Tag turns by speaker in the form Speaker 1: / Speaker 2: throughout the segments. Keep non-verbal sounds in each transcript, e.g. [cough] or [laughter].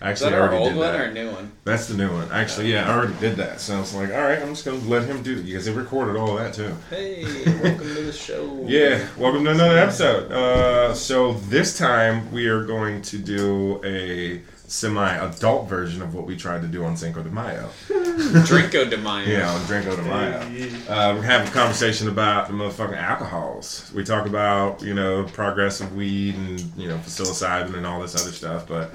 Speaker 1: Actually,
Speaker 2: Is that
Speaker 1: I
Speaker 2: our
Speaker 1: already
Speaker 2: old
Speaker 1: did
Speaker 2: one
Speaker 1: that.
Speaker 2: or a new one?
Speaker 1: That's the new one. Actually, yeah, I already did that. So I was like, all right, I'm just gonna let him do it because he recorded all that too.
Speaker 2: [laughs] Hey, welcome to the show.
Speaker 1: Yeah, welcome to another episode. Uh, so this time we are going to do a semi-adult version of what we tried to do on Cinco de Mayo.
Speaker 2: Drinko de Mayo.
Speaker 1: Yeah, on Drinko de Mayo. Uh, we're having a conversation about the motherfucking alcohols. We talk about you know progress of weed and you know psilocybin and all this other stuff, but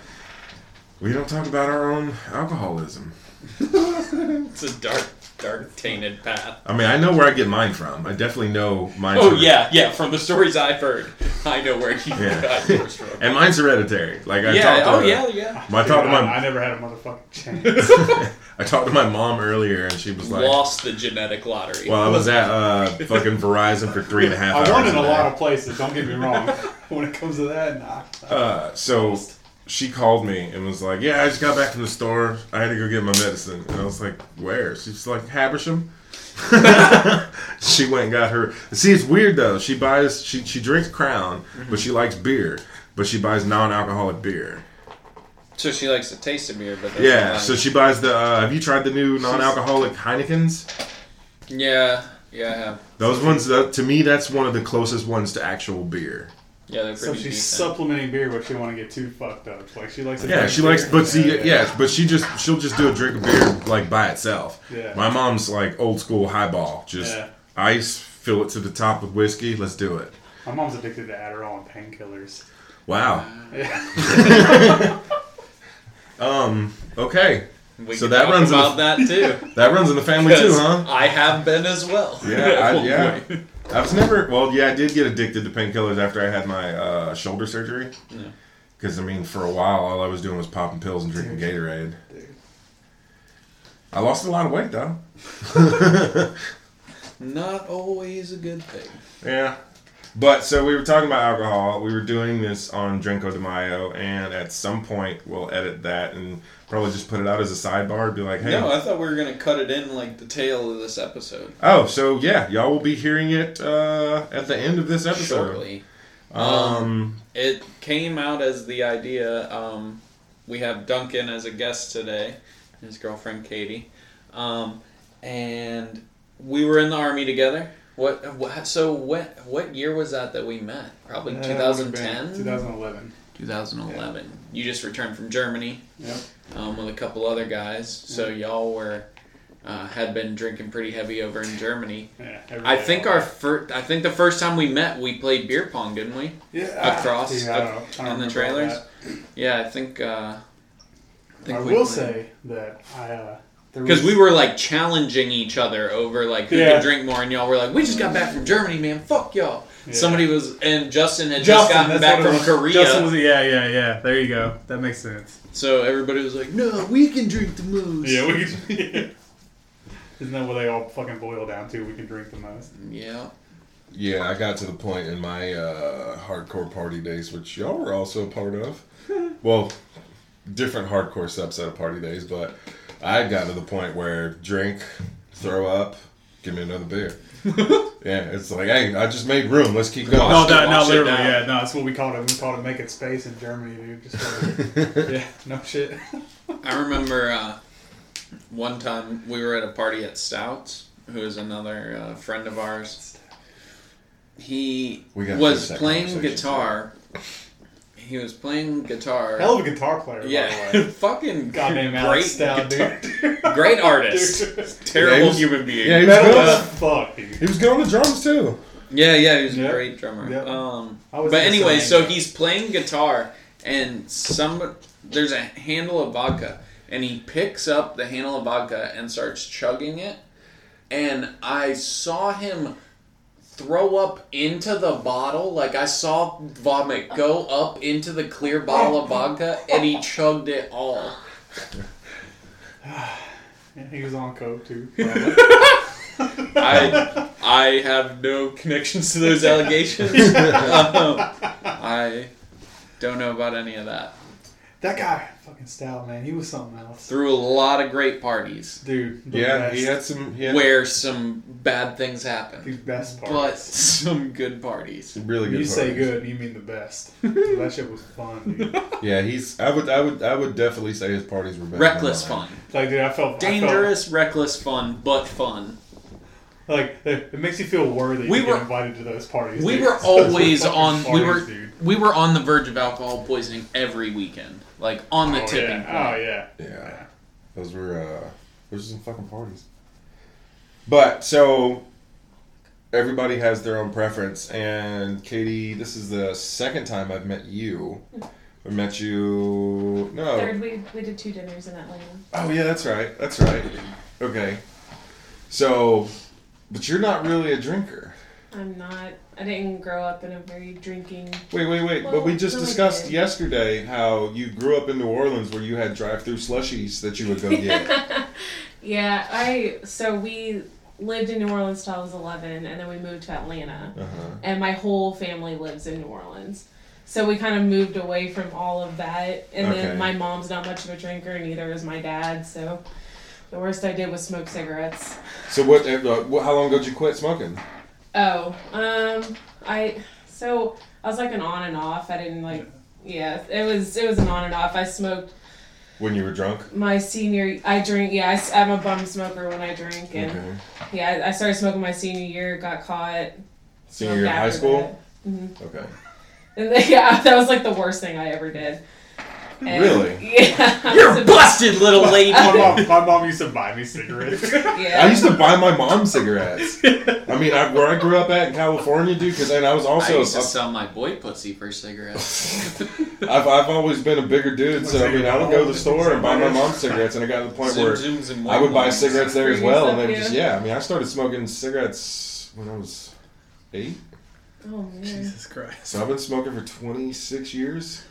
Speaker 1: we don't talk about our own alcoholism.
Speaker 2: It's a dark, dark, tainted path.
Speaker 1: I mean, I know where I get mine from. I definitely know mine.
Speaker 2: Oh yeah, yeah. From the stories I've heard, I know where you
Speaker 1: Yeah.
Speaker 2: got yours from.
Speaker 1: and mine's hereditary. Like I
Speaker 2: yeah.
Speaker 1: talked to
Speaker 2: Oh yeah, yeah.
Speaker 1: My, I, talked to
Speaker 3: Dude, I,
Speaker 1: my,
Speaker 3: I never had a motherfucking chance.
Speaker 1: I talked to my mom earlier, and she was like,
Speaker 2: Lost the genetic lottery.
Speaker 1: "Well, I was at uh, fucking Verizon for three and a half hours."
Speaker 3: I won in a
Speaker 1: today.
Speaker 3: lot of places. Don't get me wrong. [laughs] when it comes to that, nah.
Speaker 1: Uh, so she called me and was like, "Yeah, I just got back from the store. I had to go get my medicine." And I was like, "Where?" She's like, "Habersham." [laughs] she went and got her. See, it's weird though. She buys she she drinks Crown, but she likes beer. But she buys non-alcoholic beer.
Speaker 2: so she likes the taste of beer, but doesn't
Speaker 1: Yeah,
Speaker 2: like-
Speaker 1: so she buys the. Uh, have you tried the new non-alcoholic Heinekens?
Speaker 2: yeah, yeah, I have.
Speaker 1: Those ones, that, to me, that's one of the closest ones to actual beer.
Speaker 2: yeah. They're pretty
Speaker 3: So she's
Speaker 2: decent.
Speaker 3: supplementing beer, but she want to get too fucked up. Like she likes. to
Speaker 1: Yeah,
Speaker 3: drink
Speaker 1: she likes,
Speaker 3: beer.
Speaker 1: but see, yeah, but she just she'll just do a drink of beer like by itself.
Speaker 3: Yeah.
Speaker 1: My mom's like old school highball, just
Speaker 3: Yeah.
Speaker 1: ice, fill it to the top with whiskey. Let's do it.
Speaker 3: My mom's addicted to Adderall and painkillers.
Speaker 1: Wow.
Speaker 3: Yeah.
Speaker 2: [laughs]
Speaker 1: Um. Okay.
Speaker 2: we
Speaker 1: so
Speaker 2: can
Speaker 1: that
Speaker 2: talk
Speaker 1: runs in [laughs]
Speaker 2: about that too.
Speaker 1: That runs in the family too,
Speaker 2: 'Cause
Speaker 1: huh?
Speaker 2: I have been as well. [laughs] Oh,
Speaker 1: Yeah. I,
Speaker 2: Well,
Speaker 1: yeah. I was never. Well, yeah, I did get addicted to painkillers after I had my uh, shoulder surgery.
Speaker 2: Yeah.
Speaker 1: Because I mean, for a while, all I was doing was popping pills and drinking Gatorade.
Speaker 3: Dude.
Speaker 1: I lost a lot of weight though.
Speaker 2: Not always a good thing.
Speaker 1: Yeah. But so we were talking about alcohol. We were doing this on Drinko de Mayo, and at some point we'll edit that and probably just put it out as a sidebar. Be like, hey,
Speaker 2: No, I thought we were gonna cut it in like the tail of this episode.
Speaker 1: oh, so yeah, y'all will be hearing it uh, at the end of this episode.
Speaker 2: shortly.
Speaker 1: Um,
Speaker 2: It came out as the idea. Um, we have Duncan as a guest today, and his girlfriend Katie, um, and we were in the army together. What, what? So what? What year was that that we met? Probably
Speaker 3: Yeah, that Uh, would've been
Speaker 2: 2010,
Speaker 3: 2011.
Speaker 2: 2011. You just returned from Germany
Speaker 3: Yep.
Speaker 2: um, with a couple other guys. So y'all were uh, had been drinking pretty heavy over in Germany.
Speaker 3: Yeah. every
Speaker 2: I
Speaker 3: day.
Speaker 2: think our first. I think the first time we met, we played beer pong, didn't we?
Speaker 3: yeah,
Speaker 2: across,
Speaker 3: dude, I don't know. I don't
Speaker 2: on the
Speaker 3: remember all
Speaker 2: trailers?
Speaker 3: that.
Speaker 2: Yeah, I think. Uh, I, think
Speaker 3: I
Speaker 2: we
Speaker 3: will
Speaker 2: played.
Speaker 3: say that I. uh there
Speaker 2: Because
Speaker 3: was-
Speaker 2: we were like challenging each other over like who
Speaker 3: Yeah.
Speaker 2: can drink more, and y'all were like, "We just got back from Germany, man. Fuck y'all."
Speaker 3: Yeah.
Speaker 2: Somebody was, and Justin had
Speaker 3: Justin,
Speaker 2: just gotten
Speaker 3: that's
Speaker 2: back
Speaker 3: what it
Speaker 2: from
Speaker 3: was.
Speaker 2: Korea,
Speaker 3: Justin was, yeah, yeah, yeah. There you go. That makes sense.
Speaker 2: so everybody was like, "No, we can drink the
Speaker 3: [laughs]
Speaker 2: most."
Speaker 3: Yeah, we could. Isn't that what they all fucking boil down to? We can drink the most.
Speaker 2: yeah.
Speaker 1: yeah, I got to the point in my uh, hardcore party days, which y'all were also a part [laughs] of. well, different hardcore subset of party days, but I got to the point where drink, throw up, give me another [laughs] beer. yeah, it's like, hey, I just made room. Let's keep going.
Speaker 3: No,
Speaker 2: that-
Speaker 3: that,
Speaker 2: no, wash
Speaker 3: no,
Speaker 2: it literally,
Speaker 3: literally,
Speaker 2: down. yeah,
Speaker 3: yeah, no. That's what we called it. We called it "make it space" in Germany, dude.
Speaker 2: [laughs]
Speaker 3: yeah, no shit.
Speaker 2: I remember uh, one time we were at a party at Stouts, who is another uh, friend of ours. He
Speaker 1: We gotta finish
Speaker 2: was
Speaker 1: that
Speaker 2: playing
Speaker 1: conversation,
Speaker 2: guitar. He was playing guitar.
Speaker 3: [laughs] Hell of a guitar player, by the
Speaker 2: yeah, [laughs]
Speaker 3: way.
Speaker 2: fucking
Speaker 3: Goddamn
Speaker 2: great,
Speaker 3: Alex Stout,
Speaker 2: guitar- [laughs]
Speaker 3: [laughs] dude.
Speaker 2: great artist,
Speaker 3: [laughs] Dude.
Speaker 2: terrible
Speaker 1: Yeah, he was-
Speaker 2: human being.
Speaker 1: yeah, he was-
Speaker 3: Metal
Speaker 1: Uh,
Speaker 3: as fuck, dude.
Speaker 1: He was going to drums too.
Speaker 2: Yeah, yeah, he was a
Speaker 3: Yep.
Speaker 2: great drummer.
Speaker 3: Yep.
Speaker 2: Um,
Speaker 3: I was
Speaker 2: but
Speaker 3: in the
Speaker 2: anyway,
Speaker 3: same
Speaker 2: so
Speaker 3: band.
Speaker 2: he's playing guitar, and some there's a handle of vodka, and he picks up the handle of vodka and starts chugging it, and I saw him throw up into the bottle. Like I saw vomit go up into the clear bottle of vodka, and he chugged it all.
Speaker 3: Yeah, he was on coke
Speaker 2: [laughs]
Speaker 3: too. [laughs]
Speaker 2: I I have no connections to those allegations. Um, I don't know about any of that.
Speaker 3: That guy, fucking stout man, he was something else,
Speaker 2: Through a lot of great parties
Speaker 3: dude. The
Speaker 1: Yeah,
Speaker 3: best,
Speaker 1: he had some. He had
Speaker 2: where some bad things happen,
Speaker 3: the best part.
Speaker 2: but some good parties.
Speaker 1: really
Speaker 3: you
Speaker 1: good.
Speaker 3: say
Speaker 1: parties.
Speaker 3: good, you mean the best. that shit was fun,
Speaker 2: [laughs]
Speaker 3: dude.
Speaker 1: Yeah, he's. I would. I would. I would definitely say his parties were better. than
Speaker 2: Reckless
Speaker 1: mine.
Speaker 2: fun,
Speaker 3: Like, dude, I felt I felt-
Speaker 2: dangerous, reckless fun, but fun.
Speaker 3: like, it it makes you feel worthy.
Speaker 2: We
Speaker 3: to
Speaker 2: were-
Speaker 3: get invited to those parties.
Speaker 2: We
Speaker 3: dude.
Speaker 2: were
Speaker 3: [laughs] Those
Speaker 2: always
Speaker 3: fucking
Speaker 2: on. We were
Speaker 3: parties, dude.
Speaker 2: we were on the verge of alcohol poisoning every weekend, like on the
Speaker 3: oh,
Speaker 2: tipping
Speaker 3: yeah.
Speaker 2: point.
Speaker 3: Oh yeah.
Speaker 1: Yeah, those were. uh Those were some fucking parties. But so. Everybody has their own preference, and Katie, this is the second time I've met you. I met you. No,
Speaker 4: Third, we, we did two dinners in Atlanta.
Speaker 1: Oh yeah, that's right. That's right. Okay. So, but you're not really a drinker.
Speaker 4: I'm not. I didn't grow up in a very drinking.
Speaker 1: Wait, wait, wait. but
Speaker 4: Well,
Speaker 1: we just
Speaker 4: no, I
Speaker 1: discussed
Speaker 4: did.
Speaker 1: yesterday how you grew up in New Orleans where you had drive-through slushies that you would
Speaker 4: [laughs]
Speaker 1: go get.
Speaker 4: yeah, I. So we lived in New Orleans till I was 11, and then we moved to Atlanta.
Speaker 1: Uh-huh.
Speaker 4: And my whole family lives in New Orleans. So we kind of moved away from all of that. And
Speaker 1: Okay.
Speaker 4: then my mom's not much of a drinker, neither is my dad. So the worst I did was smoke cigarettes.
Speaker 1: So what? Uh, wh- how long ago did you quit smoking?
Speaker 4: Oh, um, I so I was like an on and off. I didn't like. Yeah, it was it was an on and off. I smoked
Speaker 1: When you were drunk?
Speaker 4: my senior. I drink. Yeah, I, s- I'm a bum smoker when I drink, and
Speaker 1: Okay.
Speaker 4: yeah, I, I started smoking my senior year. Got caught.
Speaker 1: Senior
Speaker 4: smoked
Speaker 1: year of high
Speaker 4: after
Speaker 1: school?
Speaker 4: that. Mhm.
Speaker 1: Okay.
Speaker 4: And then, [laughs] yeah, that was like the worst thing I ever did. And-
Speaker 1: Really?
Speaker 4: [laughs] Yeah.
Speaker 3: Oh,
Speaker 4: I was
Speaker 2: You're
Speaker 4: a-
Speaker 2: busted, little
Speaker 3: [laughs]
Speaker 2: lady.
Speaker 3: My mom, my mom used to buy
Speaker 2: [laughs]
Speaker 3: me cigarettes. [laughs]
Speaker 1: I
Speaker 4: Yeah.
Speaker 1: used to buy my mom
Speaker 4: [laughs]
Speaker 1: cigarettes. I mean, I, where I grew up at in California, dude, because and I was
Speaker 2: I
Speaker 1: also
Speaker 2: used to sell my boy pussy for cigarettes.
Speaker 1: I've, I've always been a bigger dude, so I mean, I would go to the store and buy my mom cigarettes, and I got to the point
Speaker 2: Zoom,
Speaker 1: where
Speaker 2: zooms, and
Speaker 1: I would buy
Speaker 2: wigwams.
Speaker 3: [laughs]
Speaker 2: [laughs]
Speaker 1: cigarettes there as
Speaker 4: For
Speaker 1: well, and
Speaker 4: yourself,
Speaker 1: they would just
Speaker 4: yeah.
Speaker 1: yeah. I mean, I started smoking cigarettes when I was eight,
Speaker 4: Oh man.
Speaker 3: Jesus Christ.
Speaker 1: so I've been smoking for twenty six years.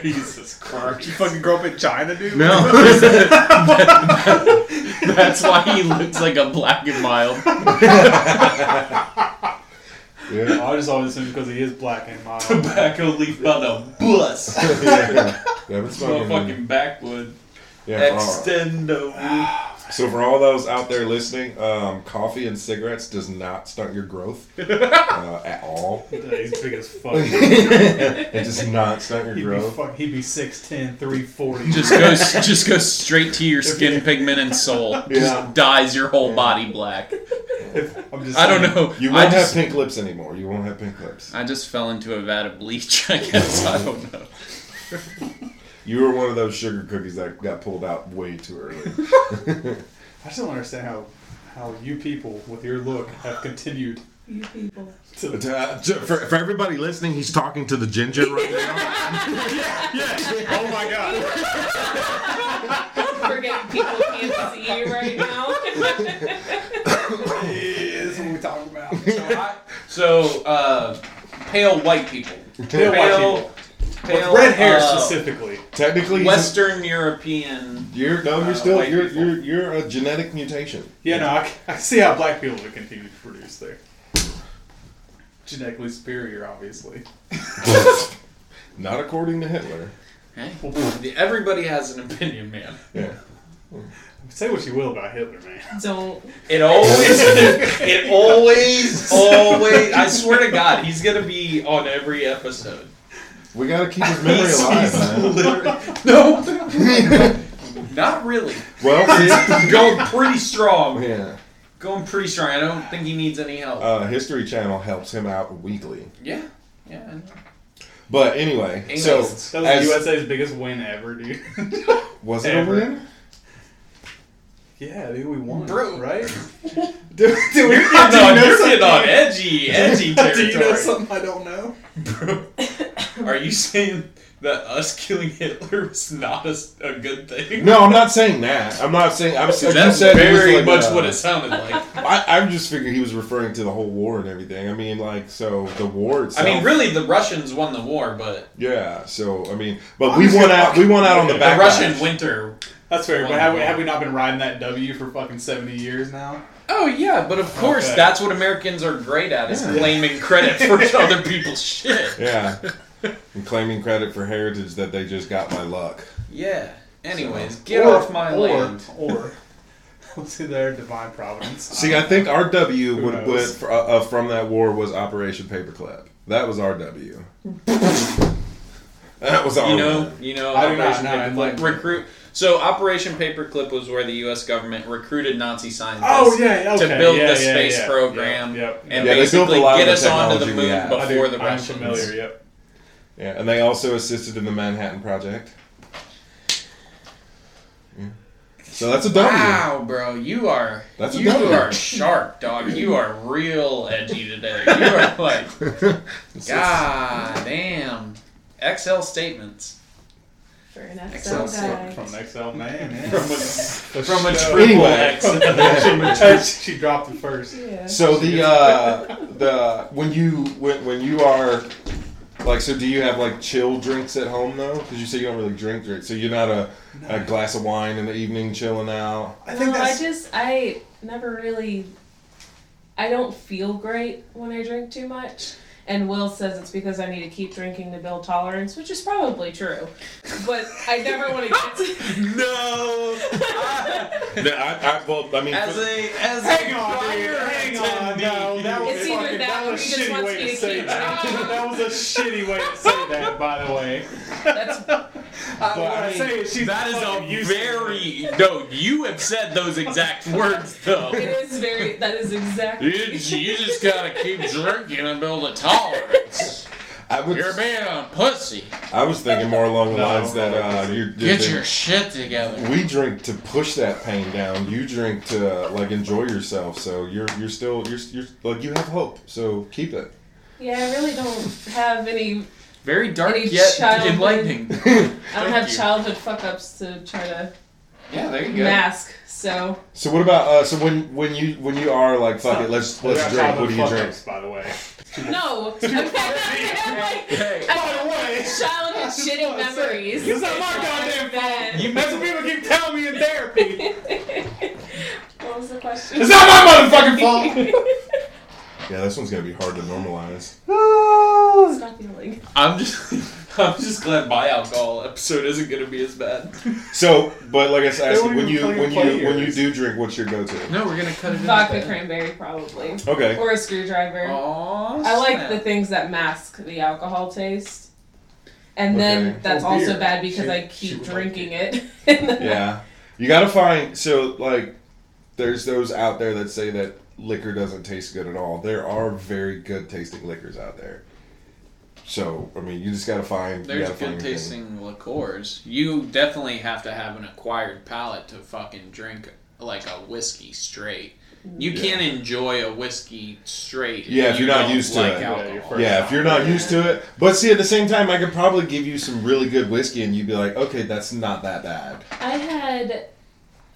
Speaker 3: Jesus Christ. You fucking grow up in China, dude?
Speaker 2: No. That- that- that's why he looks like a black and mild.
Speaker 1: Yeah. [laughs]
Speaker 3: I just always assumed because he is black and
Speaker 2: [laughs] [laughs]
Speaker 3: mild.
Speaker 2: Tobacco leaf by the [laughs] bus.
Speaker 1: yeah, I've been smoking.
Speaker 2: backwood.
Speaker 1: Yeah, for all-
Speaker 2: Extendo.
Speaker 1: so for all those out there listening, um, coffee and cigarettes does not stunt your
Speaker 3: [laughs]
Speaker 1: growth uh, at all.
Speaker 3: Yeah, he's big
Speaker 2: [laughs]
Speaker 3: as fuck. He'd
Speaker 1: it does not stunt your
Speaker 3: be,
Speaker 1: growth.
Speaker 3: fuck, he'd be 6'10", 340.
Speaker 2: Just goes, just goes straight to [laughs] your skin pigment and soul.
Speaker 1: Yeah.
Speaker 2: Just dyes your whole body [laughs] black.
Speaker 3: If- [laughs] I'm just
Speaker 2: I don't
Speaker 3: saying.
Speaker 2: know.
Speaker 1: You
Speaker 2: I
Speaker 1: won't
Speaker 2: just,
Speaker 1: have pink lips anymore. You won't have pink lips.
Speaker 2: I just fell into a vat of bleach. [laughs] I guess I don't know.
Speaker 1: You were one of those sugar cookies that got pulled out way too early.
Speaker 3: [laughs] I just don't understand how, how you people, with your look, have continued.
Speaker 4: You people.
Speaker 1: Uh, j- for, for everybody listening, he's talking to the ginger right
Speaker 3: [laughs]
Speaker 1: now.
Speaker 3: Oh my god.
Speaker 4: Forget people can't see you right now. [laughs]
Speaker 3: This is what we talking about.
Speaker 2: So, uh, pale white people.
Speaker 3: Pale white people.
Speaker 2: pale,
Speaker 3: With red hair
Speaker 2: uh,
Speaker 3: specifically.
Speaker 1: Technically, he's-
Speaker 2: Western European.
Speaker 1: you're no, you're
Speaker 2: uh,
Speaker 1: still
Speaker 2: white
Speaker 1: you're,
Speaker 2: people.
Speaker 1: you're you're a genetic mutation.
Speaker 3: Yeah, no, I, c- I see how black people have continued to produce there. Genetically superior, obviously.
Speaker 1: Not according to Hitler.
Speaker 2: Hey, everybody has an opinion, man.
Speaker 1: Yeah.
Speaker 3: Say what you will about Hitler, man.
Speaker 4: Don't.
Speaker 2: It always, [laughs] it always, always. I swear to God, he's gonna be on every episode.
Speaker 1: We gotta keep
Speaker 2: [laughs]
Speaker 1: his memory
Speaker 2: He's-
Speaker 1: alive,
Speaker 2: he's
Speaker 1: man.
Speaker 2: literally- no, not really.
Speaker 1: [laughs] Well,
Speaker 2: [laughs] Going pretty strong.
Speaker 1: see, yeah.
Speaker 2: Going pretty strong. I don't think he needs any help.
Speaker 1: Uh, History Channel helps him out weekly.
Speaker 2: yeah, yeah. [laughs] I know.
Speaker 1: But anyway, so
Speaker 2: Analysts.
Speaker 3: That was
Speaker 1: as-
Speaker 3: USA's biggest win ever, dude. [laughs]
Speaker 1: was it a
Speaker 3: Ever.
Speaker 1: win?
Speaker 3: yeah, dude, we won,
Speaker 2: Bro. [laughs]
Speaker 3: right?
Speaker 1: Dude, dude,
Speaker 2: You're getting on, you're getting
Speaker 3: [laughs]
Speaker 2: on [laughs] edgy, edgy territory.
Speaker 3: something I don't know?
Speaker 2: Bro, are you saying that us killing Hitler was not a, s- a good thing?
Speaker 1: No, I'm not saying that. I'm not saying. I'm saying
Speaker 2: That's
Speaker 1: you said it was
Speaker 2: very
Speaker 1: like,
Speaker 2: much
Speaker 1: uh,
Speaker 2: what it sounded like.
Speaker 1: I, I just figured he was referring to the whole war and everything. I mean, like, so the war
Speaker 2: I
Speaker 1: itself.
Speaker 2: mean, really, the Russians won the war, but
Speaker 1: Yeah. So I mean, but
Speaker 3: I'm
Speaker 1: we
Speaker 3: just
Speaker 1: won
Speaker 3: gonna-
Speaker 1: out. We won out on the
Speaker 3: The
Speaker 1: back.
Speaker 2: the Russian winter.
Speaker 3: That's fair,
Speaker 2: Won
Speaker 3: but have we,
Speaker 2: the war.
Speaker 3: have we not been riding that W for fucking 70 years now?
Speaker 2: Oh yeah, but of course,
Speaker 3: Okay. [laughs]
Speaker 2: that's what Americans are great at—is claiming credit for other people's shit.
Speaker 1: Yeah. and claiming credit for heritage that they just got by luck.
Speaker 2: Yeah. Anyways,
Speaker 1: So-
Speaker 2: get
Speaker 3: Or-
Speaker 2: off my
Speaker 3: or,
Speaker 2: land.
Speaker 3: Or let's see there, divine providence.
Speaker 1: See, I think our W
Speaker 3: Who
Speaker 1: would, would
Speaker 3: knows?
Speaker 1: fr- uh, uh, from that war was Operation Paperclip. That was our [laughs] W. that was our.
Speaker 2: You know,
Speaker 1: one.
Speaker 2: you know,
Speaker 3: Oh. I do not
Speaker 2: Operation
Speaker 3: know, I'd
Speaker 2: Paperclip
Speaker 3: like to.
Speaker 2: recruit. So Operation Paperclip was where the U.S. government recruited Nazi scientists
Speaker 3: Oh yeah, okay.
Speaker 2: to build
Speaker 3: yeah,
Speaker 2: the
Speaker 3: yeah,
Speaker 2: space
Speaker 3: yeah,
Speaker 2: program
Speaker 3: Yep, yep,
Speaker 2: and
Speaker 1: Yeah, they built a
Speaker 2: basically
Speaker 1: lot of
Speaker 2: get
Speaker 1: the
Speaker 2: us onto the
Speaker 1: technology we
Speaker 2: moon
Speaker 1: have.
Speaker 3: I
Speaker 2: before
Speaker 3: do,
Speaker 2: the
Speaker 3: I'm
Speaker 2: Russians.
Speaker 3: familiar. Yep.
Speaker 1: Yeah, and they also assisted in the Manhattan Project. Yeah. So that's a W.
Speaker 2: Wow, bro, you are
Speaker 1: That's a
Speaker 2: you
Speaker 1: W.
Speaker 2: are sharp, dog. You are real edgy today. You are like, god damn, XL statements
Speaker 4: For an Excel
Speaker 2: Excellent
Speaker 3: From,
Speaker 4: guy.
Speaker 3: from an Excel man. [laughs] man. from a,
Speaker 2: from a
Speaker 3: show.
Speaker 2: triple
Speaker 1: Anyway.
Speaker 2: X.
Speaker 3: [laughs] From a church, she dropped it first.
Speaker 1: [laughs]
Speaker 4: Yeah.
Speaker 1: So the uh, the when you when, when you are like so do you have like chill drinks at home though? Because you say you don't really drink drinks, so you're not a, a glass of wine in the evening chilling out.
Speaker 3: I think
Speaker 4: no,
Speaker 3: that's.
Speaker 4: I just I never really I don't feel great when I drink too much. And Will says it's because I need to keep drinking to build tolerance, which is probably true. But I never want to get
Speaker 3: [laughs]
Speaker 4: to
Speaker 1: No. no, I, I well I mean
Speaker 2: As a as
Speaker 3: Hang
Speaker 2: a
Speaker 3: on, dude. Hang on. No, that was
Speaker 4: It's either
Speaker 3: fucking.
Speaker 4: that
Speaker 3: That
Speaker 4: or
Speaker 3: was a
Speaker 4: he just
Speaker 3: shitty
Speaker 4: wants
Speaker 3: way
Speaker 4: me
Speaker 3: to
Speaker 4: to
Speaker 3: say
Speaker 4: keep
Speaker 3: that.
Speaker 4: drinking.
Speaker 3: [laughs] That was a shitty way to say that, by the way.
Speaker 4: that's um,
Speaker 3: But I say it, she's
Speaker 2: That is
Speaker 3: fucking
Speaker 2: a
Speaker 3: useless.
Speaker 2: very no. You have said those
Speaker 3: [laughs]
Speaker 2: exact words though.
Speaker 4: it is very that is exactly
Speaker 2: You, you just gotta keep drinking and build a tolerance.
Speaker 1: I would
Speaker 2: You're being a pussy.
Speaker 1: I was thinking more along the
Speaker 3: No.
Speaker 1: lines that uh you're, you're
Speaker 2: Get your shit together.
Speaker 1: we drink to push that pain down. You drink to uh, like enjoy yourself. So you're you're still you're you're like you have hope. So keep it.
Speaker 4: [laughs]
Speaker 1: [laughs]
Speaker 4: Yeah, I really don't have any
Speaker 2: Very dark
Speaker 4: Any
Speaker 2: yet
Speaker 4: childhood-
Speaker 2: enlightening.
Speaker 4: I don't
Speaker 2: Thank
Speaker 4: have
Speaker 2: you.
Speaker 4: childhood fuck ups to try to
Speaker 2: Yeah, there you go.
Speaker 4: mask, so
Speaker 1: So what about uh, so when when you when you are like fuck it let's
Speaker 3: We're
Speaker 1: let's
Speaker 3: not
Speaker 1: drink
Speaker 3: talking
Speaker 1: what do you
Speaker 3: fuck
Speaker 1: drink
Speaker 3: ups, By the way. [laughs]
Speaker 4: no. [laughs] I'm like,
Speaker 2: Hey,
Speaker 4: I
Speaker 3: By the way.
Speaker 4: childhood shitty memories.
Speaker 3: It's not my goddamn
Speaker 4: Bad.
Speaker 3: fault. You that's what people keep telling me in therapy.
Speaker 4: What was the question?
Speaker 3: It's not my motherfucking fault.
Speaker 4: [laughs]
Speaker 1: yeah this one's gonna be hard to normalize
Speaker 4: Stop yelling.
Speaker 2: I'm just, [laughs] I'm just glad my alcohol episode isn't gonna be as bad.
Speaker 1: so but like I said
Speaker 3: They
Speaker 1: I said,
Speaker 3: won't
Speaker 1: when
Speaker 3: even
Speaker 1: you
Speaker 3: play
Speaker 1: when you
Speaker 3: players.
Speaker 1: when you do drink what's your go to
Speaker 2: No, we're gonna cut it.
Speaker 4: [laughs] Vodka cranberry, probably.
Speaker 1: okay
Speaker 4: Or a screwdriver.
Speaker 3: Oh.
Speaker 2: Aww,
Speaker 4: I like the things that mask the alcohol taste. And then
Speaker 1: Okay.
Speaker 4: that's
Speaker 3: Or
Speaker 4: also
Speaker 3: Oh, beer.
Speaker 4: bad because
Speaker 3: She-
Speaker 4: I
Speaker 3: she
Speaker 4: keep
Speaker 3: would like
Speaker 4: drinking it. [laughs] And then-
Speaker 1: yeah you gotta find so like there's those out there that say that liquor doesn't taste good at all there are very good tasting liquors out there so I mean you just gotta find you
Speaker 2: There's
Speaker 1: gotta
Speaker 2: good
Speaker 1: find your thing.
Speaker 2: tasting liqueurs. You definitely have to have an acquired palate to fucking drink like a whiskey straight. You
Speaker 1: Yeah.
Speaker 2: can't enjoy a whiskey straight.
Speaker 1: Yeah, if
Speaker 2: you
Speaker 1: you're not
Speaker 2: don't
Speaker 1: used to
Speaker 2: like
Speaker 1: it.
Speaker 3: Yeah, you're
Speaker 2: Alcohol.
Speaker 3: first.
Speaker 1: Yeah, if you're not
Speaker 4: Yeah.
Speaker 1: used to it. But see, at the same time, I could probably give you some really good whiskey and you'd be like, okay, that's not that bad.
Speaker 4: I had.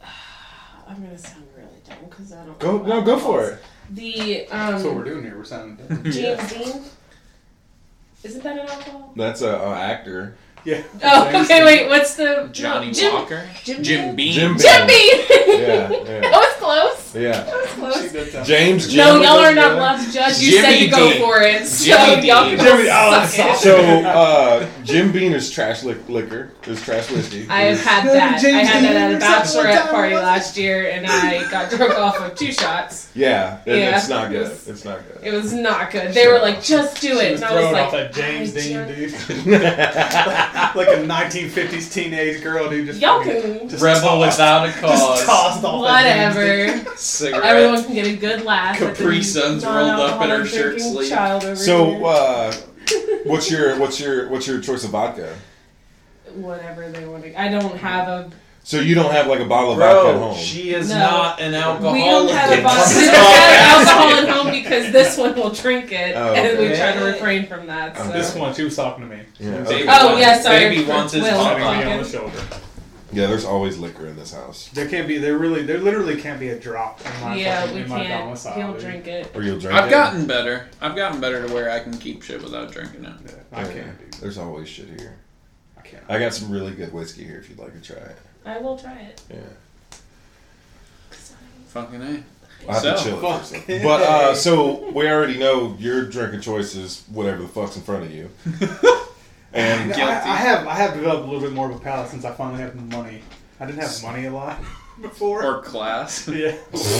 Speaker 4: [sighs] I'm gonna sound really dumb because I don't.
Speaker 1: Go,
Speaker 4: know
Speaker 1: no, go for
Speaker 4: alcohols.
Speaker 1: it.
Speaker 4: The
Speaker 3: That's what we're
Speaker 4: um,
Speaker 3: doing here. We're [laughs] sounding.
Speaker 4: James
Speaker 2: Yeah.
Speaker 4: Dean. Isn't that an alcohol?
Speaker 1: That's a, a actor.
Speaker 3: Yeah.
Speaker 4: Oh, okay. Wait, what's the
Speaker 2: Johnny
Speaker 4: no, Jim,
Speaker 2: Walker,
Speaker 4: Jim,
Speaker 2: Jim Beam.
Speaker 1: Jim Beam.
Speaker 4: Jim Beam.
Speaker 1: Yeah,
Speaker 4: [laughs] that
Speaker 1: yeah,
Speaker 4: was close.
Speaker 1: yeah.
Speaker 4: That was close.
Speaker 1: James. Jim,
Speaker 4: no, y'all are not allowed to judge. You said
Speaker 2: Jimmy
Speaker 4: to go
Speaker 2: Dean.
Speaker 4: for it, so
Speaker 2: Jimmy
Speaker 4: y'all
Speaker 2: Dean.
Speaker 4: can go
Speaker 3: Jimmy- oh,
Speaker 4: suck
Speaker 3: sorry.
Speaker 4: it.
Speaker 1: So, uh, Jim Bean is trash li- liquor. Is trash whiskey.
Speaker 4: I have had
Speaker 3: No,
Speaker 4: that. I
Speaker 3: James
Speaker 4: had that at a
Speaker 3: Dean, that's what
Speaker 4: bachelorette
Speaker 3: time
Speaker 4: party
Speaker 3: was it?
Speaker 4: last year,
Speaker 3: [laughs]
Speaker 4: and I got drunk off of two shots.
Speaker 1: yeah, it-
Speaker 4: Yeah.
Speaker 1: it's not good. It's not good.
Speaker 4: It was not good. They were like, "Just do it,"
Speaker 3: She was
Speaker 4: and I was
Speaker 3: thrown off that
Speaker 4: like,
Speaker 3: James
Speaker 4: I
Speaker 3: Dean
Speaker 4: just-
Speaker 3: dude. [laughs] like a 1950s teenage girl dude. Just
Speaker 4: Y'all
Speaker 3: fucking-
Speaker 4: can
Speaker 3: just
Speaker 2: Rebel
Speaker 3: tossed-
Speaker 2: without a
Speaker 3: Just
Speaker 2: cause.
Speaker 3: tossed off that James Dean.
Speaker 4: whatever.
Speaker 2: Cigarette.
Speaker 4: [laughs] Everyone can get a good laugh.
Speaker 2: Capri Suns rolled up in her
Speaker 4: Non-alcoholic
Speaker 2: shirt
Speaker 4: drinking
Speaker 2: sleeve.
Speaker 4: Child over
Speaker 1: So,
Speaker 4: here.
Speaker 1: uh, what's your what's your what's your choice of vodka?
Speaker 4: whatever they want to. I don't have a.
Speaker 1: So you don't have like a bottle of vodka at
Speaker 2: Bro,
Speaker 1: home.
Speaker 2: she is
Speaker 4: No.
Speaker 2: not an alcoholic.
Speaker 4: we don't have a
Speaker 2: It's
Speaker 4: box.
Speaker 2: so
Speaker 4: We don't have
Speaker 2: [laughs] nasty.
Speaker 4: alcohol at home because this one will drink it,
Speaker 1: Oh,
Speaker 4: and we
Speaker 2: okay.
Speaker 4: try to refrain from that.
Speaker 1: Oh,
Speaker 4: So.
Speaker 3: This one, she was talking to me.
Speaker 1: Yeah,
Speaker 3: She was
Speaker 1: okay.
Speaker 2: Baby
Speaker 4: Oh,
Speaker 2: wants-
Speaker 4: yeah, sorry.
Speaker 2: Baby wants his
Speaker 4: Will.
Speaker 2: pop
Speaker 3: Patting
Speaker 4: Fuck.
Speaker 3: me
Speaker 2: up.
Speaker 3: on the shoulder.
Speaker 1: yeah, there's always liquor in this house,
Speaker 3: There can't be. There really. There literally can't be a drop in my
Speaker 4: yeah,
Speaker 3: fucking,
Speaker 4: we
Speaker 3: in my
Speaker 4: can't.
Speaker 3: domicile.
Speaker 4: He'll
Speaker 3: dude.
Speaker 4: drink it.
Speaker 1: or you'll drink.
Speaker 2: I've
Speaker 1: it.
Speaker 2: gotten better. I've gotten better to where I can keep shit without drinking it.
Speaker 3: Yeah, I
Speaker 1: Yeah,
Speaker 3: can't. Dude.
Speaker 1: There's always shit here.
Speaker 3: I can't.
Speaker 1: I got some really good whiskey here if you'd like to try it.
Speaker 4: I will try it.
Speaker 1: Yeah.
Speaker 2: Fucking a.
Speaker 1: I have to
Speaker 2: So,
Speaker 1: chill it
Speaker 3: fuck.
Speaker 1: first. though. But uh, so we already know your drinking choice is whatever the fuck's in front of you. And
Speaker 3: No, I, I have I have developed a little bit more of a palate since I finally have money. I didn't have money a lot [laughs] before.
Speaker 2: or
Speaker 4: [laughs]
Speaker 2: class.
Speaker 3: [laughs] yeah.
Speaker 2: not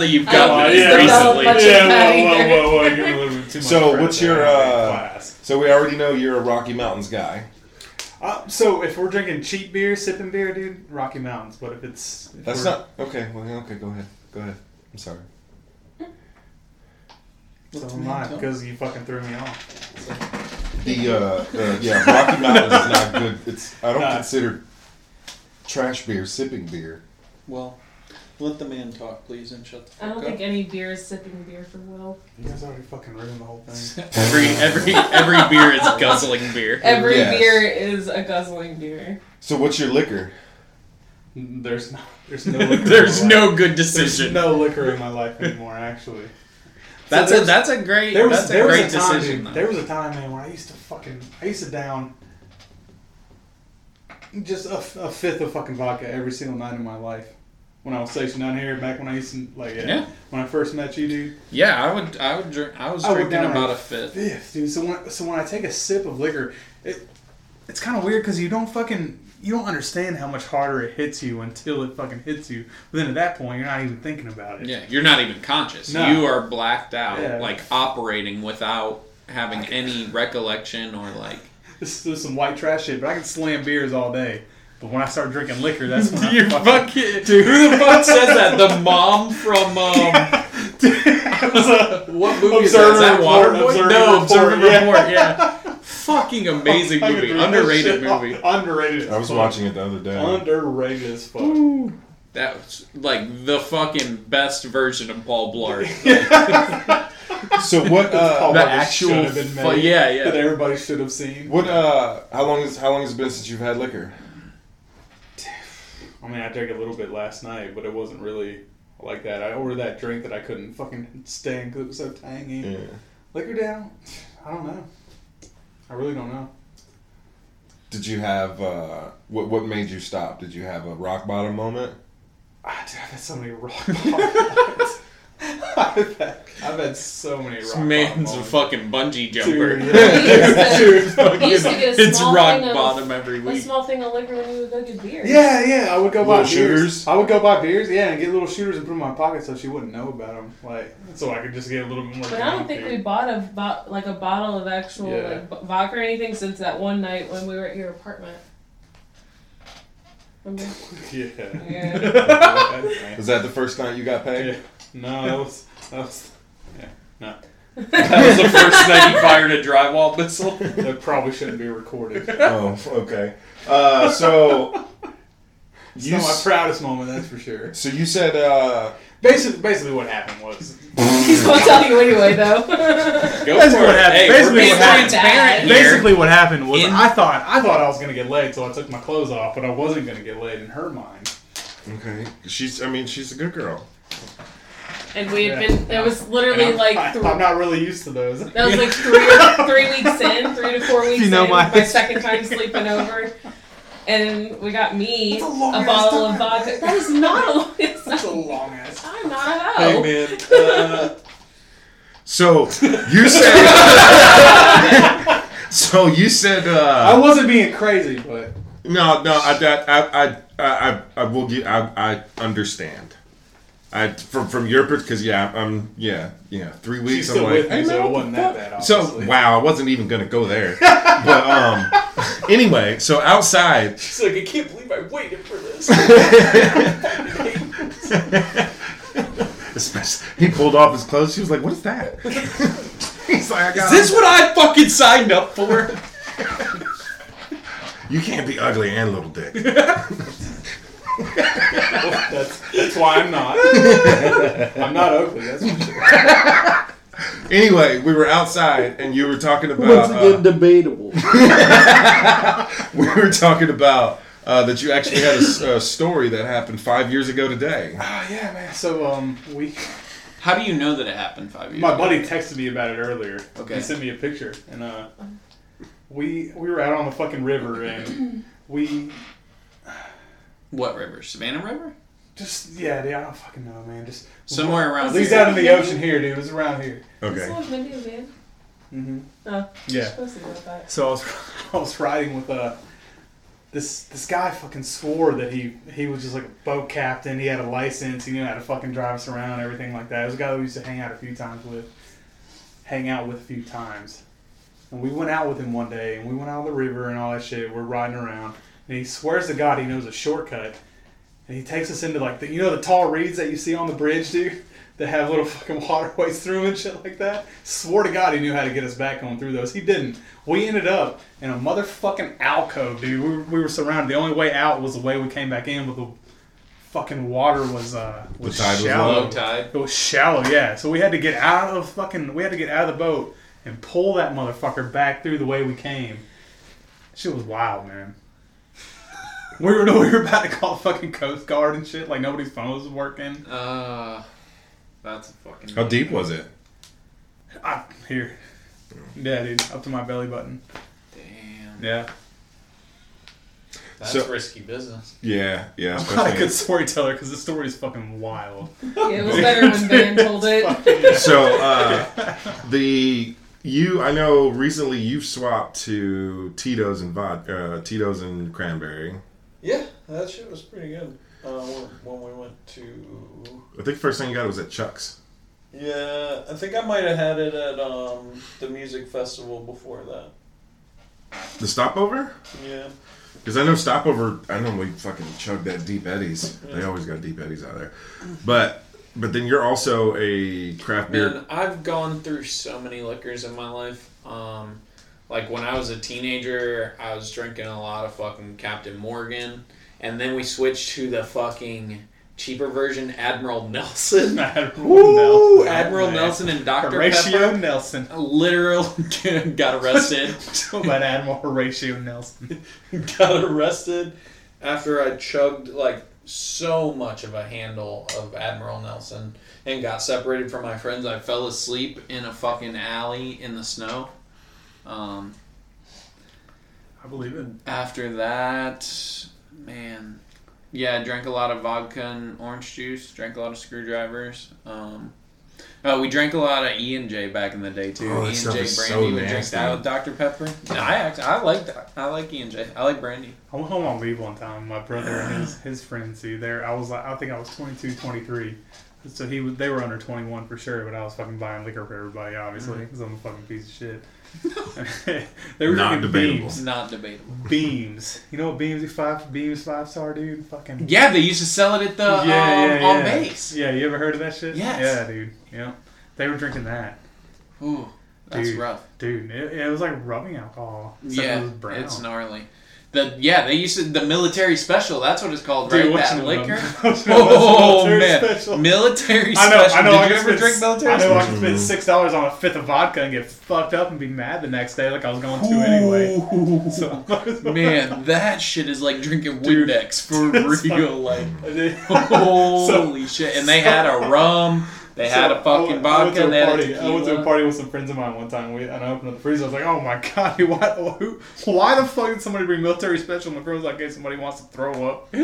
Speaker 2: that you've got
Speaker 4: Oh,
Speaker 2: these
Speaker 4: yeah.
Speaker 2: recently.
Speaker 4: Much of that either.
Speaker 3: I give a little bit too
Speaker 1: So,
Speaker 3: credit
Speaker 1: what's
Speaker 3: there.
Speaker 1: your,
Speaker 3: I like
Speaker 1: uh,
Speaker 3: class?
Speaker 1: so we already know you're a Rocky Mountains guy.
Speaker 3: Uh, so if we're drinking cheap beer, sipping beer, dude, Rocky Mountains. But if it's if
Speaker 1: That's
Speaker 3: we're-
Speaker 1: not okay. Well, yeah, okay, go ahead. Go ahead. I'm sorry.
Speaker 3: so am I because you fucking threw me off.
Speaker 1: The uh, the yeah, Rocky Mountains is not good. It's I don't
Speaker 3: Nah.
Speaker 1: consider trash beer sipping beer.
Speaker 2: Well, let the man talk, please, and shut the [laughs] fuck
Speaker 4: I don't
Speaker 2: up.
Speaker 4: think any beer is sipping beer for Will.
Speaker 3: You guys already fucking ruined the whole thing.
Speaker 2: every every every beer is guzzling beer.
Speaker 4: Every
Speaker 1: Yes.
Speaker 4: beer is a guzzling beer.
Speaker 1: So what's your liquor?
Speaker 3: [laughs] There's no [laughs] there's no liquor in my
Speaker 2: [laughs] There's
Speaker 3: life.
Speaker 2: no good
Speaker 3: there's
Speaker 2: decision.
Speaker 3: no liquor in my life anymore. Actually,
Speaker 2: that's
Speaker 3: So
Speaker 2: a that's a great
Speaker 3: there was
Speaker 2: that's a
Speaker 3: there
Speaker 2: great
Speaker 3: was a time,
Speaker 2: decision.
Speaker 3: dude,
Speaker 2: though.
Speaker 3: there was a time, man, where I used to fucking I used to down just a, f- a fifth of fucking vodka every single night in my life. When I was stationed down here, back when I used to like yeah,
Speaker 2: Yeah.
Speaker 3: when I first met you, dude.
Speaker 2: yeah, I would I would drink. I was
Speaker 3: I would
Speaker 2: drinking
Speaker 3: down
Speaker 2: about
Speaker 3: a
Speaker 2: a fifth.
Speaker 3: Fifth, dude. So when so when I take a sip of liquor, it it's kind of weird because you don't fucking you don't understand how much harder it hits you until it fucking hits you. But then at that point, you're not even thinking about it.
Speaker 2: Yeah, you're not even conscious.
Speaker 3: No.
Speaker 2: You are blacked out,
Speaker 3: Yeah.
Speaker 2: like operating without having any recollection or like.
Speaker 3: This, this is some white trash shit, but I can slam beers all day. But when I start drinking liquor, that's when
Speaker 2: [laughs] You
Speaker 3: I'm
Speaker 2: fucking dude. Who the fuck [laughs] says that? The mom from um, what movie is that? Is that
Speaker 3: Observer Report,
Speaker 2: Waterboy?
Speaker 3: Observer
Speaker 2: no, Observer
Speaker 3: Report, yeah.
Speaker 2: Report. [laughs] Yeah, fucking amazing
Speaker 3: [laughs] I can
Speaker 2: movie.
Speaker 3: drink this
Speaker 2: Underrated
Speaker 3: shit all-
Speaker 2: movie.
Speaker 3: Underrated. as
Speaker 1: I was
Speaker 3: fuck.
Speaker 1: watching it the other day.
Speaker 3: Underrated as fuck.
Speaker 2: That was like the fucking best version of Paul Blart.
Speaker 1: So what?
Speaker 3: Paul
Speaker 1: Uh,
Speaker 2: the
Speaker 3: Blart
Speaker 2: actual
Speaker 3: should have been
Speaker 2: fu-
Speaker 3: made,
Speaker 2: yeah, yeah.
Speaker 3: That everybody should have seen.
Speaker 1: what? Uh, how long is how long has it been since you've had liquor?
Speaker 3: I mean, I drank a little bit last night, but it wasn't really like that. I ordered that drink that I couldn't fucking stand because it was so tangy. Liquor down? I don't know. I really don't know.
Speaker 1: Did you have uh, what? What made you stop? Did you have a rock bottom moment?
Speaker 3: Ah, dude, I've had so many rock [laughs] bottom moments. I've, had, I've had so many rock
Speaker 2: This
Speaker 3: bottom
Speaker 2: man's a
Speaker 3: moments.
Speaker 2: fucking bungee jumper. [laughs]
Speaker 3: Dude, [laughs] yeah. Dude, fuck.
Speaker 4: You used to get a
Speaker 2: it's
Speaker 4: small
Speaker 2: rock
Speaker 4: thing of-
Speaker 2: bottom every
Speaker 4: A
Speaker 2: week.
Speaker 4: small thing of liquor when you would go get beer.
Speaker 3: yeah, yeah, I would go buy
Speaker 1: Little
Speaker 3: beers.
Speaker 1: shooters?
Speaker 3: I would go buy beers, yeah, and get little shooters and put them in my pocket so she wouldn't know about them. Like, so I could just get a little bit more.
Speaker 4: But I don't
Speaker 3: drunk,
Speaker 4: think
Speaker 3: dude.
Speaker 4: we bought a bo- like a bottle of actual
Speaker 3: Yeah.
Speaker 4: like b- vodka or anything since that one night when we were at your apartment. Remember?
Speaker 3: Yeah. [laughs]
Speaker 4: Yeah.
Speaker 1: Is that the first night you got paid?
Speaker 3: Yeah. No, that was that was. Yeah, no,
Speaker 2: That was the first night
Speaker 3: [laughs]
Speaker 2: he fired a drywall missile.
Speaker 3: that probably shouldn't be [laughs] recorded.
Speaker 1: Oh, okay. Uh, so
Speaker 3: [laughs] It's
Speaker 1: you
Speaker 3: not my
Speaker 1: s-
Speaker 3: proudest moment, that's for sure.
Speaker 1: so you said uh,
Speaker 3: Basically, basically what happened was
Speaker 4: [laughs] He's gonna tell you anyway though. [laughs]
Speaker 2: Go
Speaker 3: That's
Speaker 2: for
Speaker 3: what
Speaker 2: it.
Speaker 3: happened.
Speaker 2: Hey,
Speaker 3: Basically
Speaker 2: we're being
Speaker 3: what happened.
Speaker 2: transparent here.
Speaker 3: basically what happened was
Speaker 2: In-
Speaker 3: I thought I thought I was gonna get laid, so I took my clothes off, but I wasn't gonna get laid in her mind.
Speaker 1: okay. She's I mean she's a good girl.
Speaker 4: and we had
Speaker 3: Yeah.
Speaker 4: been. That was
Speaker 3: And
Speaker 4: literally
Speaker 3: I'm,
Speaker 4: like.
Speaker 3: I,
Speaker 4: Th-
Speaker 3: am not really used to those.
Speaker 4: that was
Speaker 3: [laughs]
Speaker 4: like three or three weeks in, three to four weeks
Speaker 3: You know
Speaker 4: in,
Speaker 3: my-
Speaker 4: my, second time sleeping over, and we got me
Speaker 3: That's
Speaker 4: a,
Speaker 3: a long ass
Speaker 4: bottle
Speaker 3: time.
Speaker 4: of vodka. That is not a long. [laughs] It's
Speaker 3: That's
Speaker 4: not,
Speaker 3: a long ass.
Speaker 4: I'm not a hoe.
Speaker 3: Hey man, uh,
Speaker 1: So
Speaker 3: [laughs]
Speaker 1: you said so you said
Speaker 3: I
Speaker 1: uh,
Speaker 3: wasn't being crazy, but
Speaker 1: no no I that- I I I, I, I will get I, I understand. I from from your because yeah I'm yeah yeah three weeks
Speaker 3: she's still
Speaker 1: I'm like
Speaker 3: with me,
Speaker 1: "Hey, man,
Speaker 3: so it
Speaker 1: what
Speaker 3: wasn't
Speaker 1: the
Speaker 3: that
Speaker 1: fuck?"
Speaker 3: bad.
Speaker 1: So
Speaker 3: Obviously.
Speaker 1: wow, I wasn't even gonna go there. but um, anyway, so outside, [laughs]
Speaker 3: she's like, I can't believe I waited for this.
Speaker 1: especially he pulled off his clothes. She was like, "What is that?" [laughs] He's like, "I
Speaker 2: Is
Speaker 1: got
Speaker 2: this what I [laughs] fucking signed up for?
Speaker 1: You can't be ugly and little dick.
Speaker 3: [laughs] that's that's why I'm not. I'm not ugly. That's for sure.
Speaker 1: anyway, we were outside and you were talking about uh,
Speaker 2: debatable.
Speaker 1: [laughs] we were talking about uh, that you actually had a s- a, story that happened five years ago today.
Speaker 3: Oh yeah, man. So um, we.
Speaker 2: How do you know that it happened five years?
Speaker 3: My
Speaker 2: ago?
Speaker 3: buddy texted me about it earlier.
Speaker 2: Okay.
Speaker 3: He sent me a picture, and uh, we we were out on the fucking river, and we
Speaker 2: What river? Savannah River?
Speaker 3: just yeah, dude, I don't fucking know, man. Just
Speaker 2: Somewhere around
Speaker 3: At least
Speaker 2: here.
Speaker 3: out in the ocean here, dude. It was around here.
Speaker 4: It's a
Speaker 1: Okay,
Speaker 4: little video, man.
Speaker 3: Mm-hmm.
Speaker 4: Oh,
Speaker 3: Yeah.
Speaker 4: supposed to go with that.
Speaker 3: So I was, [laughs] I was riding with uh, this this guy fucking swore that he he was just like a boat captain. He had a license. He knew how to fucking drive us around, everything like that. It was a guy we used to hang out a few times with, hang out with a few times. And we went out with him one day, and we went out on the river and all that shit. We're riding around, and he swears to God he knows a shortcut. And he takes us into like the you know the tall reeds that you see on the bridge, dude, that have little fucking waterways through 'em and shit like that. Swore to God he knew how to get us back going through those. He didn't. We ended up in a motherfucking alcove, dude. We were, we were surrounded. The only way out was the way we came back in, but the fucking water was uh was
Speaker 1: tide was
Speaker 3: shallow.
Speaker 2: Low tide.
Speaker 3: It was shallow, yeah. So we had to get out of the fucking. We had to get out of the boat and pull that motherfucker back through the way we came. Shit was wild, man. We were [laughs] we were about to call the fucking Coast Guard and shit. Like nobody's phone was working.
Speaker 2: Uh, that's a fucking.
Speaker 1: How deep was it?
Speaker 3: I, Ah, here, yeah, dude, up to my belly button.
Speaker 2: Damn.
Speaker 3: Yeah,
Speaker 2: That's
Speaker 1: So-
Speaker 2: risky business.
Speaker 1: Yeah, yeah.
Speaker 3: I'm not a good
Speaker 1: especially-
Speaker 3: storyteller because the story's
Speaker 2: [laughs]
Speaker 3: fucking wild.
Speaker 4: Yeah, it was better when Van told
Speaker 1: [laughs]
Speaker 4: it.
Speaker 1: so uh, the you, I know recently you've swapped to Tito's and vodka, uh, Tito's and cranberry.
Speaker 2: Yeah, that shit was pretty good. Uh, when, when we went to,
Speaker 1: I think the first thing you got was at Chuck's.
Speaker 2: yeah, I think I might have had it at um the music festival before that.
Speaker 1: The stopover.
Speaker 2: Yeah.
Speaker 1: Because I know Stopover, I know we fucking chug that deep eddies. They
Speaker 2: Yeah.
Speaker 1: always got deep eddies out there, but but then you're also a craft beer.
Speaker 2: Man, I've gone through so many liquors in my life. Um, like when I was a teenager, I was drinking a lot of fucking Captain Morgan, and then we switched to the fucking cheaper version, Admiral Nelson.
Speaker 3: [laughs] Admiral
Speaker 2: Woo!
Speaker 3: Nelson.
Speaker 2: Admiral
Speaker 3: Man.
Speaker 2: Nelson and Dr.
Speaker 3: Horatio
Speaker 2: Pepper.
Speaker 3: Nelson.
Speaker 2: Literal [laughs] got arrested.
Speaker 3: Talking about Admiral Horatio Nelson.
Speaker 2: [laughs] got arrested after I chugged like so much of a handle of Admiral Nelson and got separated from my friends. I fell asleep in a fucking alley in the snow. Um,
Speaker 3: I believe it.
Speaker 2: after that, man, yeah, I drank a lot of vodka and orange juice. Drank a lot of screwdrivers. Um, oh, we drank a lot of E and J back in the day too.
Speaker 1: Oh, that
Speaker 2: E and J
Speaker 1: stuff
Speaker 2: brandy.
Speaker 1: is so
Speaker 2: we drink
Speaker 1: nasty.
Speaker 2: that with Dr Pepper. No, I actually I like that. I like E and J. I like brandy.
Speaker 3: I went home on leave one time. My brother and his, his friends see there. I was like, I think I was 22, 23. So he was, they were under 21 for sure, but I was fucking buying liquor for everybody, obviously,
Speaker 2: Mm-hmm.
Speaker 3: because I'm a fucking piece
Speaker 2: [laughs]
Speaker 3: of shit. [laughs] they were
Speaker 1: Not
Speaker 3: drinking
Speaker 1: debatable.
Speaker 2: It's
Speaker 3: Beams.
Speaker 2: not debatable.
Speaker 3: Beams. You know what Beams is five Beams five star dude? Fucking
Speaker 2: Yeah, they used to sell it at the um, on
Speaker 3: yeah.
Speaker 2: base.
Speaker 3: Yeah, you ever heard of that shit?
Speaker 2: Yes.
Speaker 3: Yeah, dude. Yeah, they were drinking that,
Speaker 2: Ooh, that's
Speaker 3: Dude.
Speaker 2: rough.
Speaker 3: dude. It, it was like rubbing alcohol. except it
Speaker 2: yeah,
Speaker 3: was brown.
Speaker 2: it's gnarly. The yeah, they used to the military special. That's what it's called,
Speaker 3: Dude,
Speaker 2: right?
Speaker 3: what's
Speaker 2: that
Speaker 3: in
Speaker 2: liquor.
Speaker 3: them? [laughs] What's in them? That's
Speaker 2: [laughs]
Speaker 3: a
Speaker 2: Oh man,
Speaker 3: military special.
Speaker 2: military
Speaker 3: I
Speaker 2: special.
Speaker 3: know, I know. I
Speaker 2: Did you ever
Speaker 3: could spend-
Speaker 2: drink military?
Speaker 3: I know I could
Speaker 1: Mhm.
Speaker 3: spend six dollars on a fifth of vodka and get fucked up and be mad the next day, like I was going to
Speaker 2: Ooh.
Speaker 3: anyway. So [laughs]
Speaker 2: Man, that shit is like drinking
Speaker 3: Dude, [laughs]
Speaker 2: Windex for real. Like,
Speaker 3: [laughs] so,
Speaker 2: holy shit! And they had a rum. They had
Speaker 3: [laughs] so
Speaker 2: a fucking
Speaker 3: I went-
Speaker 2: vodka.
Speaker 3: I went,
Speaker 2: they had a
Speaker 3: to a party. I went to a
Speaker 2: tequila.
Speaker 3: party with some friends of mine one time, we, and I opened up the freezer. I was like, "Oh my god, [laughs] why, who, why the fuck did somebody bring military special?" And the girl was like, "Hey, somebody wants to throw up." [laughs]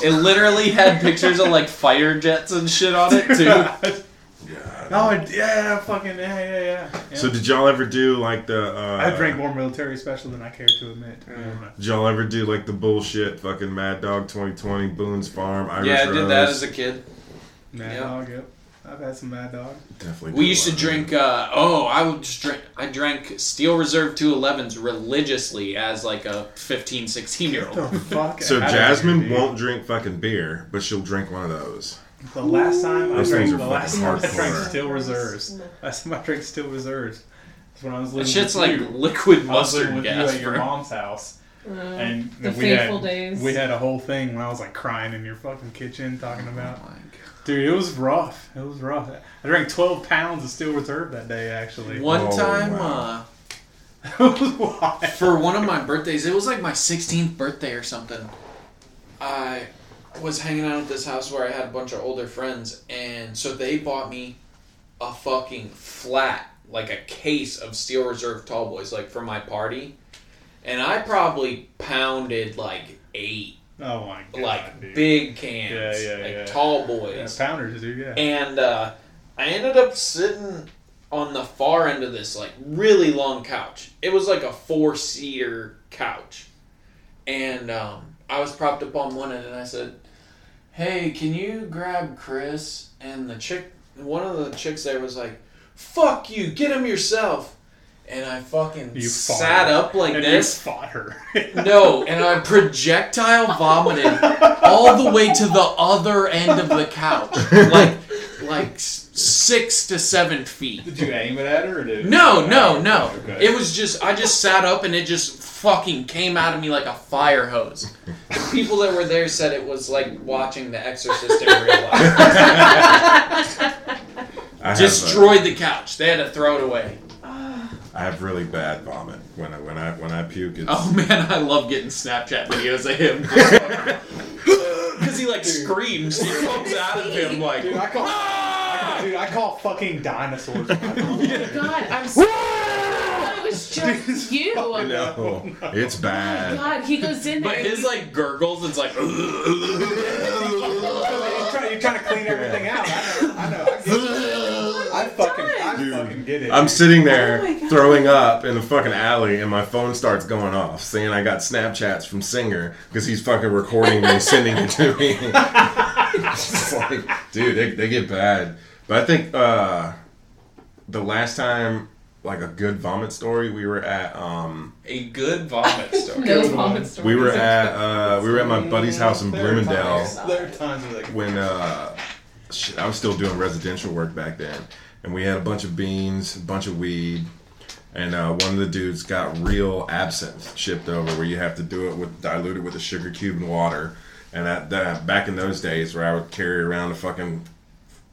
Speaker 2: It literally had pictures of like fire jets and shit on
Speaker 3: [laughs]
Speaker 2: it too.
Speaker 3: oh yeah, fucking yeah, yeah, yeah. yeah.
Speaker 1: [laughs] So did y'all ever do like the? Uh,
Speaker 3: I drank more military special than I care to admit.
Speaker 1: Did y'all ever do like the bullshit fucking Mad Dog 2020 Boone's Farm Irish
Speaker 2: Yeah, I did that
Speaker 1: Rose?
Speaker 2: as a kid.
Speaker 3: Mad
Speaker 2: Yeah.
Speaker 3: dog, yep. I've had some mad dog.
Speaker 1: Definitely.
Speaker 2: We
Speaker 1: did
Speaker 2: used to
Speaker 1: one.
Speaker 2: drink. Uh, oh, I would just drink. I drank Steel Reserve 211s religiously as like a 15, 16 year
Speaker 3: The
Speaker 2: old.
Speaker 3: fuck
Speaker 1: So
Speaker 3: out of here,
Speaker 1: Jasmine
Speaker 3: dude.
Speaker 1: won't drink fucking beer, but she'll drink one of those.
Speaker 3: The last time I
Speaker 1: Those
Speaker 3: drank,
Speaker 1: things are
Speaker 3: the last
Speaker 1: fucking
Speaker 3: time I
Speaker 1: hardcore.
Speaker 3: drank Steel Reserves. Last time I drank Steel Reserves was when I was living.
Speaker 2: That shit's
Speaker 3: with
Speaker 2: like
Speaker 3: you.
Speaker 2: liquid
Speaker 3: I was living
Speaker 2: mustard
Speaker 3: with
Speaker 2: gas.
Speaker 3: you at your
Speaker 2: bro.
Speaker 3: mom's house,
Speaker 4: Uh,
Speaker 3: and
Speaker 4: The
Speaker 3: we
Speaker 4: fateful
Speaker 3: had
Speaker 4: days.
Speaker 3: we had a whole thing when I was like crying in your fucking kitchen talking about.
Speaker 2: Oh my God.
Speaker 3: Dude, it was rough. It was rough. I drank twelve pounds of Steel Reserve that day. Actually,
Speaker 2: One
Speaker 1: Oh,
Speaker 2: time,
Speaker 1: wow.
Speaker 3: [laughs] It was wild.
Speaker 2: uh, for one of my birthdays, it was like my 16th birthday or something. I was hanging out at this house where I had a bunch of older friends, and so they bought me a fucking flat, like a case of Steel Reserve Tall Boys, like for my party. And I probably pounded like eight,
Speaker 3: Oh my god!
Speaker 2: like
Speaker 3: dude.
Speaker 2: big cans,
Speaker 3: Yeah, yeah,
Speaker 2: like
Speaker 3: yeah.
Speaker 2: tall
Speaker 3: Yeah,
Speaker 2: boys.
Speaker 3: pounders, dude. Yeah.
Speaker 2: And uh, I ended up sitting on the far end of this like really long couch. It was like a four seater couch, and um, I was propped up on one end, and I said, "Hey, can you grab Chris?" And the chick, one of the chicks there was like, "Fuck you, get him yourself." And I fucking
Speaker 3: You fought.
Speaker 2: sat up like
Speaker 3: and
Speaker 2: this.
Speaker 3: you fought her. [laughs]
Speaker 2: No, and I projectile vomited all the way to the other end of the couch, like like s- six to seven feet.
Speaker 5: Did you aim it at her? Or did
Speaker 2: No, no, no.
Speaker 5: Okay.
Speaker 2: It was just I just sat up and it just fucking came out of me like a fire hose. The people that were there said it was like watching The Exorcist in real life.
Speaker 1: I have, uh,
Speaker 2: Destroyed the couch. They had to throw it away.
Speaker 1: I have really bad vomit when I when I when I puke. It's, [laughs]
Speaker 2: Oh man, I love getting Snapchat videos of him. [laughs] Because he like screams, he comes out of him like.
Speaker 3: dude, I call, dude, I call fucking dinosaurs. when I vomit.
Speaker 4: God, I'm so. That
Speaker 1: [laughs]
Speaker 4: was just you.
Speaker 1: no, it's
Speaker 2: Oh
Speaker 1: bad.
Speaker 4: God, he goes in there.
Speaker 2: But his like gurgles, it's like. [laughs]
Speaker 3: You're trying, you're trying to clean everything out. I know. I know. I, get it. I fucking, I
Speaker 1: Dude,
Speaker 3: fucking get it.
Speaker 1: I'm sitting there
Speaker 4: Oh my God.
Speaker 1: throwing up in the fucking alley, and my phone starts going off, saying I got Snapchats from Singer because he's fucking recording me, sending it to me. [laughs] It's just like, dude, they, they get bad. But I think uh, the last time, like a good vomit story, we were at um,
Speaker 2: A good vomit story.
Speaker 4: no
Speaker 3: Good one.
Speaker 4: vomit story.
Speaker 1: we were at uh, we were at my buddy's house in
Speaker 5: There are
Speaker 1: Bloomingdale.
Speaker 5: times- There are times where they
Speaker 1: when uh shit, I was still doing residential work back then, and we had a bunch of beans, a bunch of weed, and uh, one of the dudes got real absinthe shipped over, where you have to do it with diluted with a sugar cube and water. And that, that back in those days, where I would carry around a fucking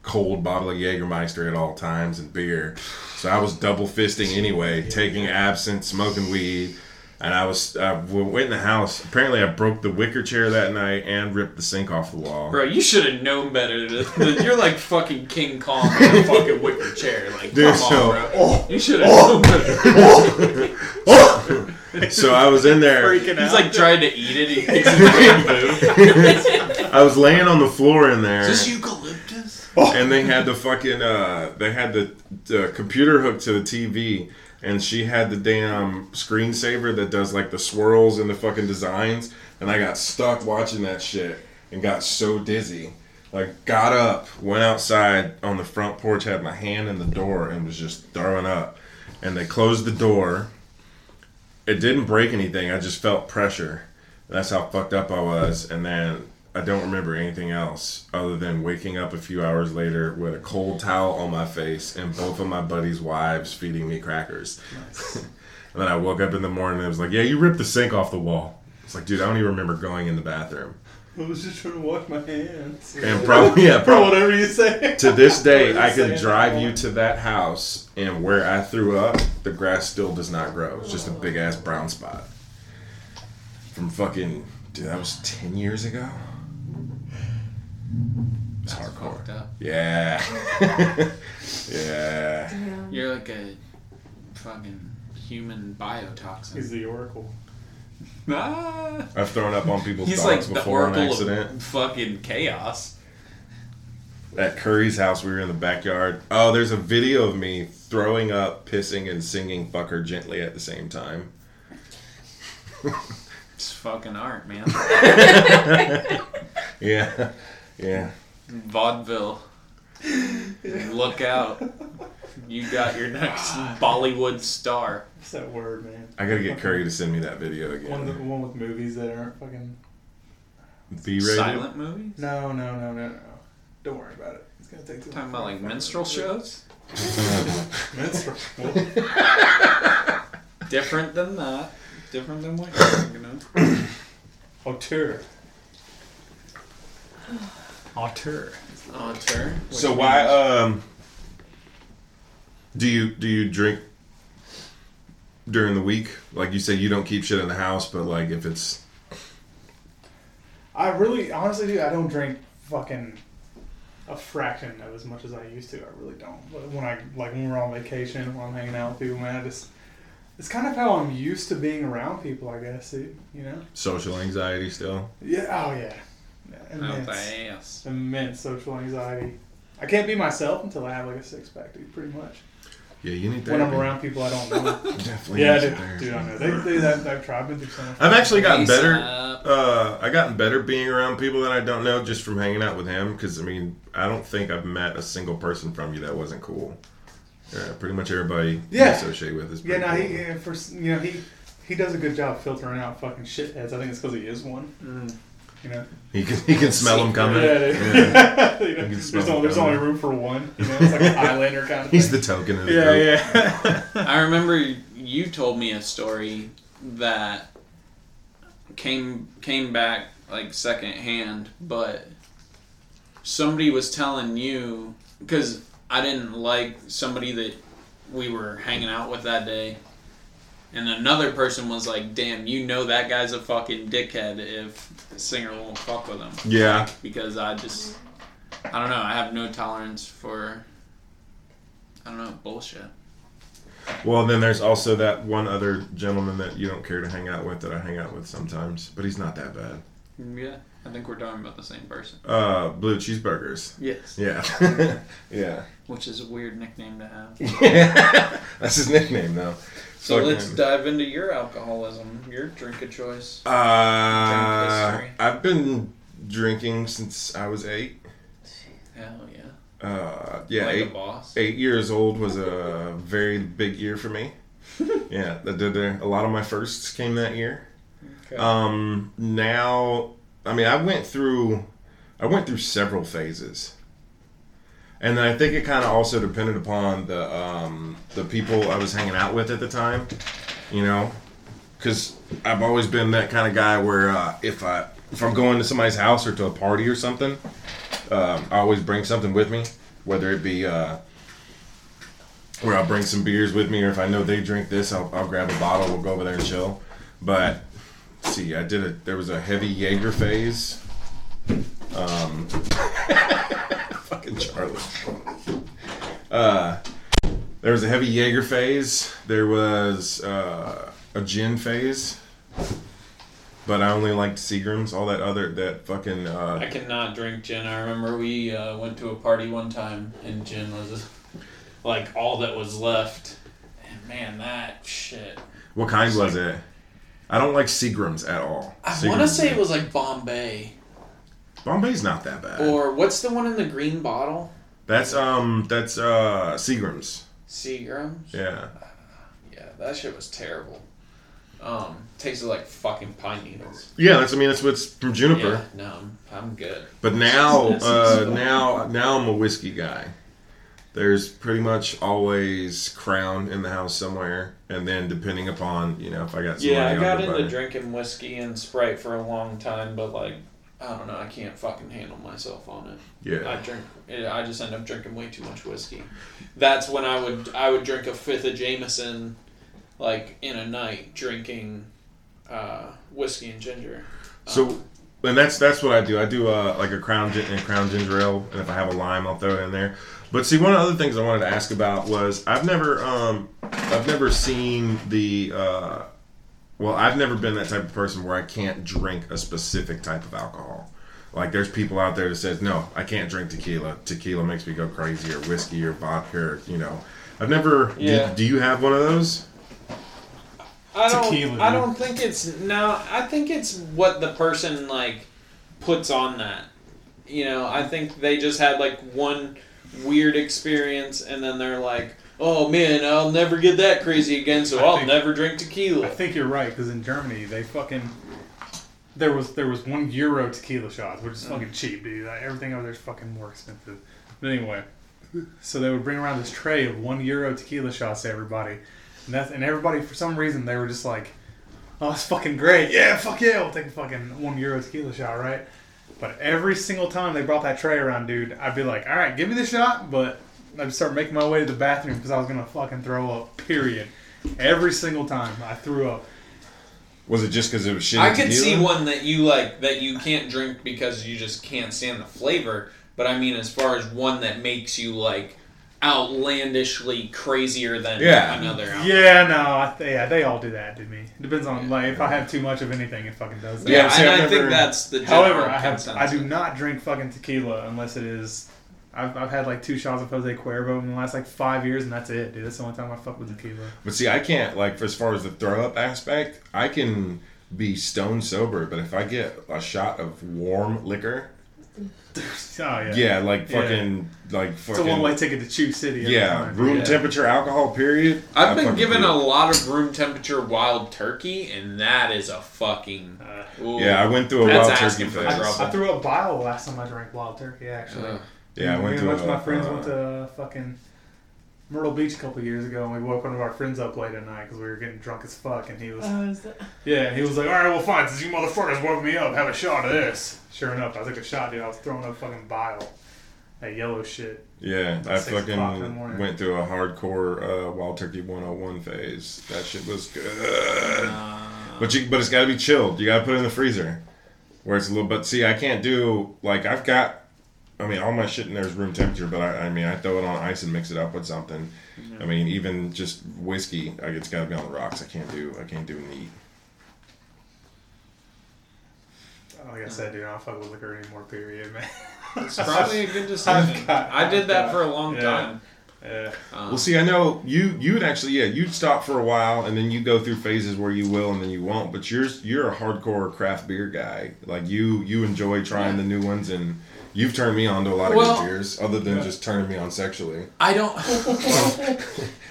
Speaker 1: cold bottle of Jägermeister at all times and beer, so I was double fisting anyway, taking absinthe, smoking weed. And I was I w- went in the house. Apparently, I broke the wicker chair that night and ripped the sink off the wall.
Speaker 2: Bro, you should have known better. than- than- You're like fucking King Kong in a fucking wicker chair. Like,
Speaker 1: Dude,
Speaker 2: come
Speaker 1: so- Oh.
Speaker 2: on, bro. You should have known better.
Speaker 1: so I was in there.
Speaker 3: freaking
Speaker 1: [laughs]
Speaker 2: He's
Speaker 3: out.
Speaker 2: like trying to eat it. He thinks it's bamboo.
Speaker 1: I was laying on the floor in there,
Speaker 2: Is this eucalyptus?
Speaker 1: and they had the fucking uh, they had the, the computer hooked to the TV, and she had the damn screensaver that does like the swirls and the fucking designs, and I got stuck watching that shit and got so dizzy. Like got up, went outside on the front porch, had my hand in the door, and was just throwing up. And they closed the door. It didn't break anything. I just felt pressure. That's how fucked up I was. And then I don't remember anything else other than waking up a few hours later with a cold towel on my face and both of my buddies' wives feeding me crackers. [laughs] and then I woke up in the morning and it was like, yeah, you ripped the sink off the wall. It's like, dude, I don't even remember going in the bathroom.
Speaker 5: I was just trying to wash my hands.
Speaker 1: And probably, yeah,
Speaker 5: Or
Speaker 1: probably.
Speaker 5: whatever you say.
Speaker 1: To
Speaker 2: [laughs]
Speaker 1: this day,
Speaker 5: Whatever
Speaker 1: I
Speaker 5: you
Speaker 1: could
Speaker 5: say.
Speaker 1: drive you to that house, and where I threw up, the grass still does not grow. It's just a big ass brown spot. From fucking, dude, that was 10 years ago? It's hardcore.
Speaker 2: Fucked up.
Speaker 1: Yeah. [laughs] yeah.
Speaker 4: Yeah.
Speaker 2: You're like a fucking human
Speaker 3: He's
Speaker 2: biotoxin.
Speaker 3: the oracle.
Speaker 2: Ah.
Speaker 1: I've thrown up on people's
Speaker 2: He's like
Speaker 1: dogs
Speaker 2: the
Speaker 1: before on
Speaker 2: oracle
Speaker 1: accident.
Speaker 2: of fucking chaos.
Speaker 1: At Curry's house, we were in the backyard. Oh, there's a video of me throwing up, pissing, and singing Fuck Her Gently at the same time. [laughs]
Speaker 2: It's fucking art, man.
Speaker 1: Yeah. Yeah.
Speaker 2: Vaudeville. Look out. You got your next Bollywood star.
Speaker 3: What's that word, man?
Speaker 1: I gotta get Curry to send me that video
Speaker 3: One,
Speaker 1: again.
Speaker 3: the one with movies that aren't fucking.
Speaker 1: B rated.
Speaker 2: Silent movies?
Speaker 3: No, no, no, no, no. Don't worry about it. It's gonna take too
Speaker 2: Talking
Speaker 3: long.
Speaker 2: about like minstrel shows?
Speaker 1: [laughs]
Speaker 3: Minstrel. Well,
Speaker 2: [laughs] Different than that. Different than what you're thinking of. [sighs]
Speaker 3: Auteur. Auteur.
Speaker 2: Auteur. which
Speaker 1: So why
Speaker 2: means-
Speaker 1: um do you do you drink during the week? Like you say, you don't keep shit in the house, but like if it's
Speaker 3: I really, honestly, dude, I don't drink fucking a fraction of as much as I used to. I really don't. But when I like when we're on vacation, when I'm hanging out with people, man, I just it's kind of how I'm used to being around people, I guess. Dude, you know?
Speaker 1: social anxiety still,
Speaker 3: Yeah. Oh yeah.
Speaker 2: Oh,
Speaker 3: Immense,
Speaker 2: thanks.
Speaker 3: immense social anxiety. I can't be myself until I have like a six pack, dude. Pretty much.
Speaker 1: Yeah, you need
Speaker 3: when
Speaker 1: therapy.
Speaker 3: I'm around people I don't know.
Speaker 1: [laughs] Definitely
Speaker 3: yeah,
Speaker 1: need some
Speaker 3: dude,
Speaker 1: therapy.
Speaker 3: dude, I know. They, they, I've, I've tried been through so much.
Speaker 1: I've actually gotten
Speaker 2: Face
Speaker 1: better.
Speaker 2: up.
Speaker 1: Uh, I gotten better being around people that I don't know just from hanging out with him. Because I mean, I don't think I've met a single person from you that wasn't cool. Yeah, pretty much everybody you
Speaker 3: Yeah.
Speaker 1: associate with is.
Speaker 3: Yeah,
Speaker 1: Pretty
Speaker 3: no,
Speaker 1: cool.
Speaker 3: he yeah, for s- you know he he does a good job filtering out fucking shitheads. I think it's because he is one.
Speaker 1: Mm.
Speaker 3: You know.
Speaker 1: He can he can smell them coming.
Speaker 3: Yeah, dude.
Speaker 1: Yeah.
Speaker 3: [laughs] You know,
Speaker 1: can
Speaker 3: there's,
Speaker 1: smell
Speaker 3: no,
Speaker 1: it
Speaker 3: there's
Speaker 1: coming.
Speaker 3: only room for one. You know, it's
Speaker 1: [laughs]
Speaker 3: like an Islander kind of thing.
Speaker 1: He's the token of the
Speaker 3: yeah,
Speaker 1: group. [laughs]
Speaker 3: yeah.
Speaker 2: I remember you told me a story that came came back like secondhand, but somebody was telling you because I didn't like somebody that we were hanging out with that day, and another person was like, "Damn, you know that guy's a fucking dickhead if the singer won't fuck with him."
Speaker 1: Yeah.
Speaker 2: because I just I don't know. I have no tolerance for I don't know bullshit.
Speaker 1: Well, then there's also that one other gentleman that you don't care to hang out with that I hang out with sometimes, but he's not that bad.
Speaker 2: Yeah, I think we're talking about the same person.
Speaker 1: Uh, blue cheeseburgers.
Speaker 2: Yes,
Speaker 1: Yeah. [laughs] yeah. [laughs]
Speaker 2: which is a weird nickname to have.
Speaker 1: That's his nickname though.
Speaker 2: So
Speaker 1: Fucking-
Speaker 2: let's dive into your alcoholism, your drink of choice.
Speaker 1: Uh,
Speaker 2: history.
Speaker 1: I've been drinking since I was eight.
Speaker 2: Hell yeah,
Speaker 1: Uh, yeah,
Speaker 2: like a
Speaker 1: eight,
Speaker 2: boss.
Speaker 1: eight years old was a very big year for me. yeah, that did uh, a lot of my firsts came that year.
Speaker 2: Okay.
Speaker 1: Um, now, I mean, I went through, I went through several phases, and then I think it kind of also depended upon the um, the people I was hanging out with at the time, you know, because I've always been that kind of guy where uh, if I if I'm going to somebody's house or to a party or something, um, I always bring something with me, whether it be. Uh, where I'll bring some beers with me, or if I know they drink this, I'll, I'll grab a bottle. We'll go over there and chill. But let's see, I did a there was a heavy Jaeger phase. Um, [laughs] fucking Charlie. Uh, there was a heavy Jaeger phase. There was uh, a gin phase. But I only liked Seagrams, all that other that fucking uh,
Speaker 2: I cannot drink gin. I remember we uh, went to a party one time and gin was [laughs] like all that was left. And man, that shit.
Speaker 1: What kind was it? I don't like Seagrams at all.
Speaker 2: I want to
Speaker 1: Seagram's-
Speaker 2: say it was like Bombay
Speaker 1: Bombay's not that bad.
Speaker 2: or what's the one in the green bottle?
Speaker 1: that's um that's uh Seagrams.
Speaker 2: Seagrams.
Speaker 1: Yeah.
Speaker 2: Yeah, that shit was terrible. Um, tasted like fucking pine needles.
Speaker 1: Yeah, that's I mean that's what's from Juniper.
Speaker 2: Yeah, no, I'm, I'm good.
Speaker 1: But now
Speaker 2: [laughs] That's
Speaker 1: uh
Speaker 2: awesome.
Speaker 1: now now I'm a whiskey guy. There's pretty much always Crown in the house somewhere, and then depending upon you know if I got some
Speaker 2: Yeah, I
Speaker 1: money,
Speaker 2: got
Speaker 1: I'll go
Speaker 2: into
Speaker 1: buy it.
Speaker 2: drinking whiskey and Sprite for a long time, but like, I don't know, I can't fucking handle myself on it. I
Speaker 1: Yeah,
Speaker 2: drink, I just end up drinking way too much whiskey. That's when I would, I would drink a fifth of Jameson, like in a night, drinking uh, whiskey and ginger.
Speaker 1: so and that's that's what I do. I do uh like a Crown gin and Crown ginger ale, and if I have a lime, I'll throw it in there. But see, one of the other things I wanted to ask about was I've never um I've never seen the uh well, I've never been that type of person where I can't drink a specific type of alcohol. Like there's people out there that says, "No, I can't drink tequila. Tequila makes me go crazy or whiskey or vodka, or, you know." I've never do-
Speaker 2: Yeah.
Speaker 1: do, you have one of those?
Speaker 2: I don't.
Speaker 3: Tequila,
Speaker 2: I
Speaker 3: dude.
Speaker 2: don't think it's no. I think it's what the person like puts on that. You know, I think they just had like one weird experience, and then they're like, "Oh man, I'll never get that crazy again, so
Speaker 3: I
Speaker 2: I'll
Speaker 3: think-
Speaker 2: never drink tequila."
Speaker 3: I think you're right because in Germany they fucking there was there was one euro tequila shots, which is fucking cheap, dude. Like, everything over there's fucking more expensive. But anyway, so they would bring around this tray of one euro tequila shots to everybody, and that's and everybody for some reason they were just like, "Oh, it's fucking great, yeah, fuck yeah, we'll take a fucking one euro tequila shot, right?" But every single time they brought that tray around, dude, I'd be like, "All right, give me the shot," but I'd start making my way to the bathroom because I was gonna fucking throw up. Period. Every single time I threw up.
Speaker 1: Was it just because it was shit?
Speaker 2: I could see one that you like that you can't drink because you just can't stand the flavor. But I mean, as far as one that makes you like outlandishly crazier than
Speaker 1: Yeah.
Speaker 2: another. alcohol.
Speaker 3: Yeah, no, I th- yeah, they all do that to me. Depends on like if I have too much of anything, it fucking does that.
Speaker 1: Yeah,
Speaker 2: Yeah,
Speaker 1: see,
Speaker 2: and
Speaker 1: I've
Speaker 2: I think
Speaker 1: never-
Speaker 2: that's the general
Speaker 3: However, I have I
Speaker 2: consensus.
Speaker 3: do not drink fucking tequila unless it is I've, I've had like two shots of Jose Cuervo in the last like five years, and that's it, dude. That's the only time I fuck with
Speaker 1: [laughs]
Speaker 3: tequila.
Speaker 1: But see, I can't like for as far as the throw up aspect, I can be stone sober, but if I get a shot of warm liquor,
Speaker 3: Oh yeah.
Speaker 1: yeah, like
Speaker 3: Yeah.
Speaker 1: fucking like fucking
Speaker 3: It's a one way ticket to Chew City. every
Speaker 1: yeah,
Speaker 3: time.
Speaker 1: room
Speaker 3: Yeah.
Speaker 1: temperature alcohol period. I
Speaker 2: I've been
Speaker 1: fucking
Speaker 2: given
Speaker 1: do
Speaker 2: a
Speaker 1: it.
Speaker 2: lot of room temperature wild turkey, and that is a fucking. ooh.
Speaker 1: Yeah, I went through a
Speaker 2: That's
Speaker 1: wild turkey
Speaker 2: asking for
Speaker 1: phase.
Speaker 2: trouble.
Speaker 3: Uh, I threw up bile last time I drank Wild Turkey. Actually.
Speaker 1: Oh.
Speaker 2: Ugh.
Speaker 1: Yeah, I went
Speaker 3: Me
Speaker 1: through.
Speaker 3: and a bunch of
Speaker 1: a-
Speaker 3: my friends went
Speaker 1: uh,
Speaker 3: to uh, fucking Myrtle Beach a couple years ago, and we woke one of our friends up late at night because we were getting drunk as fuck, and he was
Speaker 4: Uh, is that-
Speaker 3: yeah, he was like, all right, well, fine, since you motherfuckers woke me up, have a shot of this. Sure enough, I took a shot, dude. I was throwing up fucking bile, that yellow shit.
Speaker 1: Yeah,
Speaker 3: About
Speaker 1: I
Speaker 3: six o'clock in the
Speaker 1: fucking
Speaker 3: morning.
Speaker 1: went through a hardcore uh, Wild Turkey 101 phase. That shit was good. But you, but it's got to be chilled. You got to put it in the freezer, where it's a little. But see, I can't do like I've got. I mean, all my shit in there is room temperature, but I, I mean, I throw it on ice and mix it up with something. I mean, even just whiskey, like, it's got to be on the rocks. I can't do, I can't do neat.
Speaker 3: Like I said, dude, I don't fuck with liquor anymore. Period, man.
Speaker 2: It's probably
Speaker 3: [laughs]
Speaker 2: a good decision.
Speaker 3: got-
Speaker 2: I did that for a long
Speaker 3: Yeah.
Speaker 2: time.
Speaker 3: Yeah. [laughs]
Speaker 2: Um,
Speaker 1: Well, see, I know you. You'd actually, yeah, you'd stop for a while, and then you go through phases where you will, and then you won't. But you're you're a hardcore craft beer guy. Like you, you enjoy trying the new ones, and you've turned me on to a lot of
Speaker 2: Well-
Speaker 1: good beers, other than just turning me on sexually.
Speaker 2: I don't. [laughs]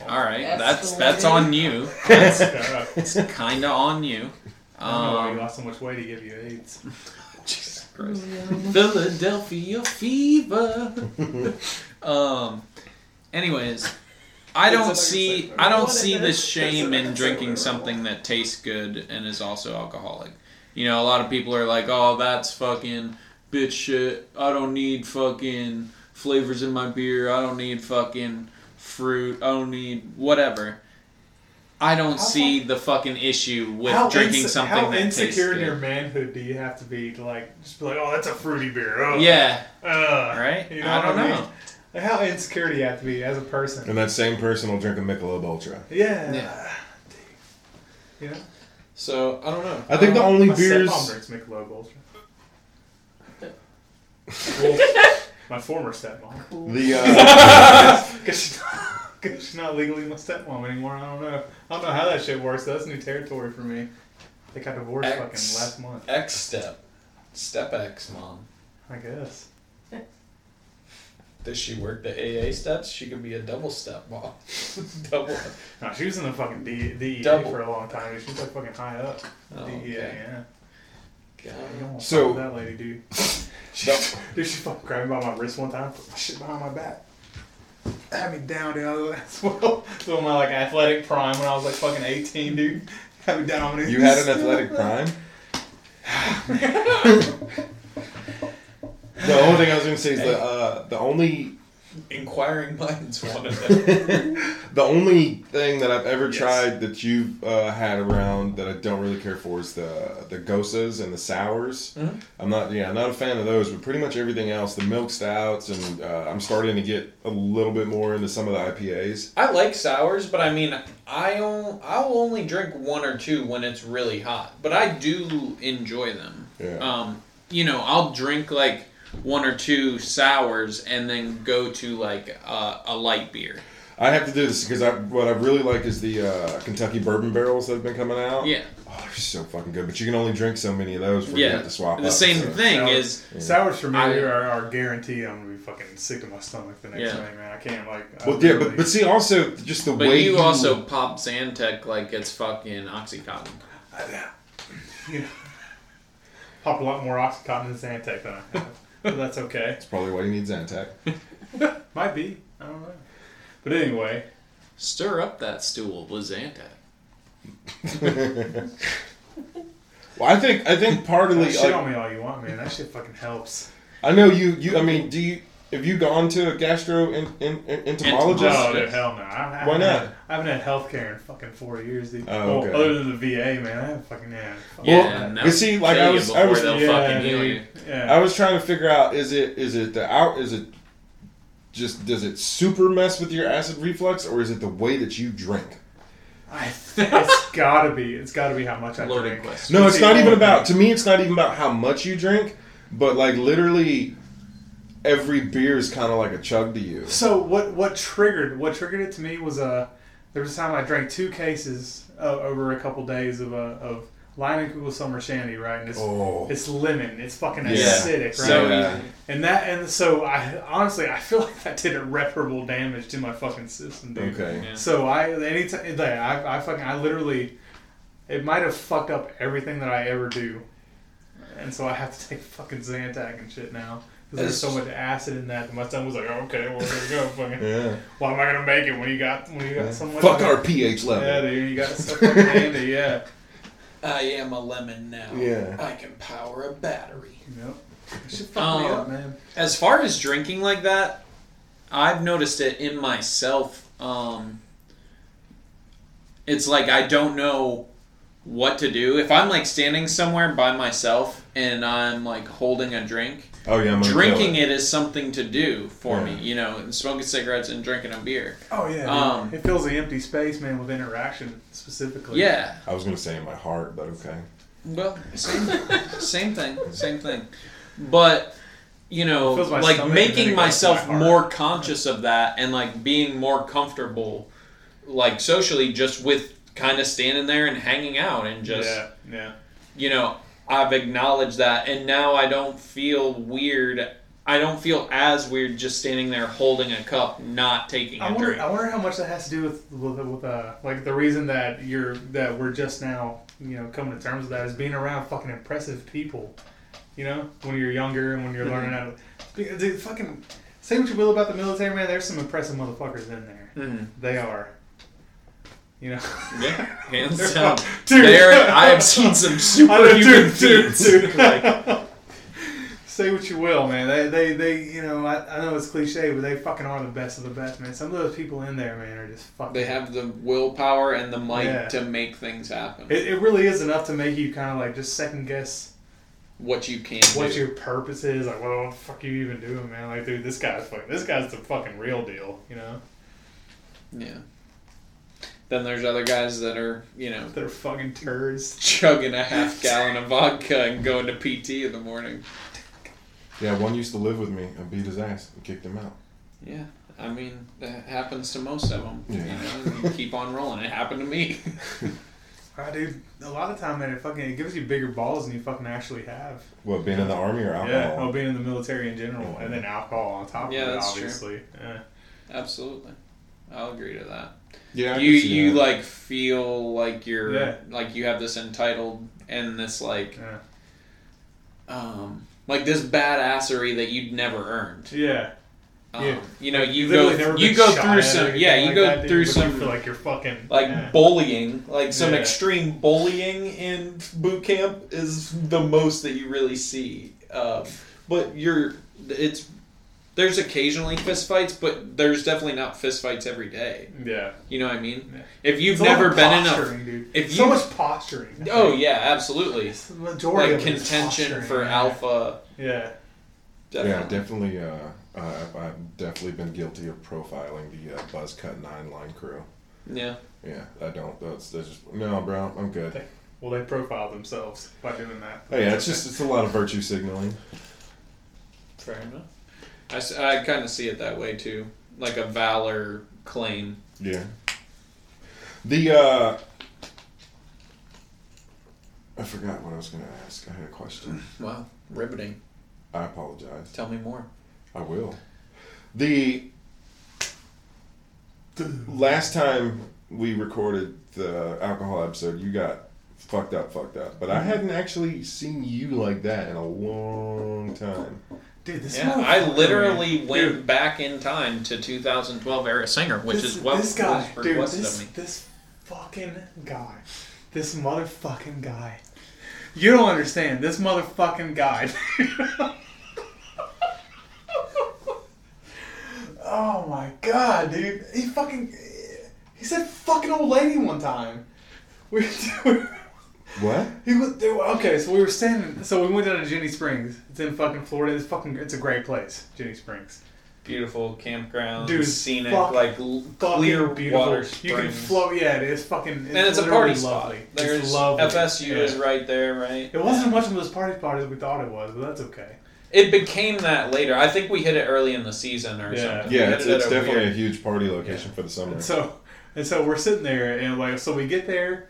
Speaker 2: All right, that's that's,
Speaker 4: That's the way.
Speaker 2: on you. That's kind of on [laughs] you.
Speaker 3: I don't know why you
Speaker 2: Um,
Speaker 3: lost so much weight to give you AIDS.
Speaker 2: Jesus Christ. Philadelphia
Speaker 3: [laughs]
Speaker 2: fever. um. Anyways, I don't see I don't see the shame in drinking something that tastes good and is also alcoholic. You know, a lot of people are like, "Oh, that's fucking bitch shit. I don't need fucking flavors in my beer. I don't need fucking fruit. I don't need whatever." I don't see the fucking issue with drinking
Speaker 3: inse-
Speaker 2: something
Speaker 3: How
Speaker 2: that tastes
Speaker 3: insecure in your
Speaker 2: good.
Speaker 3: manhood do you have to be to like just be like, oh, that's a fruity beer. Oh.
Speaker 2: Yeah,
Speaker 3: Ugh.
Speaker 2: right?
Speaker 3: You know
Speaker 2: I don't
Speaker 3: what I
Speaker 2: know.
Speaker 3: mean? Like, how insecure do you have to be as a person?
Speaker 1: And that same person will drink a Michelob Ultra.
Speaker 3: Yeah.
Speaker 2: Yeah.
Speaker 3: You know?
Speaker 2: So I don't know.
Speaker 1: I think the only
Speaker 3: Oh, My
Speaker 1: beers.
Speaker 3: stepmom drinks Michelob Ultra.
Speaker 2: [laughs]
Speaker 3: my former stepmom. [laughs]
Speaker 1: The uh,
Speaker 3: Because she's, not- 'cause she's not legally my stepmom anymore. I don't know. I don't know how that shit works. That's new territory for me. They got divorced
Speaker 2: Ex-
Speaker 3: fucking last month.
Speaker 2: X step, step X mom.
Speaker 3: I guess.
Speaker 2: Does she work the AA steps? She could be a double step mom. [laughs] double.
Speaker 3: No, she was in the fucking D- DEA
Speaker 2: Double.
Speaker 3: for a long time. She was like fucking high up.
Speaker 2: Oh,
Speaker 3: DEA,
Speaker 2: okay.
Speaker 3: yeah. You
Speaker 2: God.
Speaker 3: don't want to
Speaker 1: So-
Speaker 3: fuck with that
Speaker 1: [laughs]
Speaker 3: lady, dude. Dude, she fucking grabbed me by my wrist one time, put my shit behind my back. Had me down, dude. I [laughs] was like, that's well. So my like athletic prime when I was like fucking 18, dude. Had me down on my knees.
Speaker 1: you had an
Speaker 3: [laughs]
Speaker 1: athletic prime. [sighs] the only thing I was going to say is the uh, the only
Speaker 2: Inquiring minds want to know.
Speaker 1: The only thing that I've ever tried that you've uh, had around that I don't really care for is the the gosas and the sours.
Speaker 2: Mm-hmm.
Speaker 1: I'm not yeah, I'm not a fan of those, but pretty much everything else, the milk stouts, and uh, I'm starting to get a little bit more into some of the IPAs.
Speaker 2: I like sours, but I mean, I on- I'll only drink one or two when it's really hot. But I do enjoy them.
Speaker 1: Yeah.
Speaker 2: Um, you know, I'll drink like one or two sours and then go to like uh, a light beer.
Speaker 1: I have to do this because I what I really like is the uh, Kentucky bourbon barrels that have been coming out.
Speaker 2: Yeah.
Speaker 1: oh, they're so fucking good, but you can only drink so many of those. Where
Speaker 2: yeah.
Speaker 1: you have to swap.
Speaker 2: the
Speaker 1: up,
Speaker 2: same
Speaker 1: so.
Speaker 2: thing
Speaker 3: Sour-
Speaker 2: is
Speaker 3: Sours for me
Speaker 2: I-
Speaker 3: are, are guaranteed I'm gonna be fucking sick to my stomach the next
Speaker 2: Yeah.
Speaker 3: day, man. I can't like. I
Speaker 1: Well, yeah, but,
Speaker 3: literally-
Speaker 1: but see, also just the
Speaker 2: But
Speaker 1: way
Speaker 2: you also pop Zantec like it's fucking OxyContin.
Speaker 3: you know, [laughs] pop a lot more oxycontin and Zantac than I have, [laughs] but that's okay.
Speaker 1: That's probably why you need Zantac.
Speaker 3: Might be. I don't know. But anyway,
Speaker 2: Stir up that stool with Zantac.
Speaker 1: [laughs] Well, I think I think partly
Speaker 3: shit
Speaker 1: like,
Speaker 3: on me all you want, man. That shit fucking helps.
Speaker 1: I know you. You. I mean, do you? Have you gone to a gastro in, in, in, entomologist?
Speaker 2: Entomologist.
Speaker 3: No, dude, hell no. I haven't
Speaker 1: Why not?
Speaker 3: Had, I haven't had health care in fucking four years, dude.
Speaker 1: Oh, okay.
Speaker 3: well, other than the VA, man. I haven't fucking had. Fuck.
Speaker 2: Yeah,
Speaker 1: Well,
Speaker 2: and
Speaker 1: you
Speaker 2: they'll
Speaker 1: see, like,
Speaker 2: kill
Speaker 1: I
Speaker 2: you
Speaker 1: was- I
Speaker 2: before
Speaker 1: was-
Speaker 2: they'll fucking heal
Speaker 3: dude.
Speaker 2: you.
Speaker 3: Yeah.
Speaker 1: I was trying to figure out is it is it the out is it just does it super mess with your acid reflux or is it the way that you drink?
Speaker 3: I, [laughs] it's gotta be. It's gotta be how much I
Speaker 2: Loaded
Speaker 3: drink.
Speaker 2: question.
Speaker 1: No, it's
Speaker 3: See,
Speaker 1: not even
Speaker 3: okay.
Speaker 1: about. To me, it's not even about how much you drink, but like literally, every beer is kind of like a chug to you.
Speaker 3: So what what triggered what triggered it to me was uh there was a time I drank two cases uh, over a couple days of uh, of lime and Kugel summer shandy right and it's
Speaker 1: Oh,
Speaker 3: it's lemon it's fucking
Speaker 1: Yeah.
Speaker 3: acidic right
Speaker 2: So
Speaker 1: Yeah.
Speaker 2: easy.
Speaker 3: and that and so I honestly I feel [laughs] like that did irreparable damage to my fucking system dude
Speaker 1: okay.
Speaker 2: Yeah.
Speaker 3: so I anytime like I I fucking I literally it might have fucked up everything that I ever do and so I have to take fucking Zantac and shit now. Because there's so
Speaker 1: That's-
Speaker 3: much acid in that, and my tongue was like, oh, "Okay, well, there you go." Fucking
Speaker 1: Yeah.
Speaker 3: why am I gonna make it when you got when you got so much?
Speaker 1: Fuck our pH level.
Speaker 3: Yeah, dude, you got so fucking handy. Yeah.
Speaker 6: I am a lemon now.
Speaker 1: Yeah.
Speaker 6: I can power a battery.
Speaker 3: Yep. That shit fucked me
Speaker 2: Um,
Speaker 3: up, man.
Speaker 2: As far as drinking like that, I've noticed it in myself. Um, it's like I don't know what to do. If I'm like standing somewhere by myself and I'm like holding a drink,
Speaker 1: Oh yeah, I'm gonna
Speaker 2: drinking
Speaker 1: kill
Speaker 2: it is something to do for
Speaker 1: Yeah.
Speaker 2: me, you know, and smoking cigarettes and drinking a beer.
Speaker 3: Oh yeah. dude.
Speaker 2: um,
Speaker 3: it fills the empty space, man, with interaction specifically.
Speaker 2: Yeah.
Speaker 1: I was gonna say in my heart, but okay.
Speaker 2: Well, same, same thing, same thing. But you know,
Speaker 3: It fills my
Speaker 2: like
Speaker 3: stomach and then it
Speaker 2: making
Speaker 3: goes to
Speaker 2: myself
Speaker 3: my heart.
Speaker 2: more conscious of that and like being more comfortable, like socially, just with kind of standing there and hanging out and just
Speaker 3: yeah, yeah.
Speaker 2: you know, I've acknowledged that, and now I don't feel weird. I don't feel as weird just standing there holding a cup, not taking a
Speaker 3: I wonder.
Speaker 2: drink.
Speaker 3: I wonder how much that has to do with with, with uh, like the reason that you're that we're just now you know coming to terms with that is being around fucking impressive people. You know, when you're younger and when you're learning how to,
Speaker 2: Mm-hmm.
Speaker 3: because, dude, fucking say what you will about the military, man. There's some impressive motherfuckers in there.
Speaker 2: Mhm.
Speaker 3: They are. You know.
Speaker 2: Yeah, hands
Speaker 3: They're
Speaker 2: down.
Speaker 3: fuck- [laughs] dude.
Speaker 2: There, I have seen some
Speaker 3: [laughs] I know,
Speaker 2: superhuman
Speaker 3: dude, dude,
Speaker 2: feats. [laughs]
Speaker 3: dude.
Speaker 2: Like,
Speaker 3: [laughs] Say what you will, man. They, they, they you know, I, I know it's cliche, but they fucking are the best of the best, man. Some of those people in there, man, are just fucking.
Speaker 2: They have the willpower and the might
Speaker 3: Yeah.
Speaker 2: to make things happen.
Speaker 3: It, it really is enough to make you kind of like just second guess
Speaker 2: what you can
Speaker 3: what
Speaker 2: do.
Speaker 3: your purpose is. Like, what the fuck are you even doing, man? Like, dude, this guy's fucking, this guy's the fucking real deal, you know?
Speaker 2: yeah. Then there's other guys that are, you know,
Speaker 3: They're fucking turds.
Speaker 2: chugging a half gallon of vodka and going to PT in the morning.
Speaker 1: Yeah, one used to live with me. I beat his ass and kicked him out.
Speaker 2: [laughs] Yeah. I mean, that happens to most of them. You
Speaker 1: Yeah.
Speaker 2: know, and you keep on rolling. It happened to me. [laughs]
Speaker 3: Ah, dude, a lot of time, man, it fucking it gives you bigger balls than you fucking actually have.
Speaker 1: What, being in the army or
Speaker 3: Yeah,
Speaker 1: alcohol?
Speaker 3: oh, being in the military in general, and then alcohol on top
Speaker 2: Yeah,
Speaker 3: of it,
Speaker 2: that's true.
Speaker 3: obviously. Yeah.
Speaker 2: Absolutely. I'll agree to that.
Speaker 1: Yeah, I
Speaker 2: you
Speaker 1: could see
Speaker 2: you
Speaker 1: that.
Speaker 2: like feel like you're
Speaker 3: Yeah.
Speaker 2: like you have this entitled and this like
Speaker 3: Yeah.
Speaker 2: um like this badassery that you'd never earned.
Speaker 3: yeah.
Speaker 2: Um,
Speaker 3: Yeah.
Speaker 2: You know, you
Speaker 3: literally
Speaker 2: go
Speaker 3: never
Speaker 2: you
Speaker 3: been
Speaker 2: go
Speaker 3: shot
Speaker 2: through
Speaker 3: at
Speaker 2: some
Speaker 3: or
Speaker 2: yeah,
Speaker 3: anything
Speaker 2: you
Speaker 3: like
Speaker 2: go
Speaker 3: that, dude,
Speaker 2: through
Speaker 3: but
Speaker 2: some
Speaker 3: you feel like you're fucking
Speaker 2: like
Speaker 3: yeah.
Speaker 2: bullying, like some
Speaker 3: Yeah.
Speaker 2: extreme bullying in boot camp is the most that you really see. Um, but you're it's there's occasionally fist fights, but there's definitely not fist fights every day.
Speaker 3: yeah.
Speaker 2: You know what I mean?
Speaker 3: Yeah.
Speaker 2: If you've
Speaker 3: It's a lot
Speaker 2: never
Speaker 3: of
Speaker 2: been in a
Speaker 3: posturing, dude.
Speaker 2: if
Speaker 3: so
Speaker 2: you-
Speaker 3: much posturing. I
Speaker 2: oh
Speaker 3: think.
Speaker 2: yeah, absolutely
Speaker 3: It's the majority
Speaker 2: like
Speaker 3: of it is
Speaker 2: contention
Speaker 3: posturing,
Speaker 2: for
Speaker 3: yeah.
Speaker 2: alpha.
Speaker 3: Yeah.
Speaker 1: Yeah,
Speaker 2: Definitely.
Speaker 1: definitely. Uh, uh, I've definitely been guilty of profiling the uh, Buzzcut Nine Line crew.
Speaker 2: Yeah.
Speaker 1: Yeah, I don't. That's, that's just no, bro. I'm good.
Speaker 3: Well, they profile themselves by doing that.
Speaker 1: Oh yeah, it's just it's a lot of virtue signaling.
Speaker 2: Fair enough. I, s- I kind of see it that way too, like a valor claim.
Speaker 1: Yeah. The uh, I forgot what I was gonna ask. I had a question.
Speaker 2: Wow, riveting.
Speaker 1: I apologize.
Speaker 2: Tell me more.
Speaker 1: I will. The last time we recorded the alcohol episode, you got fucked up, fucked up. But I hadn't actually seen you like that in a long time.
Speaker 3: dude. This
Speaker 2: Yeah,
Speaker 3: motherfucker,
Speaker 2: I
Speaker 3: man.
Speaker 2: literally went
Speaker 3: Dude,
Speaker 2: back in time to 2012 era singer, which
Speaker 3: this,
Speaker 2: is what
Speaker 3: this guy,
Speaker 2: was
Speaker 3: dude.
Speaker 2: requested of
Speaker 3: This,
Speaker 2: me.
Speaker 3: this fucking guy, this motherfucking guy. You don't understand. This motherfucking guy. [laughs] oh my god, dude. He fucking. He said fucking old lady one time. [laughs] We were.
Speaker 1: What?
Speaker 3: He was, they were- okay, so we were standing. So we went down to Jenny Springs. It's in fucking Florida. It's fucking. It's a great place, Jenny Springs.
Speaker 2: Beautiful campground,
Speaker 3: Dude,
Speaker 2: scenic,
Speaker 3: fuck-
Speaker 2: like l-
Speaker 3: Fucking
Speaker 2: clear
Speaker 3: beautiful.
Speaker 2: water
Speaker 3: You can
Speaker 2: springs.
Speaker 3: float. Yeah, it is fucking. It's
Speaker 2: and it's a
Speaker 3: literally
Speaker 2: party
Speaker 3: lovely.
Speaker 2: spot. There's
Speaker 3: it's lovely.
Speaker 2: FSU is
Speaker 3: Yeah.
Speaker 2: right there, right?
Speaker 3: It wasn't as much of those party spots as we thought it was, but that's okay.
Speaker 2: It became that later. I think we hit it early in the season or
Speaker 5: Yeah.
Speaker 2: something. We
Speaker 1: Yeah,
Speaker 2: hit
Speaker 1: it's,
Speaker 2: it at
Speaker 1: it's
Speaker 2: a
Speaker 1: definitely a
Speaker 2: weird-
Speaker 1: huge party location for the summer.
Speaker 3: And so and so we're sitting there and like so we get there,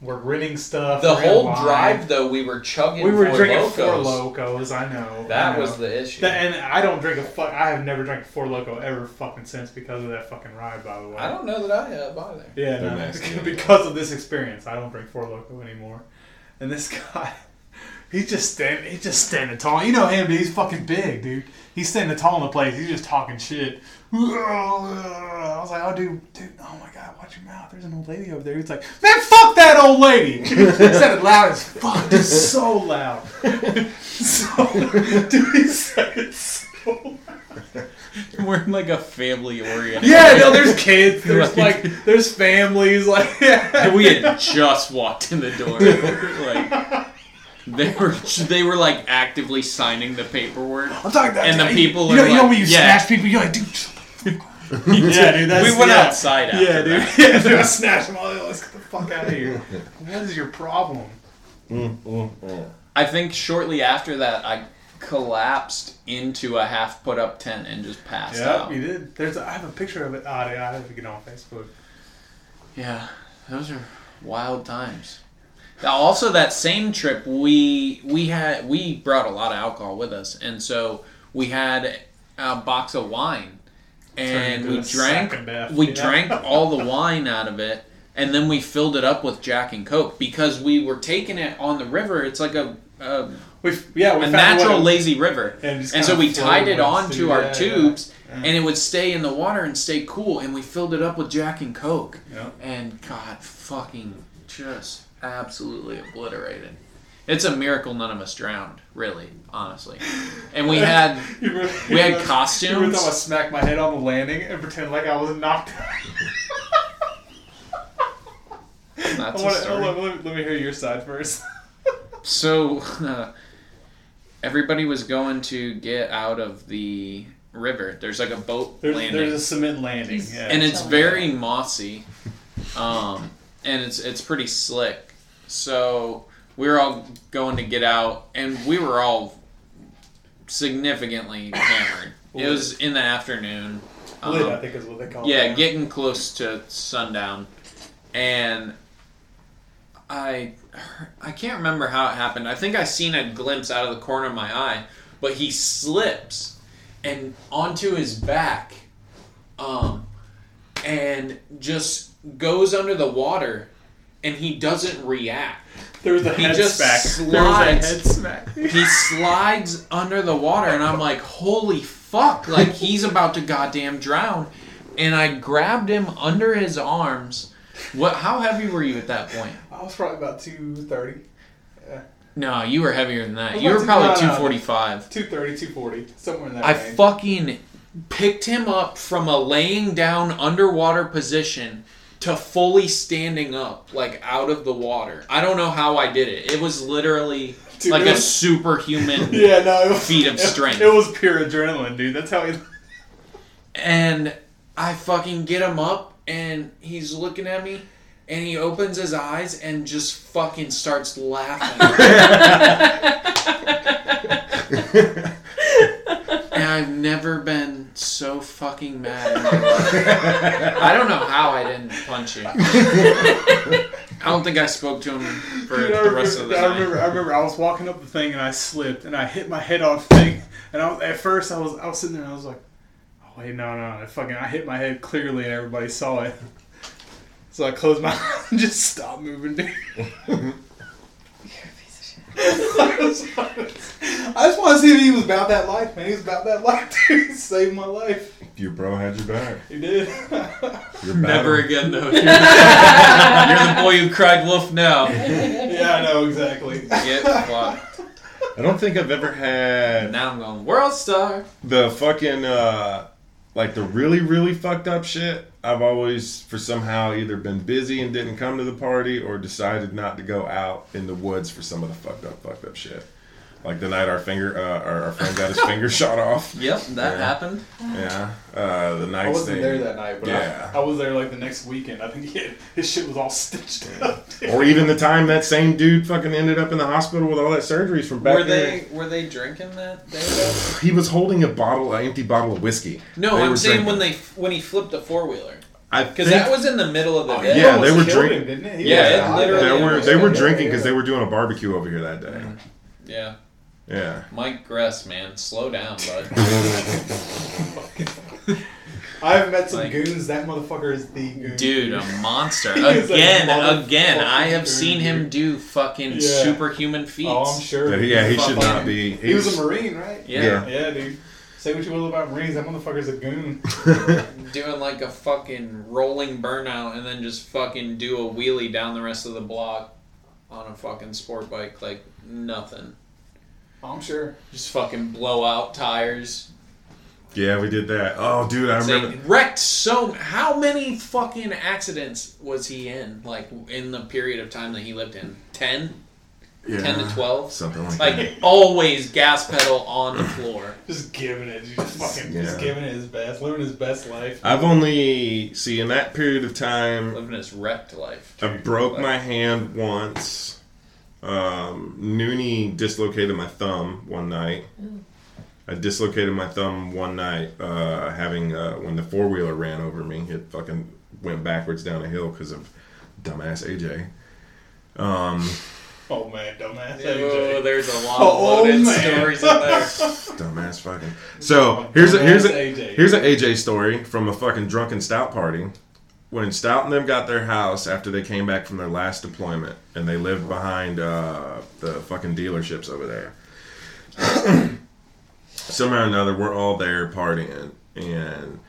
Speaker 3: we're renting stuff.
Speaker 2: the
Speaker 3: we're gonna
Speaker 2: whole
Speaker 3: buy.
Speaker 2: drive though. We were chugging.
Speaker 3: We were
Speaker 2: Four
Speaker 3: drinking
Speaker 2: Locos.
Speaker 3: four locos. I know. I
Speaker 2: That
Speaker 3: know.
Speaker 2: was the issue.
Speaker 3: That- and I don't drink a fuck. I have never drank a four loco ever fucking since because of that fucking ride. By the way.
Speaker 2: I don't know that I have either.
Speaker 3: Yeah,
Speaker 1: They're
Speaker 3: no, [laughs]
Speaker 1: nasty.
Speaker 3: because of this experience, I don't drink Four Loco anymore. And this [laughs] guy, he's just standing, he's just standing tall. You know him, dude. He's fucking big, dude. He's standing tall in the place. He's just talking shit. [laughs] I was like, oh, dude, dude, oh my god, watch your mouth. There's an old lady over there. He's like, man, fuck that old lady. [laughs] He said it loud as fuck, dude, so loud. [laughs] so, [laughs] dude, he said it so loud.
Speaker 2: [laughs] We're in like a family oriented.
Speaker 3: Yeah, no, there's [laughs] kids. There's like, there's families. Like, [laughs]
Speaker 2: [laughs]
Speaker 3: yeah.
Speaker 2: we had just walked in the door. [laughs] like they were they were like actively signing the paperwork.
Speaker 3: I'm talking about
Speaker 2: And the
Speaker 3: you-
Speaker 2: people
Speaker 3: You
Speaker 2: are
Speaker 3: know, you know
Speaker 2: like,
Speaker 3: when you
Speaker 2: yeah.
Speaker 3: snatch people, you're like, dude. shut the fuck up." [laughs] yeah, dude. That's,
Speaker 2: we went
Speaker 3: yeah.
Speaker 2: outside after
Speaker 3: Yeah, dude.
Speaker 2: that.
Speaker 3: Yeah, dude. I snatched them all. like, Let's get the fuck out of
Speaker 2: [laughs]
Speaker 3: here. What is your problem?
Speaker 2: I think shortly after that I collapsed into a half put up tent and just passed
Speaker 3: Yeah,
Speaker 2: out.
Speaker 3: you did. There's. A, I have a picture of it. Oh, dude, I have to get on Facebook.
Speaker 2: Yeah, those are wild times. Now, also that same trip, we we had we brought a lot of alcohol with us, and so we had a box of wine, and
Speaker 3: into
Speaker 2: we
Speaker 3: a sack
Speaker 2: drank
Speaker 3: of meth,
Speaker 2: we
Speaker 3: yeah.
Speaker 2: drank all the wine out of it, and then we filled it up with Jack and Coke because we were taking it on the river. It's like a a,
Speaker 3: We yeah,
Speaker 2: a
Speaker 3: we found
Speaker 2: natural
Speaker 3: what it-
Speaker 2: lazy river,
Speaker 3: And it just
Speaker 2: and so
Speaker 3: kinda
Speaker 2: we tied
Speaker 3: flowed
Speaker 2: it onto
Speaker 3: through,
Speaker 2: our
Speaker 3: yeah, yeah.
Speaker 2: tubes, and it would stay in the water and stay cool, and we filled it up with Jack and Coke
Speaker 3: Yeah.
Speaker 2: and God fucking just absolutely obliterated. It's a miracle none of us drowned, really, honestly. And
Speaker 3: [laughs]
Speaker 2: we had
Speaker 3: You remember-
Speaker 2: We
Speaker 3: you
Speaker 2: had
Speaker 3: remember-
Speaker 2: costumes.
Speaker 3: You remember I smacked my head on the landing and pretend like I was knocked out.
Speaker 2: that's
Speaker 3: [laughs] I
Speaker 2: a
Speaker 3: wanna- let,
Speaker 2: story.
Speaker 3: let- let me hear your side first. [laughs]
Speaker 2: So [laughs] uh, everybody was going to get out of the river. There's like a boat
Speaker 3: There's,
Speaker 2: landing,
Speaker 3: there's a cement landing.
Speaker 4: He's-
Speaker 3: Yeah.
Speaker 2: and it's
Speaker 4: Something.
Speaker 2: very mossy, um, and it's it's pretty slick. So we were all going to get out, and we were all significantly hammered. It was in the afternoon.
Speaker 3: Lit, I
Speaker 2: Um,
Speaker 3: think is what they call it.
Speaker 2: yeah,
Speaker 3: now.
Speaker 2: getting close to sundown, and I I can't remember how it happened. I think I seen a glimpse out of the corner of my eye, but he slips and onto his back, um, and just goes under the water, and he doesn't react.
Speaker 3: There was a
Speaker 2: He
Speaker 3: head
Speaker 2: just
Speaker 3: smack.
Speaker 2: slides.
Speaker 3: There was a head smack.
Speaker 2: He slides under the water, and I'm like, holy fuck, like he's about to goddamn drown. And I grabbed him under his arms. What? How heavy were you at that point?
Speaker 3: I was probably about 230.
Speaker 2: No, you were heavier than that.
Speaker 3: was
Speaker 2: You were
Speaker 3: about
Speaker 2: probably
Speaker 3: to- no, no.
Speaker 2: 245.
Speaker 3: 230, 240, somewhere in that
Speaker 2: I
Speaker 3: range.
Speaker 2: fucking picked him up from a laying down underwater position to fully standing up, like out of the water. I don't know how I did it. It was literally
Speaker 3: Dude,
Speaker 2: like
Speaker 3: it
Speaker 2: a
Speaker 3: was-
Speaker 2: [laughs] superhuman
Speaker 3: yeah, no, it was,
Speaker 2: feat of
Speaker 3: [laughs] it-
Speaker 2: strength.
Speaker 3: It, was pure adrenaline, dude. That's how he.
Speaker 2: and I fucking get him up, and he's looking at me, and he opens his eyes and just fucking starts laughing. and I've never been so fucking mad. In my life. I don't know how I didn't punch you. I don't think I spoke to him for
Speaker 3: Dude, I,
Speaker 2: the rest of
Speaker 3: remember,
Speaker 2: the
Speaker 3: I
Speaker 2: night.
Speaker 3: remember. I remember. I was walking up the thing and I slipped and I hit my head on the thing. And I was, at first, I was I was sitting there and I was like, "Oh wait, no, no, I fucking I hit my head clearly and everybody saw it." [laughs] So I closed my [laughs] eyes and just stopped moving, dude. [laughs]
Speaker 4: You're a piece of shit.
Speaker 3: I just want to see if he was about that life, man. He was about that life, [laughs] dude. He saved my life.
Speaker 1: Your bro had your back.
Speaker 3: He did. [laughs]
Speaker 1: Your
Speaker 2: Never
Speaker 1: battle.
Speaker 2: again, though. You're the boy who cried wolf now.
Speaker 3: yeah, I know exactly.
Speaker 2: Get fucked.
Speaker 1: I don't think I've ever had
Speaker 2: Now I'm going world star.
Speaker 1: the fucking uh like the really really fucked up shit i've always for somehow either been busy and didn't come to the party or decided not to go out in the woods for some of the fucked up fucked up shit Like the night our finger, uh, our, our friend
Speaker 2: [laughs]
Speaker 1: got his finger shot off.
Speaker 2: Yep, that
Speaker 1: Yeah.
Speaker 2: happened.
Speaker 1: Yeah. Uh, the night
Speaker 3: I wasn't
Speaker 1: thing.
Speaker 3: there that night, but
Speaker 1: Yeah.
Speaker 3: I, I was there like the next weekend. I think he had, his shit was all stitched up.
Speaker 1: Or even the time that same dude fucking ended up in the hospital with all that surgeries from back
Speaker 2: were
Speaker 1: there.
Speaker 2: they were they drinking that day? Though?
Speaker 1: He was holding a bottle, an empty bottle of whiskey.
Speaker 2: No,
Speaker 1: They
Speaker 2: I'm
Speaker 1: were
Speaker 2: saying
Speaker 1: drinking.
Speaker 2: when they when he flipped the four wheeler
Speaker 1: I
Speaker 2: because
Speaker 1: think-
Speaker 2: that was in the middle of the day.
Speaker 1: yeah, they were
Speaker 3: Killed
Speaker 1: drinking.
Speaker 3: him, didn't it? He
Speaker 2: Yeah,
Speaker 3: was
Speaker 2: it
Speaker 3: hot.
Speaker 2: literally-
Speaker 1: They were
Speaker 2: was
Speaker 1: they were
Speaker 2: good.
Speaker 1: drinking because they were doing a barbecue over here that day.
Speaker 2: Yeah.
Speaker 1: Yeah.
Speaker 2: Mike Gress, man, slow down, bud.
Speaker 3: I've met some
Speaker 2: Like-
Speaker 3: goons. That motherfucker is the
Speaker 2: [laughs]
Speaker 3: goon.
Speaker 2: Dude, a [laughs] monster.
Speaker 3: He is a
Speaker 2: Again,
Speaker 3: motherfucking
Speaker 2: again. I have
Speaker 3: dude.
Speaker 2: seen him do fucking
Speaker 3: Yeah.
Speaker 2: superhuman feats.
Speaker 3: oh, I'm sure.
Speaker 1: That he- yeah, he should
Speaker 2: Fuck.
Speaker 1: not be.
Speaker 3: He was a marine, right?
Speaker 2: yeah.
Speaker 3: Yeah, dude. Say what you will about marines, that motherfucker's a goon.
Speaker 1: yeah.
Speaker 2: Doing like a fucking rolling burnout and then just fucking do a wheelie down the rest of the block on a fucking sport bike like nothing.
Speaker 3: Oh, I'm sure.
Speaker 2: Just fucking blow out tires.
Speaker 1: [laughs] yeah, we did that. Oh, dude, I
Speaker 2: Say,
Speaker 1: remember.
Speaker 2: wrecked so how many fucking accidents was he in like in the period of time that he lived in? 10,
Speaker 1: Yeah.
Speaker 2: 10 to 12?
Speaker 1: Something like, that.
Speaker 2: like always gas pedal on the floor.
Speaker 3: Just giving it. dude. Just fucking just
Speaker 1: Yeah.
Speaker 3: giving it his best. Living his best life.
Speaker 1: I've only see in that period of time
Speaker 2: Living his wrecked life.
Speaker 1: I broke my hand once. Um, Noonie dislocated my thumb one night. I dislocated my thumb one night, uh, having uh, when the four wheeler ran over me. It fucking went backwards down a hill because of dumbass AJ. Um,
Speaker 3: Oh man, dumbass.
Speaker 2: Oh,
Speaker 3: AJ.
Speaker 2: there's a lot of
Speaker 3: Oh,
Speaker 2: loaded
Speaker 3: man.
Speaker 2: stories in
Speaker 3: [laughs]
Speaker 2: there.
Speaker 1: dumbass fucking. So here's a here's a
Speaker 3: Dumbass AJ.
Speaker 1: here's an AJ story from a fucking drunken stout party. When Stout and them got their house after they came back from their last deployment, and they lived behind uh, the fucking dealerships over there. [clears throat] Somehow or another, we're all there partying, and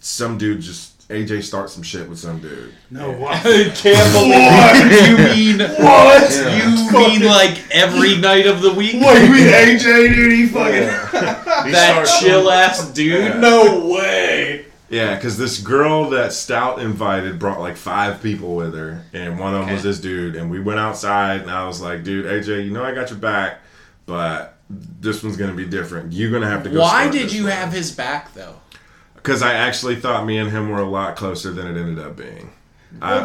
Speaker 1: some dude just AJ starts some shit with some dude. [laughs]
Speaker 3: No, what?
Speaker 2: I can't believe you mean
Speaker 3: What?
Speaker 1: Yeah.
Speaker 2: you mean like every night of the week?
Speaker 3: Wait, we AJ, dude, he fucking.
Speaker 1: Yeah. He
Speaker 2: That
Speaker 1: starts-
Speaker 2: chill ass dude.
Speaker 3: No way.
Speaker 1: Yeah, because this girl that Stout invited brought like five people with her, and one of them was
Speaker 2: Okay.
Speaker 1: this dude. And we went outside, and I was like, "Dude, AJ, you know I got your back, but this one's gonna be different. You're gonna have to go."
Speaker 2: Why did you have his back though?
Speaker 1: Because I actually thought me and him were a lot closer than it ended up being.
Speaker 3: Well,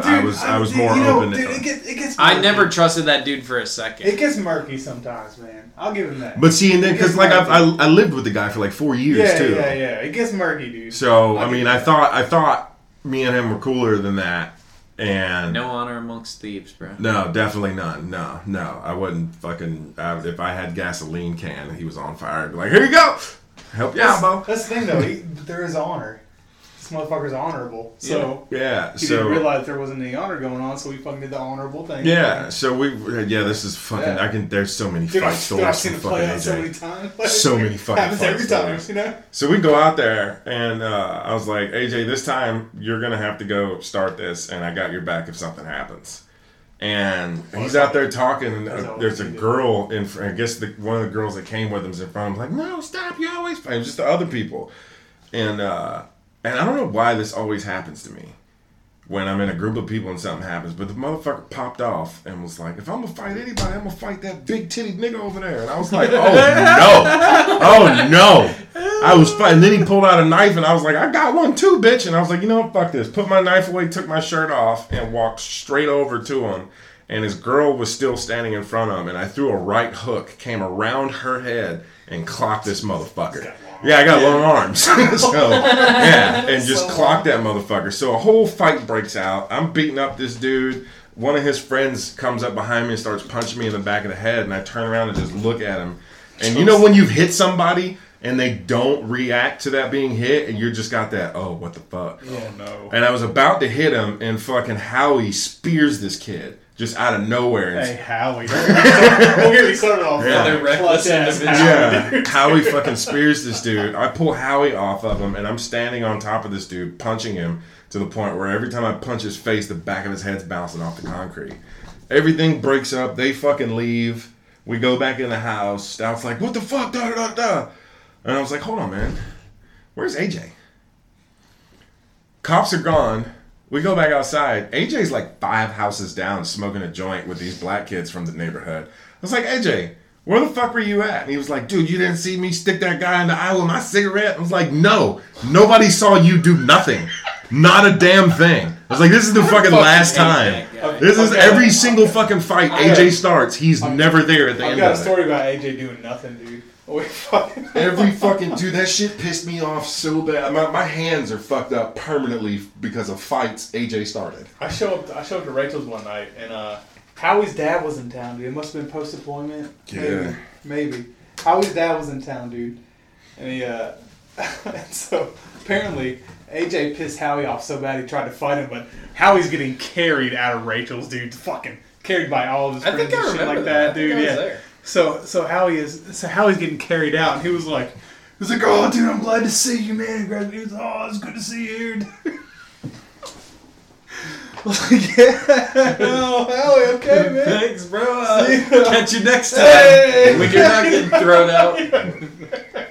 Speaker 1: I, I
Speaker 3: dude,
Speaker 1: was I was
Speaker 3: dude,
Speaker 1: more
Speaker 3: you know,
Speaker 1: open.
Speaker 3: Dude, it
Speaker 1: to,
Speaker 3: gets, it gets
Speaker 2: I
Speaker 3: murky.
Speaker 2: never trusted that dude for a second.
Speaker 3: It gets murky sometimes, man. I'll give him that.
Speaker 1: but see, and then
Speaker 3: it
Speaker 1: because
Speaker 3: gets
Speaker 1: like I,
Speaker 3: murky.
Speaker 1: I I lived with the guy for like four years
Speaker 3: yeah,
Speaker 1: too.
Speaker 3: yeah, yeah. It gets murky, dude.
Speaker 1: So I mean, I thought I thought me and him were cooler than that, and
Speaker 2: No honor amongst thieves, bro.
Speaker 1: No, definitely not. No, no, I wouldn't fucking. I, if I had gasoline can, and he was on fire. I'd be like, here you go, help you out, Bo.
Speaker 3: That's the thing, though. He, there is honor. This motherfucker's honorable. So
Speaker 1: Yeah,
Speaker 3: he
Speaker 1: so
Speaker 3: didn't realize there wasn't any honor going on, so he fucking did the honorable thing.
Speaker 1: yeah, so we yeah, this is fucking.
Speaker 3: Yeah.
Speaker 1: I can. There's so many
Speaker 3: Dude,
Speaker 1: fight
Speaker 3: I've, dude, I've
Speaker 1: stories
Speaker 3: seen
Speaker 1: from
Speaker 3: it
Speaker 1: fucking
Speaker 3: play out
Speaker 1: AJ.
Speaker 3: so many times.
Speaker 1: So many fucking
Speaker 3: happens
Speaker 1: fight
Speaker 3: every time,
Speaker 1: stories.
Speaker 3: you know.
Speaker 1: So we go out there, and uh, I was like, AJ, this time you're gonna have to go start this, and I got your back if something happens. And he's out there talking, and uh, there's a girl in. fr- I guess the, one of the girls that came with him's in front. of him, like, no, stop! You always. Fight. It was just the other people, and uh, and I don't know why this always happens to me when I'm in a group of people and something happens. But the motherfucker popped off and was like, if I'm gonna fight anybody, I'm gonna fight that big titted nigga over there. And I was like, oh no, oh no. I was fighting. Then he pulled out a knife and I was like, I got one too, bitch. And I was like, you know what, fuck this. Put my knife away, took my shirt off, and walked straight over to him. And his girl was still standing in front of him, and I threw a right hook, came around her head, and clocked this motherfucker. Yeah, I got long arms. [laughs] so, yeah, and just clocked that motherfucker. So a whole fight breaks out. I'm beating up this dude. One of his friends comes up behind me and starts punching me in the back of the head, and I turn around and just look at him. And you know when you've hit somebody and they don't react to that being hit, and you just got that, oh, what the fuck?
Speaker 3: Oh no.
Speaker 1: And I was about to hit him, and fucking Howie spears this kid just out of nowhere. And
Speaker 3: Hey Howie, [laughs] we'll get me started off.
Speaker 1: Yeah.
Speaker 3: fucking
Speaker 2: Another reckless
Speaker 3: clutch-ass
Speaker 2: individual.
Speaker 3: Howie.
Speaker 1: Yeah, Howie fucking spears this dude. I pull Howie off of him, and I'm standing on top of this dude, punching him to the point where every time I punch his face, the back of his head's bouncing off the concrete. Everything breaks up. They fucking leave. We go back in the house. Stout's like, "What the fuck?" Da da da da. And I was like, "Hold on, man. Where's AJ?" Cops are gone. We go back outside. AJ's like five houses down smoking a joint with these black kids from the neighborhood. I was like, AJ, where the fuck were you at? And he was like, dude, you didn't see me stick that guy in the eye with my cigarette? I was like, no, nobody saw you do nothing. Not a damn thing. I was like, this is the fucking last
Speaker 2: hate
Speaker 1: time.
Speaker 2: that guy.
Speaker 1: This is
Speaker 3: Okay.
Speaker 1: every single fucking fight AJ starts. He's never there at the
Speaker 3: I've
Speaker 1: end
Speaker 3: got a
Speaker 1: of it.
Speaker 3: story about AJ doing nothing, dude. [laughs] Oh, We fucking.
Speaker 1: Every fucking dude, that shit pissed me off so bad. My, my hands are fucked up permanently because of fights AJ started.
Speaker 3: I show up. I show up to Rachel's one night, and uh, Howie's dad was in town, dude. It must have been post deployment.
Speaker 1: Yeah.
Speaker 3: Maybe, maybe. Howie's dad was in town, dude, and he. Uh, [laughs] and so apparently, AJ pissed Howie off so bad he tried to fight him, but Howie's getting carried out of Rachel's, dude. Fucking carried by all of his
Speaker 2: I
Speaker 3: friends
Speaker 2: think I
Speaker 3: and
Speaker 2: remember
Speaker 3: shit like
Speaker 2: that. I
Speaker 3: that,
Speaker 2: think
Speaker 3: dude.
Speaker 2: I was
Speaker 3: yeah.
Speaker 2: there.
Speaker 3: So so Howie is so Howie's getting carried out, and he was like. He was like, oh, dude, I'm glad to see you, man. Congrats. He was, oh, it's good to see you here, dude. [laughs] Like, [laughs] yeah. Oh, hell, okay, man.
Speaker 2: Thanks, bro. Uh,
Speaker 3: See ya.
Speaker 2: catch you next time.
Speaker 3: Hey!
Speaker 2: When you're not getting thrown
Speaker 3: [laughs]
Speaker 2: out.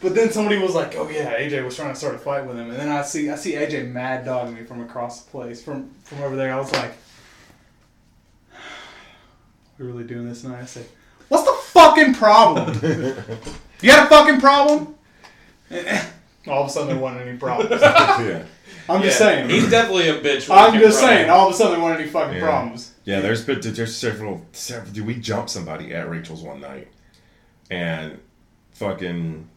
Speaker 3: But then somebody was like, "Oh yeah, AJ was trying to start a fight with him," and then I see I see AJ mad dogging me from across the place from from over there. I was like, "We really doing this?" And I say, "What's the
Speaker 1: [laughs]
Speaker 3: fucking problem? you got a fucking problem?" [laughs] all of a sudden, there wasn't
Speaker 2: [laughs]
Speaker 3: any
Speaker 1: [laughs]
Speaker 3: problems. I'm
Speaker 1: yeah.
Speaker 3: just saying.
Speaker 2: He's definitely a bitch. when
Speaker 3: I'm
Speaker 2: he
Speaker 3: just
Speaker 2: can run.
Speaker 3: saying. All of a sudden, there weren't any fucking
Speaker 1: Yeah.
Speaker 3: problems.
Speaker 1: Yeah, there's been there's several, several. Dude, we jumped somebody at Rachel's one night, and fucking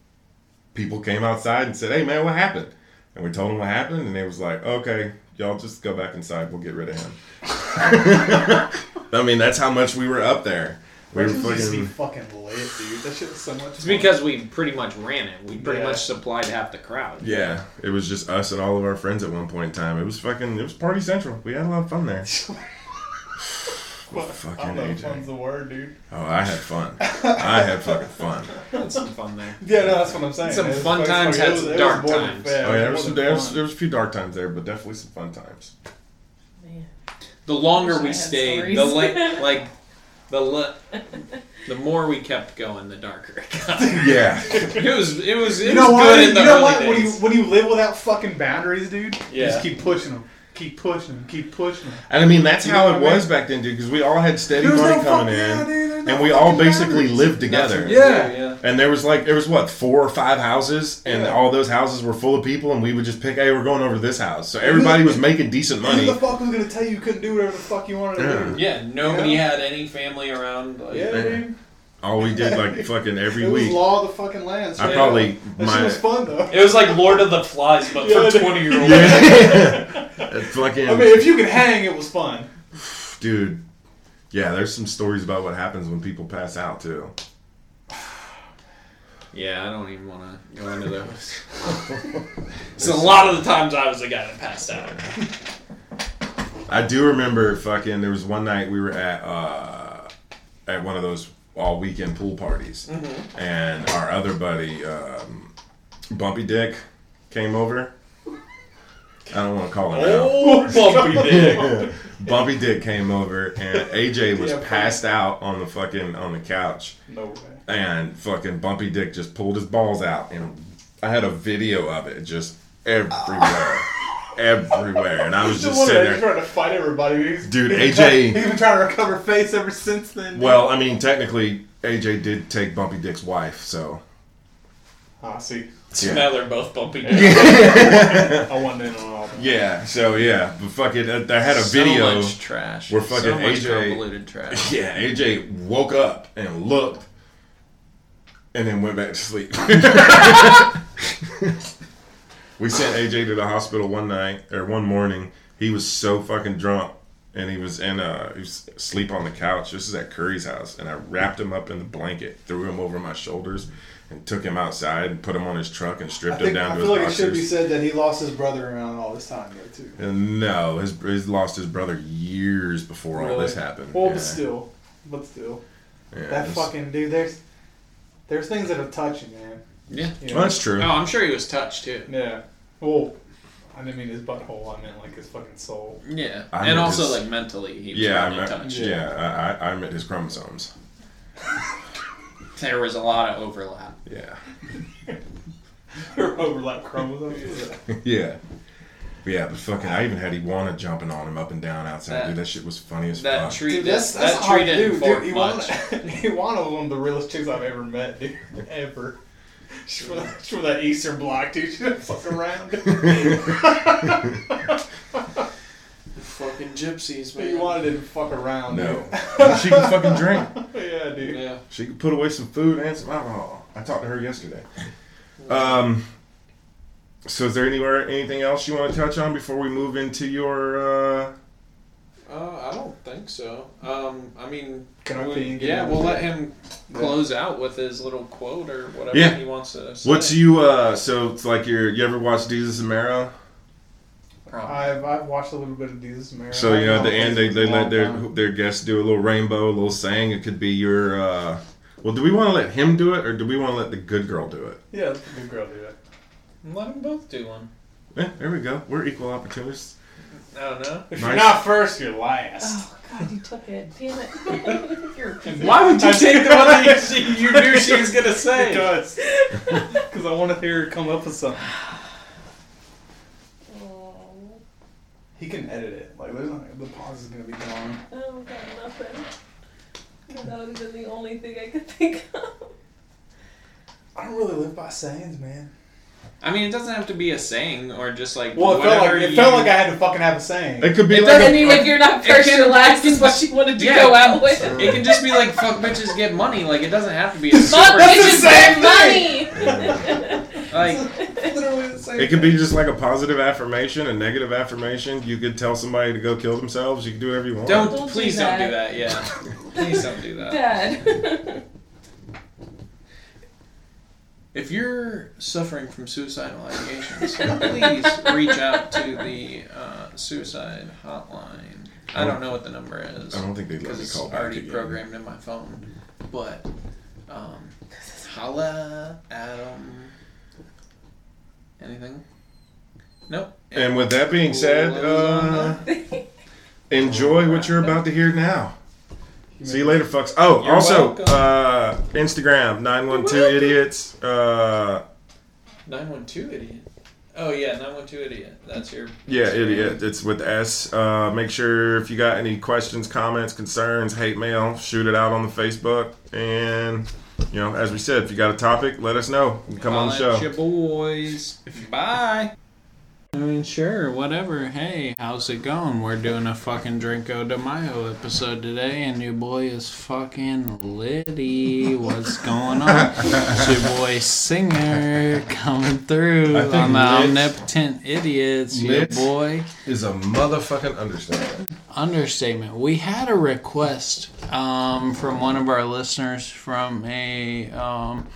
Speaker 1: people came outside and said, "Hey, man, what happened?" And we told them what happened, and they was like, "Okay, y'all just go back inside. We'll get rid of him." [laughs] I mean, that's how much we were up there. We were
Speaker 3: Rachel's used to be
Speaker 1: fucking.
Speaker 3: fucking lit, dude. That shit was so much.
Speaker 2: It's
Speaker 3: fun.
Speaker 2: because we pretty much ran it. We pretty
Speaker 3: Yeah.
Speaker 2: much supplied half the crowd.
Speaker 1: Yeah, it was just us and all of our friends at one point in time. It was fucking. It was party central. We had a lot of fun there.
Speaker 3: I don't
Speaker 1: fucking
Speaker 3: know if
Speaker 1: AJ.
Speaker 3: fun's the word, dude.
Speaker 1: Oh, I had fun. I had fucking
Speaker 3: [laughs]
Speaker 1: fun.
Speaker 2: Had some fun there.
Speaker 3: Yeah, no, that's what I'm saying.
Speaker 2: Some
Speaker 3: It was
Speaker 2: fun
Speaker 3: fucking-
Speaker 2: times,
Speaker 3: it
Speaker 2: had
Speaker 3: was-
Speaker 2: some
Speaker 3: it was
Speaker 2: dark
Speaker 3: more than
Speaker 2: times.
Speaker 3: fair.
Speaker 1: Oh yeah, there
Speaker 3: It
Speaker 1: was some
Speaker 3: wasn't
Speaker 1: there was,
Speaker 3: fun.
Speaker 1: there was a few dark times there, but definitely some fun times. [laughs]
Speaker 4: Man.
Speaker 2: The longer
Speaker 4: Wish I
Speaker 2: we
Speaker 4: had
Speaker 2: stayed,
Speaker 4: stories.
Speaker 2: the
Speaker 4: [laughs]
Speaker 2: la- like the le- the more we kept going, the darker it
Speaker 3: [laughs]
Speaker 2: got.
Speaker 1: Yeah,
Speaker 2: It was it was it
Speaker 3: You
Speaker 2: was
Speaker 3: know
Speaker 2: good
Speaker 3: what?
Speaker 2: in the
Speaker 3: You know
Speaker 2: early
Speaker 3: what? When you
Speaker 2: days.
Speaker 3: when you live without fucking boundaries, dude, you
Speaker 2: Yeah.
Speaker 3: just keep pushing them, keep pushing them, keep pushing them.
Speaker 1: and I mean that's
Speaker 3: You
Speaker 1: how
Speaker 3: know
Speaker 1: it
Speaker 3: what I
Speaker 1: was back then, dude. Because we all had steady
Speaker 3: There's
Speaker 1: money
Speaker 3: no
Speaker 1: coming
Speaker 3: fuck-
Speaker 1: in,
Speaker 3: yeah, dude, there's no
Speaker 1: and we all
Speaker 3: fucking
Speaker 1: basically
Speaker 3: boundaries.
Speaker 1: lived together.
Speaker 2: Nothing-
Speaker 3: Yeah.
Speaker 2: yeah.
Speaker 1: And there was like there was what four or five houses, and
Speaker 3: Yeah.
Speaker 1: all those houses were full of people, and we would just pick, hey, we're going over to this house. So everybody
Speaker 3: [laughs]
Speaker 1: was making decent
Speaker 3: Who
Speaker 1: money.
Speaker 3: the fuck was gonna tell you you couldn't do whatever the fuck you wanted to do?
Speaker 2: Yeah, nobody had any family around. Like,
Speaker 3: Yeah, dude.
Speaker 1: All we did like fucking every
Speaker 3: It was
Speaker 1: week.
Speaker 3: law of the fucking land.
Speaker 1: I
Speaker 3: straight
Speaker 1: probably-
Speaker 3: up. that
Speaker 1: my- [laughs]
Speaker 3: shit was fun though.
Speaker 2: It was like Lord of the Flies, but
Speaker 3: Yeah,
Speaker 2: for
Speaker 3: dude.
Speaker 2: twenty year olds.
Speaker 1: Yeah, fucking
Speaker 3: I mean, if you could hang, it was fun.
Speaker 1: dude. Yeah, there's some stories about what happens when people pass out too.
Speaker 2: Yeah, I don't even want to go into those. so a lot of the times I was the guy that passed out.
Speaker 1: I do remember fucking. There was one night we were at uh, at one of those all weekend pool parties,
Speaker 3: Mm-hmm.
Speaker 1: and our other buddy um, Bumpy Dick came over. I don't want to call him
Speaker 2: [laughs]
Speaker 3: [laughs]
Speaker 2: Oh, bumpy dick.
Speaker 1: out. Bumpy Dick came over, and AJ was passed out on the fucking on the couch,
Speaker 3: No way.
Speaker 1: and fucking Bumpy Dick just pulled his balls out, and I had a video of it just
Speaker 3: [laughs]
Speaker 1: everywhere, everywhere, and I was
Speaker 3: the
Speaker 1: just
Speaker 3: one
Speaker 1: sitting
Speaker 3: that
Speaker 1: there.
Speaker 3: tried to fight everybody. He's-
Speaker 1: Dude,
Speaker 3: he's
Speaker 1: AJ
Speaker 3: [laughs] been- He's been trying to recover face ever since then. dude.
Speaker 1: Well, I mean, technically, AJ did take Bumpy Dick's wife, so.
Speaker 3: Ah, see,
Speaker 2: Now they're both bumpy dick.
Speaker 3: I won in on all. That.
Speaker 1: Yeah, so yeah, but fucking, uh, I had a
Speaker 2: So
Speaker 1: video.
Speaker 2: much trash.
Speaker 1: where fucking
Speaker 2: so much
Speaker 1: AJ
Speaker 2: convoluted
Speaker 1: [laughs]
Speaker 2: trash.
Speaker 1: yeah, AJ woke up and looked, and then went back to sleep. [laughs] we sent AJ to the hospital one night or one morning. He was so fucking drunk, and he was in uh, he was asleep on the couch. This is at Curry's house, and I wrapped him up in the blanket, threw him over my shoulders, and took him outside and put him on his truck and
Speaker 3: I,
Speaker 1: stripped him
Speaker 3: think,
Speaker 1: down
Speaker 3: I
Speaker 1: to
Speaker 3: feel
Speaker 1: his
Speaker 3: like
Speaker 1: boxers.
Speaker 3: it should be said that he lost his brother around all this time though too.
Speaker 1: And No, his he's lost his brother years before all this happened.
Speaker 3: Well,
Speaker 1: Yeah.
Speaker 3: but still, but still,
Speaker 1: Yeah,
Speaker 3: that
Speaker 1: it's-
Speaker 3: fucking dude. There's there's things that have touched you, man.
Speaker 2: Yeah.
Speaker 3: You
Speaker 1: Well,
Speaker 3: know?
Speaker 1: that's true.
Speaker 2: Oh, I'm sure he was touched too.
Speaker 3: Yeah. Well, I didn't mean his butthole. I meant like his fucking [laughs] soul.
Speaker 2: Yeah,
Speaker 1: I
Speaker 2: and
Speaker 1: know
Speaker 2: also
Speaker 1: this-
Speaker 2: like mentally, he was
Speaker 1: Yeah,
Speaker 2: really
Speaker 1: I met,
Speaker 2: touched.
Speaker 1: yeah, I, I, I met his chromosomes.
Speaker 2: There was a lot of overlap.
Speaker 1: Yeah, [laughs]
Speaker 3: Overlap chromosomes.
Speaker 1: yeah. But yeah, but fucking, I even had Iwana jumping on him up and down outside.
Speaker 2: That-
Speaker 1: dude, that shit was funny as
Speaker 2: That
Speaker 1: fuck.
Speaker 2: tree,
Speaker 3: Dude,
Speaker 2: that,
Speaker 3: that's, that's
Speaker 2: that
Speaker 3: hard
Speaker 2: tree
Speaker 3: to
Speaker 2: didn't
Speaker 3: do,
Speaker 2: fork
Speaker 3: dude.
Speaker 2: much.
Speaker 3: Iwana, [laughs] Iwana was one of the realest chicks I've ever met, dude. Ever. She's from, that- she's from that Eastern Bloc, dude. She didn't fuck around.
Speaker 1: [laughs]
Speaker 3: [laughs]
Speaker 6: Fucking gypsies, man.
Speaker 3: Iwana didn't fuck around.
Speaker 1: no, But [laughs] she can fucking drink.
Speaker 3: Dude. [laughs] Yeah, dude.
Speaker 6: Yeah.
Speaker 1: She can put away some food and some alcohol. I talked to her yesterday. Um, so is there anywhere anything else you want to touch on before we move into your? Uh,
Speaker 2: Oh,
Speaker 6: Uh, I don't think so. Um, I mean,
Speaker 3: Can I
Speaker 6: we-
Speaker 3: pee and get
Speaker 6: yeah,
Speaker 3: out?
Speaker 6: we'll let him.
Speaker 2: Close out with his little quote or whatever
Speaker 1: Yeah.
Speaker 2: he wants to say.
Speaker 1: what's you? Uh, so it's like your. You ever watch Jesus and Mero?
Speaker 2: Probably.
Speaker 3: I've, I've watched a little bit of Jesus Mary.
Speaker 1: So you know at the end they, they let their their guests do a little rainbow, a little saying. It could be your. Uh, well, do we want to let him do it, or do we want to let the good girl do it?
Speaker 3: Yeah, that's a good girl, dude.
Speaker 2: Let them both do one.
Speaker 1: Yeah, there we go. We're equal opportunists.
Speaker 2: Oh no.
Speaker 3: If
Speaker 1: Nice.
Speaker 3: you're not first, you're last. [laughs]
Speaker 4: Oh God, you took it. Damn it. You're a piece
Speaker 2: [laughs]
Speaker 4: of-
Speaker 2: Why would you
Speaker 3: I-
Speaker 2: take the one that you, you knew [laughs] she was gonna say?
Speaker 3: Because. Because I want to hear her come up with something.
Speaker 4: Oh,
Speaker 3: He can edit it. Like, there's not, the pause is going to be gone.
Speaker 4: I don't got nothing. That would have been the only thing I could think of.
Speaker 3: I don't really live by sayings, man.
Speaker 2: I mean, it doesn't have to be a saying or just like
Speaker 3: Well, it felt
Speaker 2: whatever
Speaker 3: like it
Speaker 2: you-
Speaker 3: felt like I had to fucking have a saying.
Speaker 1: It could be
Speaker 2: It
Speaker 1: like
Speaker 4: Doesn't
Speaker 1: a,
Speaker 4: mean if you're not
Speaker 2: it
Speaker 4: first
Speaker 2: can-
Speaker 4: or last is what she wanted to
Speaker 2: Yeah.
Speaker 4: go out with.
Speaker 2: It can just be like fuck bitches get money. Like it doesn't have to be a
Speaker 4: Fuck
Speaker 2: super
Speaker 3: That's the
Speaker 4: bitches
Speaker 3: same
Speaker 4: money.
Speaker 2: like
Speaker 3: Literally the same.
Speaker 1: It could be just like a positive affirmation, a negative affirmation. You could tell somebody to go kill themselves. You can do whatever you want.
Speaker 2: don't,
Speaker 4: Don't do
Speaker 2: please don't do that. Yeah, [laughs] please don't do that.
Speaker 4: [laughs] Dad. [laughs]
Speaker 2: If you're suffering from suicidal ideations, [laughs] please reach out to the uh, suicide hotline. I don't know what the number is
Speaker 1: I don't think they'd let
Speaker 2: because
Speaker 1: me
Speaker 2: it's
Speaker 1: call back
Speaker 2: already
Speaker 1: again.
Speaker 2: programmed in my phone. But um, holla, Adam. Anything? Nope.
Speaker 1: And with that being said, uh, enjoy what you're about to hear now. See you later, fucks. Oh,
Speaker 2: You're
Speaker 1: also,
Speaker 2: welcome.
Speaker 1: uh, Instagram, 912 Idiots. Uh,
Speaker 2: nine one two idiot. Oh yeah, nine one two idiot. That's your
Speaker 1: yeah, Idiot. It's with S. Uh, make sure if you got any questions, comments, concerns, hate mail, shoot it out on the Facebook. And, you know, as we said, if you got a topic, let us know. You can Come on the
Speaker 2: Holla
Speaker 1: show.
Speaker 2: at ya boys. Bye. I mean, sure, whatever. Hey, how's it going? We're doing a fucking Drinko de Mayo episode today, and your boy is fucking Liddy. What's
Speaker 1: [laughs]
Speaker 2: going on? it's your boy Singer coming through
Speaker 1: I think
Speaker 2: on the
Speaker 1: Lit-
Speaker 2: Omnipotent Idiots.
Speaker 1: Lit-
Speaker 2: Your boy
Speaker 1: Is a motherfucking understatement.
Speaker 2: understatement. We had a request um, from one of our listeners from a um,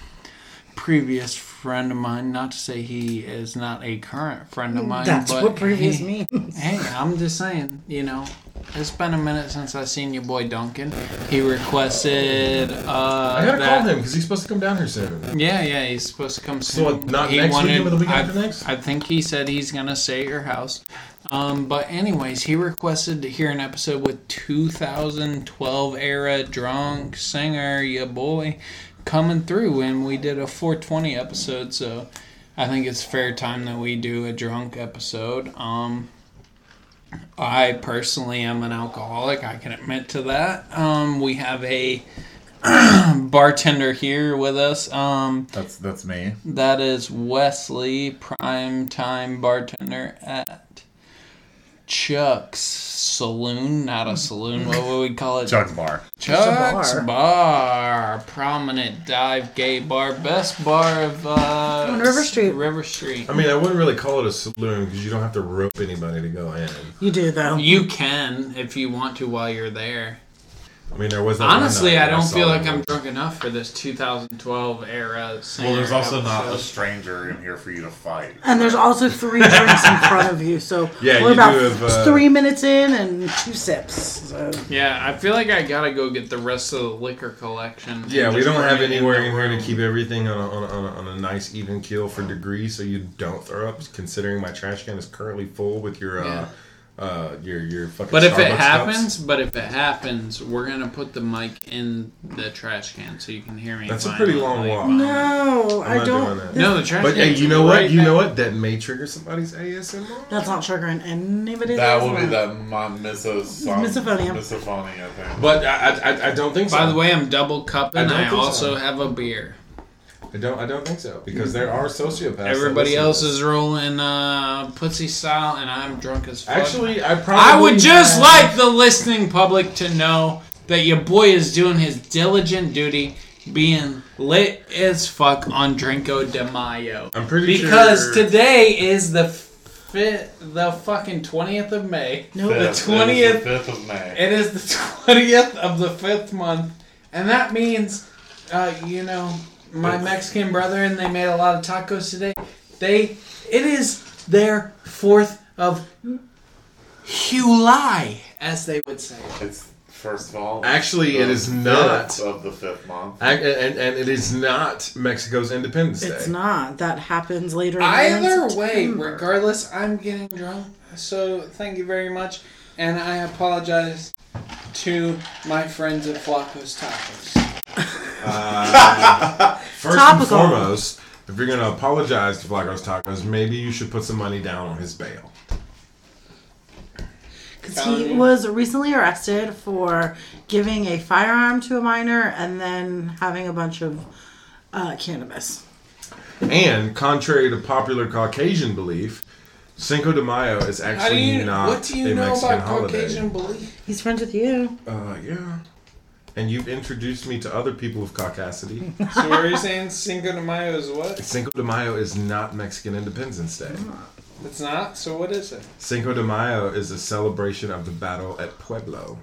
Speaker 2: previous friend of mine. Not to say he is not a current friend of mine.
Speaker 7: That's
Speaker 2: but
Speaker 7: what previous
Speaker 2: he-
Speaker 7: means.
Speaker 2: Hey, I'm just saying, you know, it's been a minute since I seen your boy Duncan. He requested. Uh,
Speaker 1: I gotta
Speaker 2: that-
Speaker 1: call him because he's supposed to come down here soon.
Speaker 2: Yeah, yeah, he's supposed to come soon.
Speaker 1: So, what, not next weekend, but the weekend
Speaker 2: I,
Speaker 1: after next?
Speaker 2: I think he said he's gonna stay at your house. Um, but anyways, he requested to hear an episode with 2012 era drunk singer, ya boy, coming through, and we did a 420 episode. So I think it's fair time that we do a drunk episode. Um, I personally am an alcoholic. I can admit to that. Um, we have a bartender here with us. Um,
Speaker 7: That's that's me.
Speaker 2: that is Wesley, prime time bartender at Chuck's Saloon. Not a saloon. What would we call it?
Speaker 7: Jug bar.
Speaker 2: Chuck's
Speaker 7: It's a
Speaker 2: bar.
Speaker 7: bar.
Speaker 2: Prominent dive gay bar. Best bar of uh,
Speaker 7: On River Street.
Speaker 2: River Street.
Speaker 1: I mean, I wouldn't really call it a saloon because you don't have to rope anybody to go in.
Speaker 7: You do though.
Speaker 2: You can if you want to while you're there.
Speaker 1: I mean, there was that one
Speaker 2: Honestly,
Speaker 1: night
Speaker 2: I
Speaker 1: when
Speaker 2: don't
Speaker 1: saw
Speaker 2: feel like
Speaker 1: them.
Speaker 2: I'm drunk enough for this 2012 era.
Speaker 8: Well, there's
Speaker 2: singer
Speaker 8: also not a
Speaker 2: episode.
Speaker 8: stranger in here for you to fight.
Speaker 7: And there's also three drinks in front of you, so
Speaker 1: [laughs] Yeah,
Speaker 7: we're
Speaker 1: you
Speaker 7: about
Speaker 1: do have, uh,
Speaker 7: three minutes in and two sips. So
Speaker 2: Yeah, I feel like I gotta go get the rest of the liquor collection. and
Speaker 1: Yeah, we
Speaker 2: just
Speaker 1: don't
Speaker 2: bring
Speaker 1: have
Speaker 2: it in
Speaker 1: anywhere
Speaker 2: the
Speaker 1: in here to
Speaker 2: room.
Speaker 1: keep everything on a, on, a, on, a, on a nice even keel for degree, so you don't throw up. Considering my trash can is currently full with your uh, Uh, your your fucking.
Speaker 2: But if
Speaker 1: Starbucks
Speaker 2: it
Speaker 1: cups.
Speaker 2: happens, but if it happens, we're gonna put the mic in the trash can so you can hear me.
Speaker 1: That's a
Speaker 2: violently
Speaker 1: pretty long walk.
Speaker 2: vomit.
Speaker 7: No,
Speaker 1: I'm
Speaker 7: Oh, I
Speaker 1: not
Speaker 7: don't.
Speaker 1: doing that.
Speaker 2: No, the trash
Speaker 1: but
Speaker 2: can.
Speaker 1: hey, you know what? You know what? That may trigger somebody's ASMR.
Speaker 7: That's not triggering anybody.
Speaker 8: That will
Speaker 7: listening.
Speaker 8: be that mon- misosom-
Speaker 7: Misophonia.
Speaker 8: Misophonia thing.
Speaker 1: But I, I- I, I don't think so.
Speaker 2: By the way, I'm double
Speaker 1: I
Speaker 2: cupping.
Speaker 1: don't
Speaker 2: I,
Speaker 1: think
Speaker 2: also
Speaker 1: so.
Speaker 2: have a beer.
Speaker 1: I don't I don't think so because there are sociopaths. that
Speaker 2: Everybody
Speaker 1: listen to
Speaker 2: else
Speaker 1: this.
Speaker 2: is rolling uh, pussy style, and I'm drunk as fuck.
Speaker 1: Actually, I probably.
Speaker 2: I would just like the listening public to know that your boy is doing his diligent duty, being lit as fuck on Drinko de Mayo.
Speaker 1: I'm pretty
Speaker 2: Because
Speaker 1: sure.
Speaker 2: today is the fit, the fucking twentieth of May.
Speaker 7: Nope.
Speaker 2: The
Speaker 8: Fifth. It is
Speaker 2: twentieth.
Speaker 8: the fifth of May.
Speaker 2: It is the [laughs] twentieth of the fifth month, and that means, uh, you know, my Mexican brother and they made a lot of tacos today. They, it is their fourth of July, as they would say.
Speaker 8: It's first of all.
Speaker 1: Actually, it
Speaker 8: the
Speaker 1: is not.
Speaker 8: fifth of the fifth month.
Speaker 1: I, and, and it is not Mexico's Independence Day.
Speaker 7: It's not. That happens later. in
Speaker 2: Either way,
Speaker 7: September.
Speaker 2: regardless, I'm getting drunk. So thank you very much, and I apologize to my friends at Flacos Tacos.
Speaker 1: First
Speaker 7: Topical.
Speaker 1: and foremost, if you're going to apologize to Flacco's Tacos, maybe you should put some money down on his bail.
Speaker 7: Because he was recently arrested for giving a firearm to a minor and then having a bunch of uh, cannabis.
Speaker 1: And contrary to popular Caucasian belief, Cinco de Mayo is actually
Speaker 2: How do you?
Speaker 1: not
Speaker 2: What do you
Speaker 1: a
Speaker 2: know
Speaker 1: Mexican
Speaker 2: about
Speaker 1: holiday.
Speaker 2: Caucasian belief?
Speaker 7: He's friends with you.
Speaker 1: Uh, yeah. And you've introduced me to other people of
Speaker 7: [laughs]
Speaker 1: Caucasity.
Speaker 2: So are you saying Cinco de Mayo is what?
Speaker 1: Cinco de Mayo is not Mexican Independence Day.
Speaker 2: It's not. So what is it?
Speaker 1: Cinco de Mayo is a celebration of the battle at Pueblo.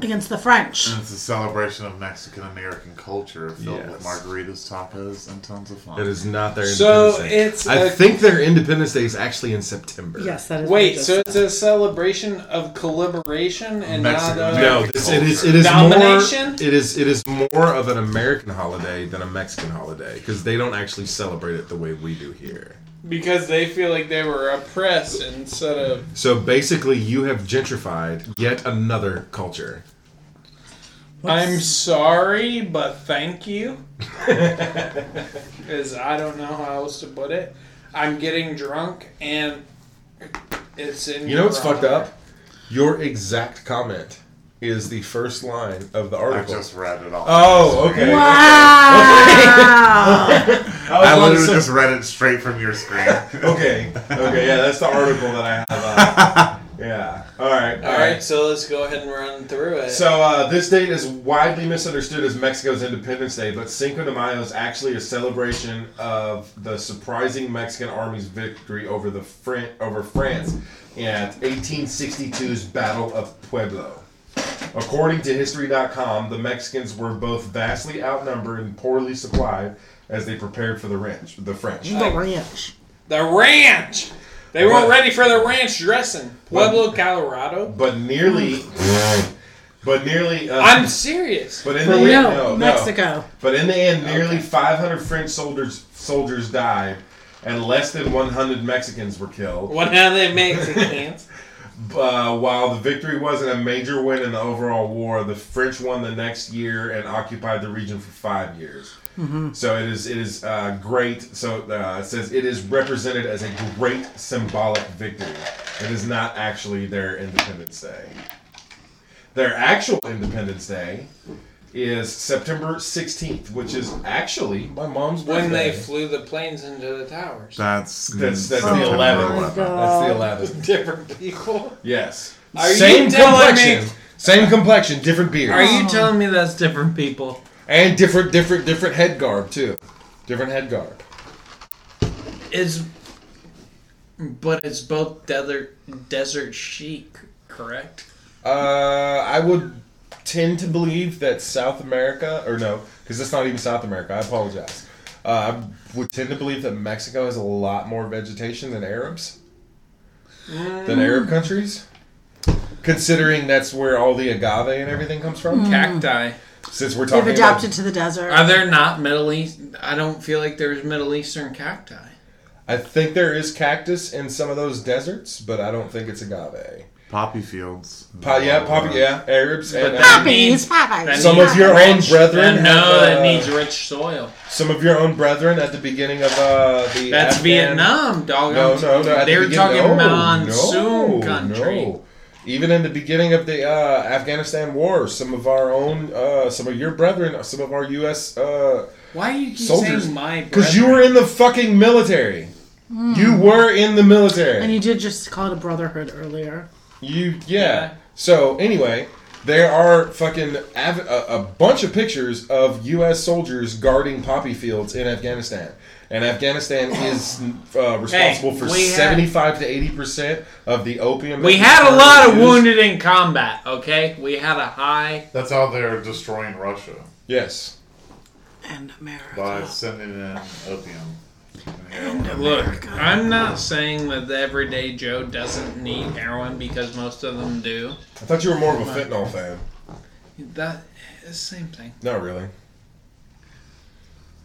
Speaker 7: Against the French.
Speaker 1: Mm.
Speaker 8: It's a celebration of Mexican American culture filled
Speaker 1: Yes.
Speaker 8: with margaritas, tacos, and tons of fun.
Speaker 1: It is not their
Speaker 2: So
Speaker 1: Independence Day.
Speaker 2: it's
Speaker 1: I
Speaker 2: a-
Speaker 1: think their Independence Day is actually in September.
Speaker 7: Yes, that is. what he
Speaker 2: Wait.
Speaker 7: just
Speaker 2: So
Speaker 7: said.
Speaker 2: it's a celebration of collaboration and not
Speaker 8: Mexico.
Speaker 3: uh,
Speaker 2: a.
Speaker 1: No, this, it is it is
Speaker 2: Domination?
Speaker 1: more it is it is more of an American holiday than a Mexican holiday because they don't actually celebrate it the way we do here.
Speaker 2: Because they feel like they were oppressed instead of.
Speaker 1: So basically, you have gentrified yet another culture.
Speaker 2: I'm sorry, but thank you. Because I don't know how else to put it. I'm getting drunk and it's in.
Speaker 1: You know what's
Speaker 2: your
Speaker 1: fucked
Speaker 2: honor.
Speaker 1: up? Your exact comment is the first line of the
Speaker 8: I
Speaker 1: article.
Speaker 8: just read it all.
Speaker 1: Oh, okay.
Speaker 2: [laughs]
Speaker 1: [laughs]
Speaker 7: Wow.
Speaker 1: was
Speaker 8: I
Speaker 1: on
Speaker 8: literally
Speaker 1: some-
Speaker 8: just read it straight from your
Speaker 1: [laughs]
Speaker 8: screen.
Speaker 1: Okay. Okay. Yeah, that's the article that I have. up. yeah. All right.
Speaker 2: All right, so let's go ahead and run through it.
Speaker 1: So uh, this date is widely misunderstood as Mexico's Independence Day, but Cinco de Mayo is actually a celebration of the surprising Mexican army's victory over the Fran- over France at 1862's Battle of Pueblo. According to History.com, the Mexicans were both vastly outnumbered and poorly supplied as they prepared for the ranch, the French.
Speaker 7: the ranch.
Speaker 2: the ranch. They weren't
Speaker 1: What?
Speaker 2: ready for the ranch dressing. Pueblo, Colorado.
Speaker 1: But nearly, but nearly. Uh,
Speaker 2: I'm serious.
Speaker 1: but in the
Speaker 7: No,
Speaker 1: end, no, no.
Speaker 7: Mexico.
Speaker 1: But in the end, nearly 500 French soldiers soldiers died, and less than 100 Mexicans were killed.
Speaker 2: What are they
Speaker 1: [laughs]
Speaker 2: Mexicans?
Speaker 1: Uh, while the victory wasn't a major win in the overall war, the French won the next year and occupied the region for five years. So it is it is uh, great. So uh, it says it is represented as a great symbolic victory. It is not actually their Independence Day. Their actual Independence Day is September 16th, which is actually my mom's birthday.
Speaker 2: when they flew the planes into the towers.
Speaker 8: That's
Speaker 1: That's- that's
Speaker 8: Oh
Speaker 7: the 11.
Speaker 1: Oh That's the 11th.
Speaker 2: Different people.
Speaker 1: Yes.
Speaker 2: Are you
Speaker 1: Same
Speaker 2: telling
Speaker 1: complexion. Same complexion, different beard.
Speaker 2: Are you telling me that's different people?
Speaker 1: and different different different head garb too. Different head garb.
Speaker 2: is but it's both desert desert chic correct
Speaker 1: Uh, I would tend to believe that South America, or no, because it's not even South America. I apologize. Uh, I would tend to believe that Mexico has a lot more vegetation than Arabs, than
Speaker 2: Mm.
Speaker 1: Arab countries, considering that's where all the agave and everything comes from.
Speaker 2: Mm. cacti
Speaker 1: Since we're talking
Speaker 7: They've
Speaker 1: about
Speaker 7: adapted to the desert.
Speaker 2: are there not middle east i don't feel like there's middle eastern cacti
Speaker 1: I think there is cactus in some of those deserts, but I don't think it's agave.
Speaker 8: Poppy fields.
Speaker 1: Pa- yeah,
Speaker 8: Oh,
Speaker 1: poppy. Yeah, Arabs and
Speaker 2: But
Speaker 1: uh,
Speaker 2: that
Speaker 7: Poppies, Poppies.
Speaker 2: That
Speaker 1: some
Speaker 2: needs
Speaker 1: of your own
Speaker 2: rich-
Speaker 1: brethren.
Speaker 2: that- no,
Speaker 1: have, uh,
Speaker 2: that needs rich soil.
Speaker 1: some of your own brethren at the beginning of uh, the.
Speaker 2: That's
Speaker 1: Afghan-
Speaker 2: Vietnam, dog.
Speaker 1: No, no, no. at the
Speaker 2: They're
Speaker 1: beginning-
Speaker 2: talking
Speaker 1: no, no,
Speaker 2: monsoon country.
Speaker 1: no. Even in the beginning of the uh, Afghanistan war, some of our own, uh, some of your brethren, some of our U.S. uh,
Speaker 2: Why do you keep
Speaker 1: Soldiers.
Speaker 2: saying my?
Speaker 1: Because you were in the fucking military. You were in the military.
Speaker 7: And you did just call it a brotherhood earlier.
Speaker 1: You yeah.
Speaker 2: Yeah.
Speaker 1: So anyway, there are fucking av- a, a bunch of pictures of U.S. soldiers guarding poppy fields in Afghanistan, and
Speaker 2: [coughs]
Speaker 1: Afghanistan is uh, responsible for
Speaker 2: we had-
Speaker 1: seventy-five to eighty percent of the opium.
Speaker 2: We
Speaker 1: that
Speaker 2: had a
Speaker 1: was
Speaker 2: lot of
Speaker 1: used.
Speaker 2: wounded in combat. Okay, we had a high.
Speaker 8: That's how they're destroying Russia
Speaker 1: Yes.
Speaker 7: And America.
Speaker 8: by sending in opium. and heroin.
Speaker 2: Look, I'm not saying that the everyday Joe doesn't need heroin because most of them do.
Speaker 1: I thought you were more of a fentanyl fan.
Speaker 2: That is the same thing.
Speaker 1: Not really.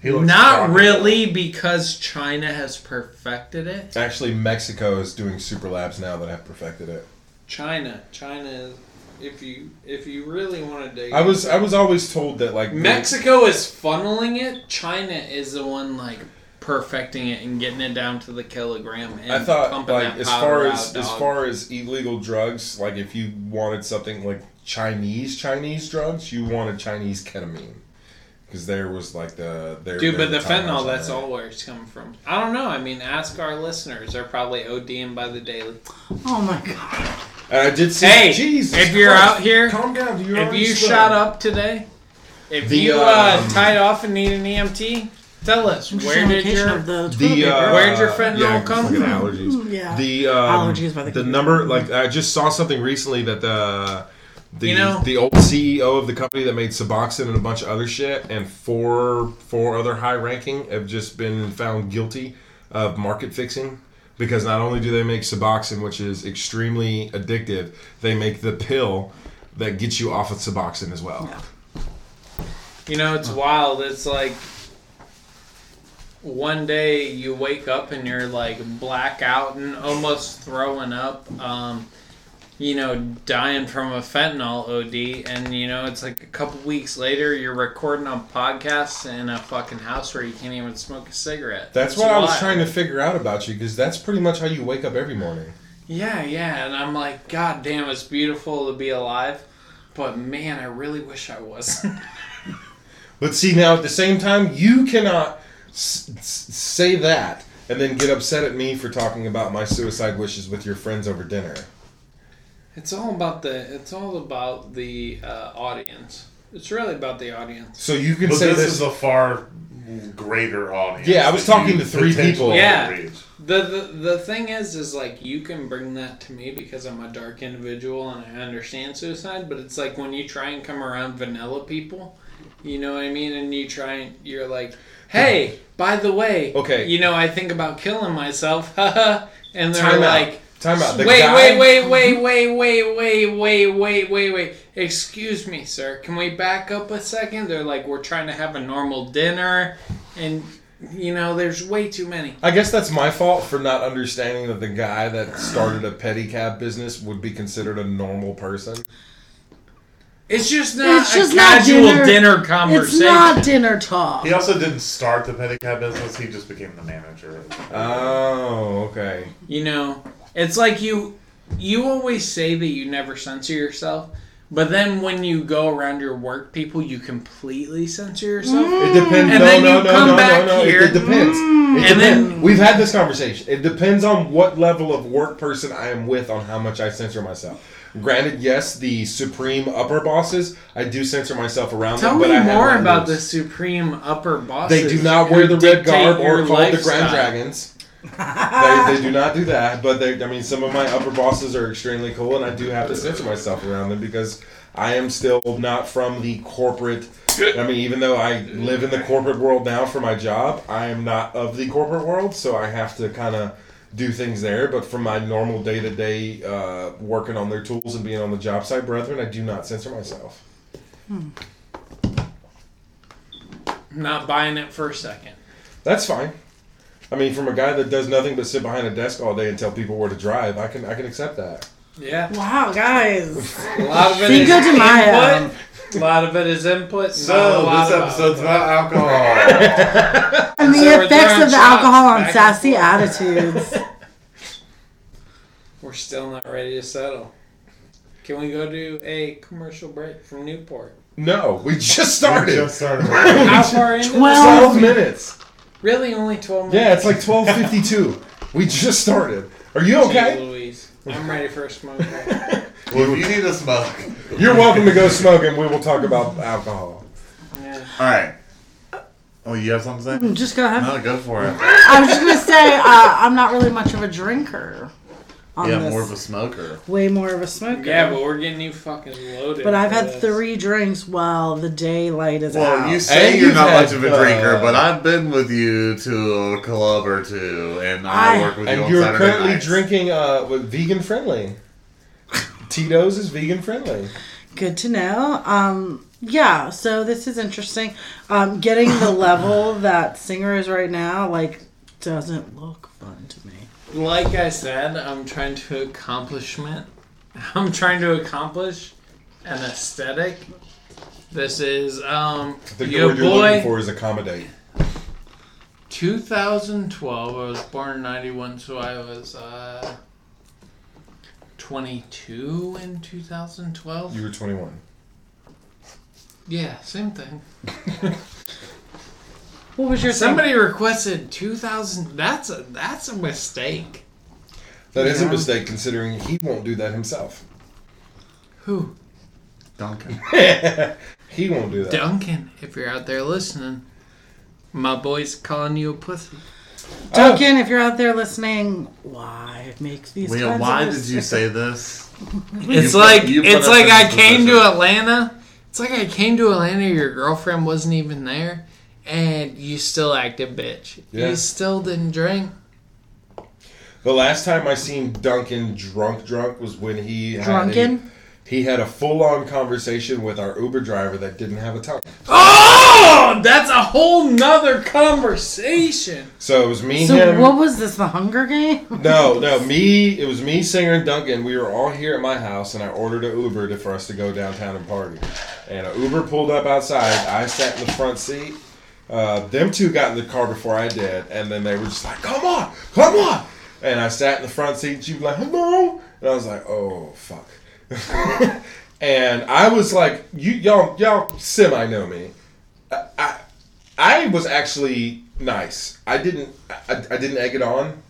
Speaker 8: He looks
Speaker 2: Not
Speaker 8: proper.
Speaker 2: really because China has perfected it.
Speaker 1: Actually, Mexico is doing super labs now that have perfected it.
Speaker 6: China, China. is- If you if you really want to dig,
Speaker 1: I was I was always told that like the-
Speaker 2: Mexico is funneling it. China is the one like perfecting it and getting it down to the kilogram and
Speaker 1: I thought
Speaker 2: pumping
Speaker 1: like
Speaker 2: that
Speaker 1: as
Speaker 2: powder
Speaker 1: far
Speaker 2: out,
Speaker 1: as as
Speaker 2: dog.
Speaker 1: far as illegal drugs, like if you wanted something like Chinese Chinese drugs, you wanted Chinese ketamine because there was like the there.
Speaker 2: Dude,
Speaker 1: there
Speaker 2: but
Speaker 1: were
Speaker 2: the
Speaker 1: timelines
Speaker 2: fentanyl,
Speaker 1: on
Speaker 2: that's
Speaker 1: that.
Speaker 2: all where it's coming from. I don't know. I mean, ask our listeners. They're probably ODing by the daily.
Speaker 7: Oh my god.
Speaker 1: And I did see.
Speaker 2: Hey,
Speaker 1: Jesus
Speaker 2: if you're
Speaker 1: Christ,
Speaker 2: out here,
Speaker 1: calm down. You're
Speaker 2: if
Speaker 1: already
Speaker 2: you
Speaker 1: slow.
Speaker 2: shot up today, if
Speaker 1: The,
Speaker 2: you uh,
Speaker 1: um,
Speaker 2: tied off and need an E EMT, tell us.
Speaker 7: Just
Speaker 2: Where
Speaker 7: on
Speaker 2: did
Speaker 7: occasion
Speaker 2: your.
Speaker 7: of the, toilet
Speaker 1: The uh,
Speaker 7: paper.
Speaker 2: Where'd your fentanyl
Speaker 1: yeah,
Speaker 2: come
Speaker 1: fucking
Speaker 2: from?
Speaker 1: Allergies.
Speaker 7: Yeah.
Speaker 1: The um,
Speaker 7: Allergies by the computer.
Speaker 1: number like I just saw something recently that the the
Speaker 2: You know-
Speaker 1: the old CEO of the company that made Suboxone and a bunch of other shit and four four other high ranking have just been found guilty of market fixing because not only do they make Suboxone which is extremely addictive, they make the pill that gets you off of Suboxone as well.
Speaker 2: You know, it's wild. It's like one day you wake up and you're like blackout and almost throwing up. Um, you know, dying from a fentanyl OD, and you know it's like a couple weeks later you're recording a podcast in a fucking house where you can't even smoke a cigarette.
Speaker 1: That's
Speaker 2: It's
Speaker 1: what I was
Speaker 2: wild.
Speaker 1: trying to figure out about you because that's pretty much how you wake up every morning.
Speaker 2: Yeah, yeah, and I'm like, God damn, it's beautiful to be alive, but man, I really wish I wasn't.
Speaker 1: But see, now at the same time, you cannot s- s- say that and then get upset at me for talking about my suicide wishes with your friends over dinner.
Speaker 2: It's all about the. It's all about the uh, audience. It's really about the audience.
Speaker 1: So you can
Speaker 8: But
Speaker 1: say
Speaker 8: this,
Speaker 1: this.
Speaker 8: is a far greater audience.
Speaker 1: Yeah, I was
Speaker 8: that
Speaker 1: talking
Speaker 8: you
Speaker 1: to three
Speaker 8: potentially
Speaker 1: people.
Speaker 8: could
Speaker 2: Yeah.
Speaker 8: reach.
Speaker 2: The, the the thing is, is like you can bring that to me because I'm a dark individual and I understand suicide. But it's like when you try and come around vanilla people, you know what I mean, and you try and you're like, hey, by the way,
Speaker 1: Okay.
Speaker 2: you know, I think about killing myself, [laughs] haha," and they're
Speaker 1: time
Speaker 2: like.
Speaker 1: out. Time out. The
Speaker 2: wait,
Speaker 1: guy,
Speaker 2: wait, wait, wait, wait, wait, wait, wait, wait, wait, wait. Excuse me, sir. Can we back up a second? They're like, we're trying to have a normal dinner, and you know, there's way too many.
Speaker 1: I guess that's my fault for not understanding that the guy that started a pedicab business would be considered a normal person.
Speaker 2: It's just not
Speaker 7: It's just
Speaker 2: a
Speaker 7: not
Speaker 2: casual
Speaker 7: dinner.
Speaker 2: dinner,
Speaker 7: It's
Speaker 2: conversation.
Speaker 7: not dinner talk.
Speaker 8: He also didn't start the pedicab business. He just became the manager.
Speaker 1: Oh, okay.
Speaker 2: You know, it's like you you always say that you never censor yourself, but then when you go around your work people, you completely censor yourself.
Speaker 7: Mm-hmm.
Speaker 1: It depends.
Speaker 2: And
Speaker 1: no,
Speaker 2: then
Speaker 1: no,
Speaker 2: you
Speaker 1: no,
Speaker 2: come
Speaker 1: no,
Speaker 2: back
Speaker 1: no, no.
Speaker 2: here. Mm.
Speaker 1: It, it depends. It
Speaker 2: And
Speaker 1: depends.
Speaker 2: then-
Speaker 1: We've had this conversation. It depends on what level of work person I am with on how much I censor myself. Granted, yes, the supreme upper bosses, I do censor myself around
Speaker 2: Tell
Speaker 1: them. but
Speaker 2: me
Speaker 1: I have
Speaker 2: more
Speaker 1: my
Speaker 2: about the
Speaker 1: rules.
Speaker 2: supreme upper bosses.
Speaker 1: They do not
Speaker 2: who
Speaker 1: wear the red
Speaker 2: dictate
Speaker 1: garb or
Speaker 2: your
Speaker 1: call the
Speaker 2: lifestyle.
Speaker 1: Grand
Speaker 2: [laughs]
Speaker 1: Dragons. they, they do not do that, but they, I mean, some of my upper bosses are extremely cool, and I do have to censor myself around them because I am still not from the corporate. I mean, even though I live in the corporate world now for my job, I am not of the corporate world, so I have to kind of do things there. But for my normal day to day working on their tools and being on the job site, brethren, I do not censor myself.
Speaker 2: Not buying it for a second.
Speaker 1: That's fine. I mean, from a guy that does nothing but sit behind a desk all day and tell people where to drive, I can I can accept that.
Speaker 2: Yeah,
Speaker 7: Wow, guys.
Speaker 2: a lot of it
Speaker 7: Cinco
Speaker 2: is
Speaker 7: de Mayo.
Speaker 2: input. A lot of it is input.
Speaker 8: So Oh, this episode's about alcohol. [laughs]
Speaker 7: And
Speaker 2: So
Speaker 7: the
Speaker 2: we're
Speaker 7: effects
Speaker 2: throwing
Speaker 7: of the
Speaker 2: shots
Speaker 7: alcohol on
Speaker 2: back and
Speaker 7: sassy
Speaker 2: forth.
Speaker 7: attitudes.
Speaker 2: We're still not ready to settle. Can we go do a commercial break from Newport?
Speaker 1: No, we just
Speaker 8: We
Speaker 1: started.
Speaker 8: just started.
Speaker 2: How far into?
Speaker 7: Well-
Speaker 1: Twelve minutes.
Speaker 2: really, only twelve.
Speaker 1: Yeah,
Speaker 2: minutes.
Speaker 1: it's like twelve fifty two. We just started. Are you okay?
Speaker 2: Gee, Louise, I'm ready for a smoke break.
Speaker 8: well, if you need a smoke.
Speaker 1: You're welcome to go smoke, and we will talk about alcohol.
Speaker 2: Yeah.
Speaker 8: All right. Oh, you have something to
Speaker 7: [laughs]
Speaker 8: say?
Speaker 7: Just go ahead.
Speaker 8: No, go for it.
Speaker 7: I was just gonna say uh, I'm not really much of a drinker. On
Speaker 8: Yeah,
Speaker 7: this.
Speaker 8: more of a smoker.
Speaker 7: way more of a smoker.
Speaker 2: yeah, but we're getting you fucking loaded.
Speaker 7: But I've
Speaker 2: for
Speaker 7: had
Speaker 2: this.
Speaker 7: three drinks while the daylight is
Speaker 8: Well,
Speaker 7: out.
Speaker 8: you say
Speaker 1: And
Speaker 8: you're
Speaker 1: you've
Speaker 8: not
Speaker 1: had,
Speaker 8: much of a drinker,
Speaker 1: uh,
Speaker 8: but I've been with you to a club or two, and I,
Speaker 7: I-
Speaker 8: work with you
Speaker 1: And
Speaker 8: on
Speaker 1: you're
Speaker 8: Saturday
Speaker 1: currently
Speaker 8: nights.
Speaker 1: drinking uh, with vegan friendly. Tito's is vegan friendly.
Speaker 7: Good to know. Um, yeah, so this is interesting. Um, getting the
Speaker 8: [laughs]
Speaker 7: level that Singer is right now, like, doesn't look fun to me.
Speaker 2: Like I said, I'm trying to accomplishment. [laughs] I'm trying to accomplish an aesthetic. This is um
Speaker 1: I think the
Speaker 2: your
Speaker 1: word you're looking
Speaker 2: boy.
Speaker 1: for is accommodate.
Speaker 2: 2012. I was born in '91, so I was uh 22 in 2012.
Speaker 1: You were 21.
Speaker 2: Yeah, same thing.
Speaker 7: What was your thing?
Speaker 2: Somebody requested 2000. That's a that's a mistake.
Speaker 1: That is
Speaker 7: Yeah.
Speaker 1: a mistake considering he won't do that [laughs] himself.
Speaker 2: Who?
Speaker 8: Duncan.
Speaker 1: [laughs] He won't do that.
Speaker 2: Duncan, if you're out there listening, my boy's calling you a pussy.
Speaker 7: Duncan,
Speaker 8: Oh.
Speaker 7: if you're out there listening, why make these
Speaker 8: Leah,
Speaker 7: kinds
Speaker 8: why
Speaker 7: of
Speaker 8: did you say this?
Speaker 2: It's
Speaker 8: put-
Speaker 2: like
Speaker 8: you put
Speaker 2: it's
Speaker 8: us
Speaker 2: like
Speaker 8: in
Speaker 2: I
Speaker 8: this
Speaker 2: came to
Speaker 8: position.
Speaker 2: Atlanta. It's like I came to Atlanta. Your girlfriend wasn't even there, and you still acted bitch.
Speaker 1: Yeah.
Speaker 2: You still didn't drink.
Speaker 1: The last time I seen Duncan drunk, drunk was when he had
Speaker 7: Drunken?
Speaker 1: a, he had a full on conversation with our Uber driver that didn't have a tongue.
Speaker 2: Oh, that's a whole nother conversation.
Speaker 1: So it was me,
Speaker 7: So
Speaker 1: him.
Speaker 7: what was this, the Hunger Game? [laughs]
Speaker 1: No, no, me. It was me, Singer, and Duncan. We were all here at my house, and I ordered an Uber to, for us to go downtown and party. And an Uber pulled up outside. I sat in the front seat. Uh, them two got in the car before I did, and then they were just like, "Come on, come on!" And I sat in the front seat. And she was like, "Hello," and I was like, "Oh fuck." [laughs] and I was like, "You y'all y'all semi know me." I, I I was actually nice. I didn't I, I didn't egg it on.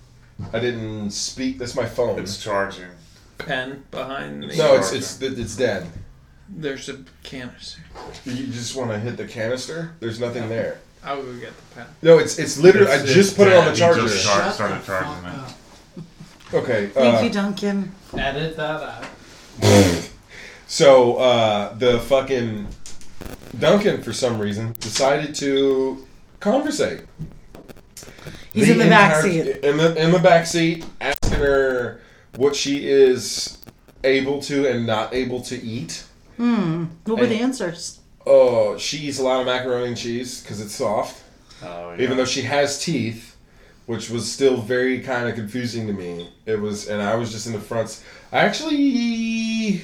Speaker 1: I didn't speak. That's my phone.
Speaker 8: It's charging.
Speaker 2: Pen behind me.
Speaker 1: no, it's it's it's dead.
Speaker 2: There's a canister.
Speaker 1: You just want to hit the canister. There's nothing there.
Speaker 2: I will go get the pen.
Speaker 1: No, it's it's literally. I
Speaker 8: It's-
Speaker 1: just
Speaker 8: it's
Speaker 1: put it on
Speaker 8: dead.
Speaker 1: the
Speaker 8: He
Speaker 1: charger.
Speaker 8: just char- started charging it.
Speaker 1: Okay.
Speaker 7: Thank
Speaker 1: uh,
Speaker 7: you, Duncan.
Speaker 2: Edit that out.
Speaker 1: So uh, the fucking Duncan, for some reason, decided to conversate.
Speaker 7: He's in the back
Speaker 1: entire-
Speaker 7: seat.
Speaker 1: In the in the back seat, asking her what she is able to and not able to eat.
Speaker 7: What were the
Speaker 1: Hey.
Speaker 7: answers?
Speaker 1: Oh, she eats a lot of macaroni and cheese because it's soft.
Speaker 8: Oh,
Speaker 1: Even though she has teeth, which was still very kind of confusing to me. It was, and I was just in the front. s- I actually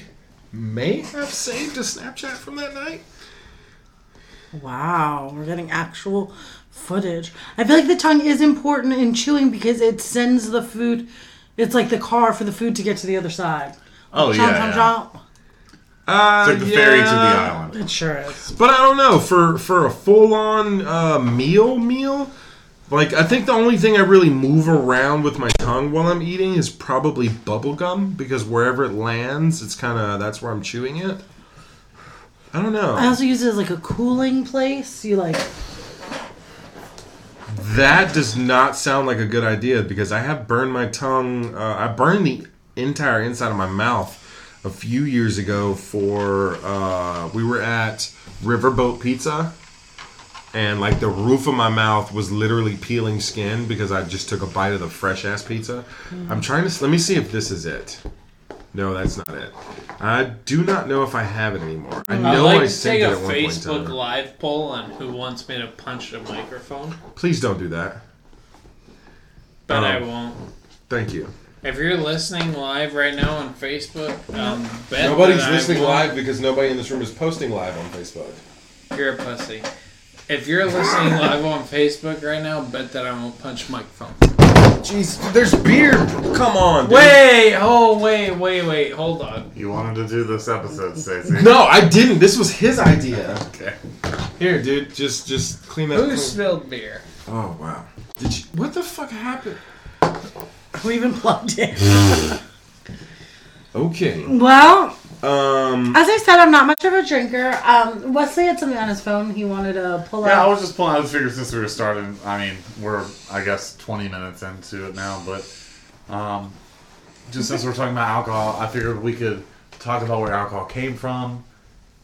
Speaker 1: may have saved a Snapchat from that night.
Speaker 7: Wow, we're getting actual footage. I feel like the tongue is important in chewing because it sends the food. It's like the car for the food to get to the other side.
Speaker 8: Oh,
Speaker 7: Chomp,
Speaker 8: yeah,
Speaker 7: chomp,
Speaker 8: yeah.
Speaker 7: chomp.
Speaker 8: It's like the ferry to the island.
Speaker 7: It sure is.
Speaker 1: But I don't know for for a full on uh, meal meal. Like I think the only thing I really move around with my tongue while I'm eating is probably bubble gum because wherever it lands, it's kind of that's where I'm chewing it. I don't know.
Speaker 7: I also use it as like a cooling place. You like, [laughs]
Speaker 1: That does not sound like a good idea because I have burned my tongue. Uh, I burned the entire inside of my mouth a few years ago for uh, we were at Riverboat Pizza, and like the roof of my mouth was literally peeling skin because I just took a bite of the fresh ass pizza.
Speaker 2: Hmm.
Speaker 1: I'm trying to s- let me see if this is it. No, that's not it. I do not know if I have it anymore. I
Speaker 2: I'd
Speaker 1: know I
Speaker 2: Hmm. like to
Speaker 1: saved
Speaker 2: take
Speaker 1: it
Speaker 2: a
Speaker 1: at one point. in
Speaker 2: Facebook
Speaker 1: time.
Speaker 2: Live poll on who wants me to punch a microphone.
Speaker 1: Please don't do that.
Speaker 2: but I
Speaker 1: Um,
Speaker 2: won't.
Speaker 1: Thank you.
Speaker 2: If you're listening live right now on Facebook, um, bet
Speaker 1: Nobody's
Speaker 2: that I
Speaker 1: listening
Speaker 2: won't.
Speaker 1: live because nobody in this room is posting live on Facebook.
Speaker 2: You're a pussy. If you're listening live on Facebook right now, bet that I won't punch my phone.
Speaker 1: Jeez, there's beer. Come on. dude.
Speaker 2: Wait, oh wait, wait, wait, hold on.
Speaker 8: You wanted to do this episode, Stacey.
Speaker 1: No, I didn't. This was his idea. Okay. Here, dude. Just, just clean up.
Speaker 2: Who spilled beer?
Speaker 1: Oh wow. Did you? What the fuck happened?
Speaker 7: We even plugged in.
Speaker 1: Okay.
Speaker 7: Well,
Speaker 1: Um.
Speaker 7: As I said, I'm not much of a drinker. Um, Wesley had something on his phone he wanted to pull
Speaker 8: Yeah, I
Speaker 7: out.
Speaker 8: was just pulling out the figure since we were starting. I mean, we're I guess 20 minutes into it now, but um, just since we're talking about alcohol, I figured we could talk about where alcohol came from.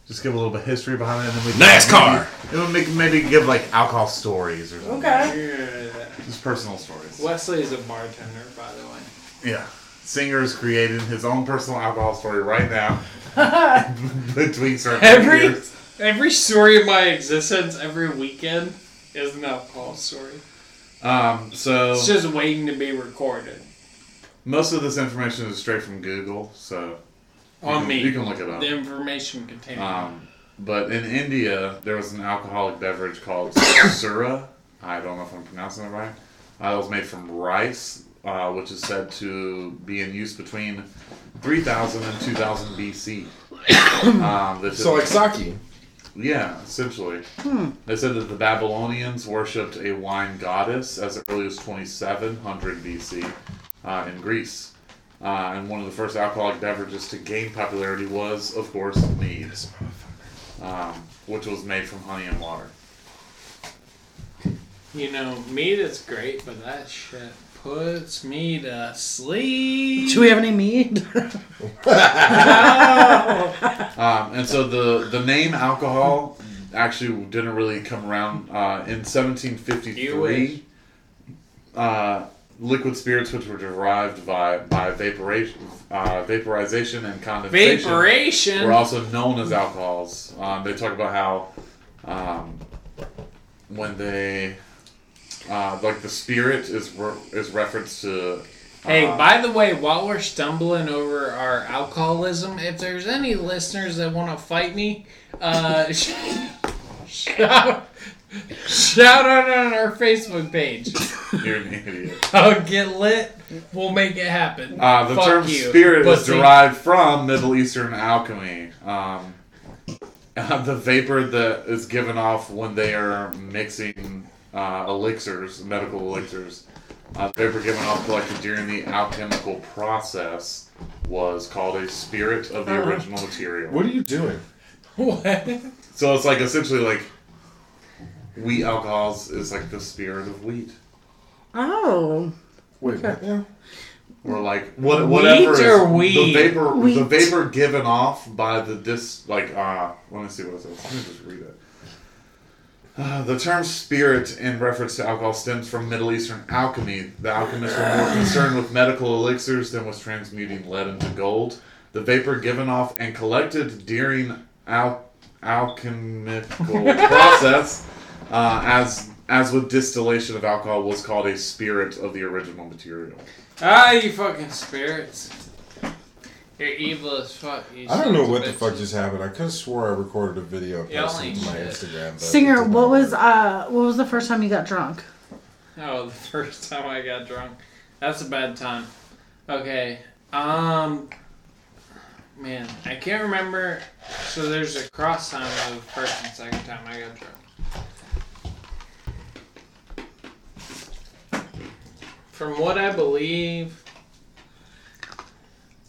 Speaker 8: Just give a little bit of history behind it, and then we could
Speaker 1: NASCAR!
Speaker 8: Maybe, it would make, maybe give like alcohol stories or something.
Speaker 7: okay.
Speaker 8: Just personal stories.
Speaker 2: Wesley is a bartender, by the way.
Speaker 8: Yeah. Singer's creating his own personal alcohol story right now. [laughs] Between certain
Speaker 2: Every
Speaker 8: years.
Speaker 2: every story of my existence, every weekend is an alcohol story.
Speaker 8: Um, so
Speaker 2: It's just waiting to be recorded
Speaker 8: most of this information is straight from Google, so you
Speaker 2: on
Speaker 8: can-
Speaker 2: me.
Speaker 8: You can look it up.
Speaker 2: The information contained.
Speaker 8: Um, but in India, there was an alcoholic beverage called
Speaker 2: [coughs]
Speaker 8: sura. I don't know if I'm pronouncing it right. Uh, it was made from rice, uh, which is said to be in use between 3000 and 2000 BC. [coughs] um, this
Speaker 1: So
Speaker 8: is-
Speaker 1: like sake.
Speaker 8: yeah, essentially. They said that the Babylonians worshipped a wine goddess as early as 2700 BC uh, in Greece. Uh, and one of the first alcoholic beverages to gain popularity was, of course, mead, um, which was made from honey and water.
Speaker 2: You know, meat is great, but that shit puts me to sleep.
Speaker 7: Do we have any mead?
Speaker 8: Um, and so the, the name alcohol actually didn't really come around uh, in
Speaker 2: You wish.
Speaker 8: 1753. Uh, liquid spirits, which were derived by by vaporation, uh, vaporization, and condensation,
Speaker 2: Vaporation.
Speaker 8: were also known as alcohols. Um, they talk about how um, when they uh, like the spirit is re- is
Speaker 2: [laughs]
Speaker 8: referenced to.
Speaker 2: Hey,
Speaker 8: uh,
Speaker 2: by the way, while we're stumbling over our alcoholism, if there's any listeners that want to fight me, uh, [laughs] sh- shout, shout out on our Facebook page.
Speaker 8: you're an idiot.
Speaker 2: I'll get lit. We'll make it happen.
Speaker 8: Uh, the
Speaker 2: Fuck
Speaker 8: term
Speaker 2: you,
Speaker 8: spirit is
Speaker 2: pussy.
Speaker 8: derived from Middle Eastern alchemy. Um, [laughs] uh, the vapor that is given off when they are mixing uh, elixirs, medical elixirs, uh, the vapor given off collected during the alchemical process was called a spirit of the original material.
Speaker 1: What are you doing?
Speaker 2: [laughs] What?
Speaker 8: So it's like essentially like wheat alcohols is like the spirit of wheat.
Speaker 7: [laughs] Oh.
Speaker 1: Wait. Yeah.
Speaker 8: or like what, whatever
Speaker 2: Wheat
Speaker 8: is
Speaker 2: or
Speaker 8: the
Speaker 2: weed?
Speaker 8: vapor
Speaker 7: Wheat.
Speaker 8: the vapor given off by the dis like uh let me see what it says. Let me just read it. Uh, the term spirit in reference to alcohol stems from Middle Eastern alchemy. The alchemists were more concerned with medical elixirs than with transmuting lead into gold. The vapor given off and collected during al- alchemical process, uh, as as with distillation of alcohol, was called a spirit of the original material.
Speaker 2: Ah, you fucking spirits. You're evil as fuck. You
Speaker 1: I don't know
Speaker 2: sons of
Speaker 1: what the fuck
Speaker 2: bitches.
Speaker 1: just happened. I could have swore I recorded a video and
Speaker 2: Yeah,
Speaker 1: posted
Speaker 2: only
Speaker 1: to my
Speaker 2: shit.
Speaker 1: Instagram. but it
Speaker 7: Singer,
Speaker 1: did
Speaker 7: what
Speaker 1: not
Speaker 7: was
Speaker 1: work.
Speaker 7: uh what was the first time you got drunk?
Speaker 2: [laughs] Oh, the first time I got drunk. That's a bad time. Okay. Um. Man, I can't remember. So there's a cross time of the first and second time I got drunk. From what I believe,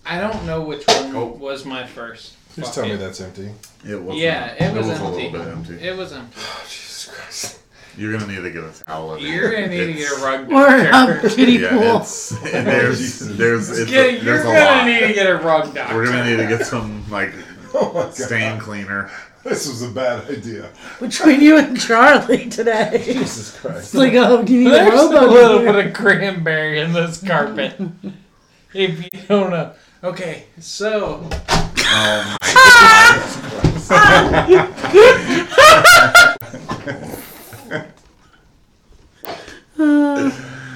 Speaker 2: I don't know which one
Speaker 8: Oh.
Speaker 2: was my first.
Speaker 1: Please
Speaker 2: Fuck
Speaker 1: tell me
Speaker 2: it.
Speaker 1: that's empty. [laughs]
Speaker 8: It was.
Speaker 2: Yeah, it was,
Speaker 8: a
Speaker 2: empty.
Speaker 8: little bit empty.
Speaker 2: It was empty.
Speaker 1: Jesus Christ. [laughs]
Speaker 8: You're gonna need to get a towel. in
Speaker 2: You're
Speaker 8: there.
Speaker 2: gonna need to get a
Speaker 8: It's-
Speaker 7: [laughs]
Speaker 2: rug
Speaker 7: Or
Speaker 2: doctor.
Speaker 7: um, kiddie
Speaker 8: Yeah,
Speaker 7: pool.
Speaker 8: it's, there's there's it's,
Speaker 2: Yeah, you're
Speaker 8: there's a
Speaker 2: gonna
Speaker 8: lot.
Speaker 2: need to get a rug doctor.
Speaker 8: We're gonna need to get some like
Speaker 1: Oh my god.
Speaker 8: stain cleaner.
Speaker 1: This was a bad idea.
Speaker 7: Between you and Charlie today. It's
Speaker 1: Jesus Christ.
Speaker 7: like, oh, you need a
Speaker 2: There's a
Speaker 7: robo.
Speaker 2: little
Speaker 7: here.
Speaker 2: bit of cranberry in this carpet. if you don't know. Okay, so
Speaker 8: Um,
Speaker 2: [laughs]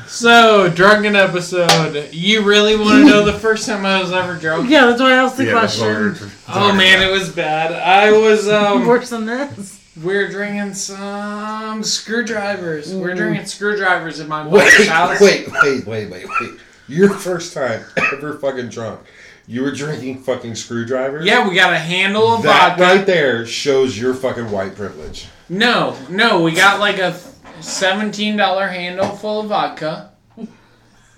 Speaker 2: So, drunken episode. You really want to know the first time I was ever drunk?
Speaker 7: Yeah, that's why I asked the
Speaker 8: Yeah, that's what we were
Speaker 7: question.
Speaker 8: t-
Speaker 2: Oh
Speaker 8: talking
Speaker 2: man,
Speaker 8: about.
Speaker 2: it was bad. I was um,
Speaker 7: Worse than this.
Speaker 2: we're drinking some screwdrivers. We're drinking screwdrivers at my mom's
Speaker 1: Wait,
Speaker 2: house.
Speaker 1: wait, wait, wait, wait, wait. Your first time ever fucking drunk. You were drinking fucking screwdrivers?
Speaker 2: Yeah, we got a handle of
Speaker 1: That
Speaker 2: vodka.
Speaker 1: right there shows your fucking white privilege.
Speaker 2: No, no, we got like a seventeen dollar handle full of vodka,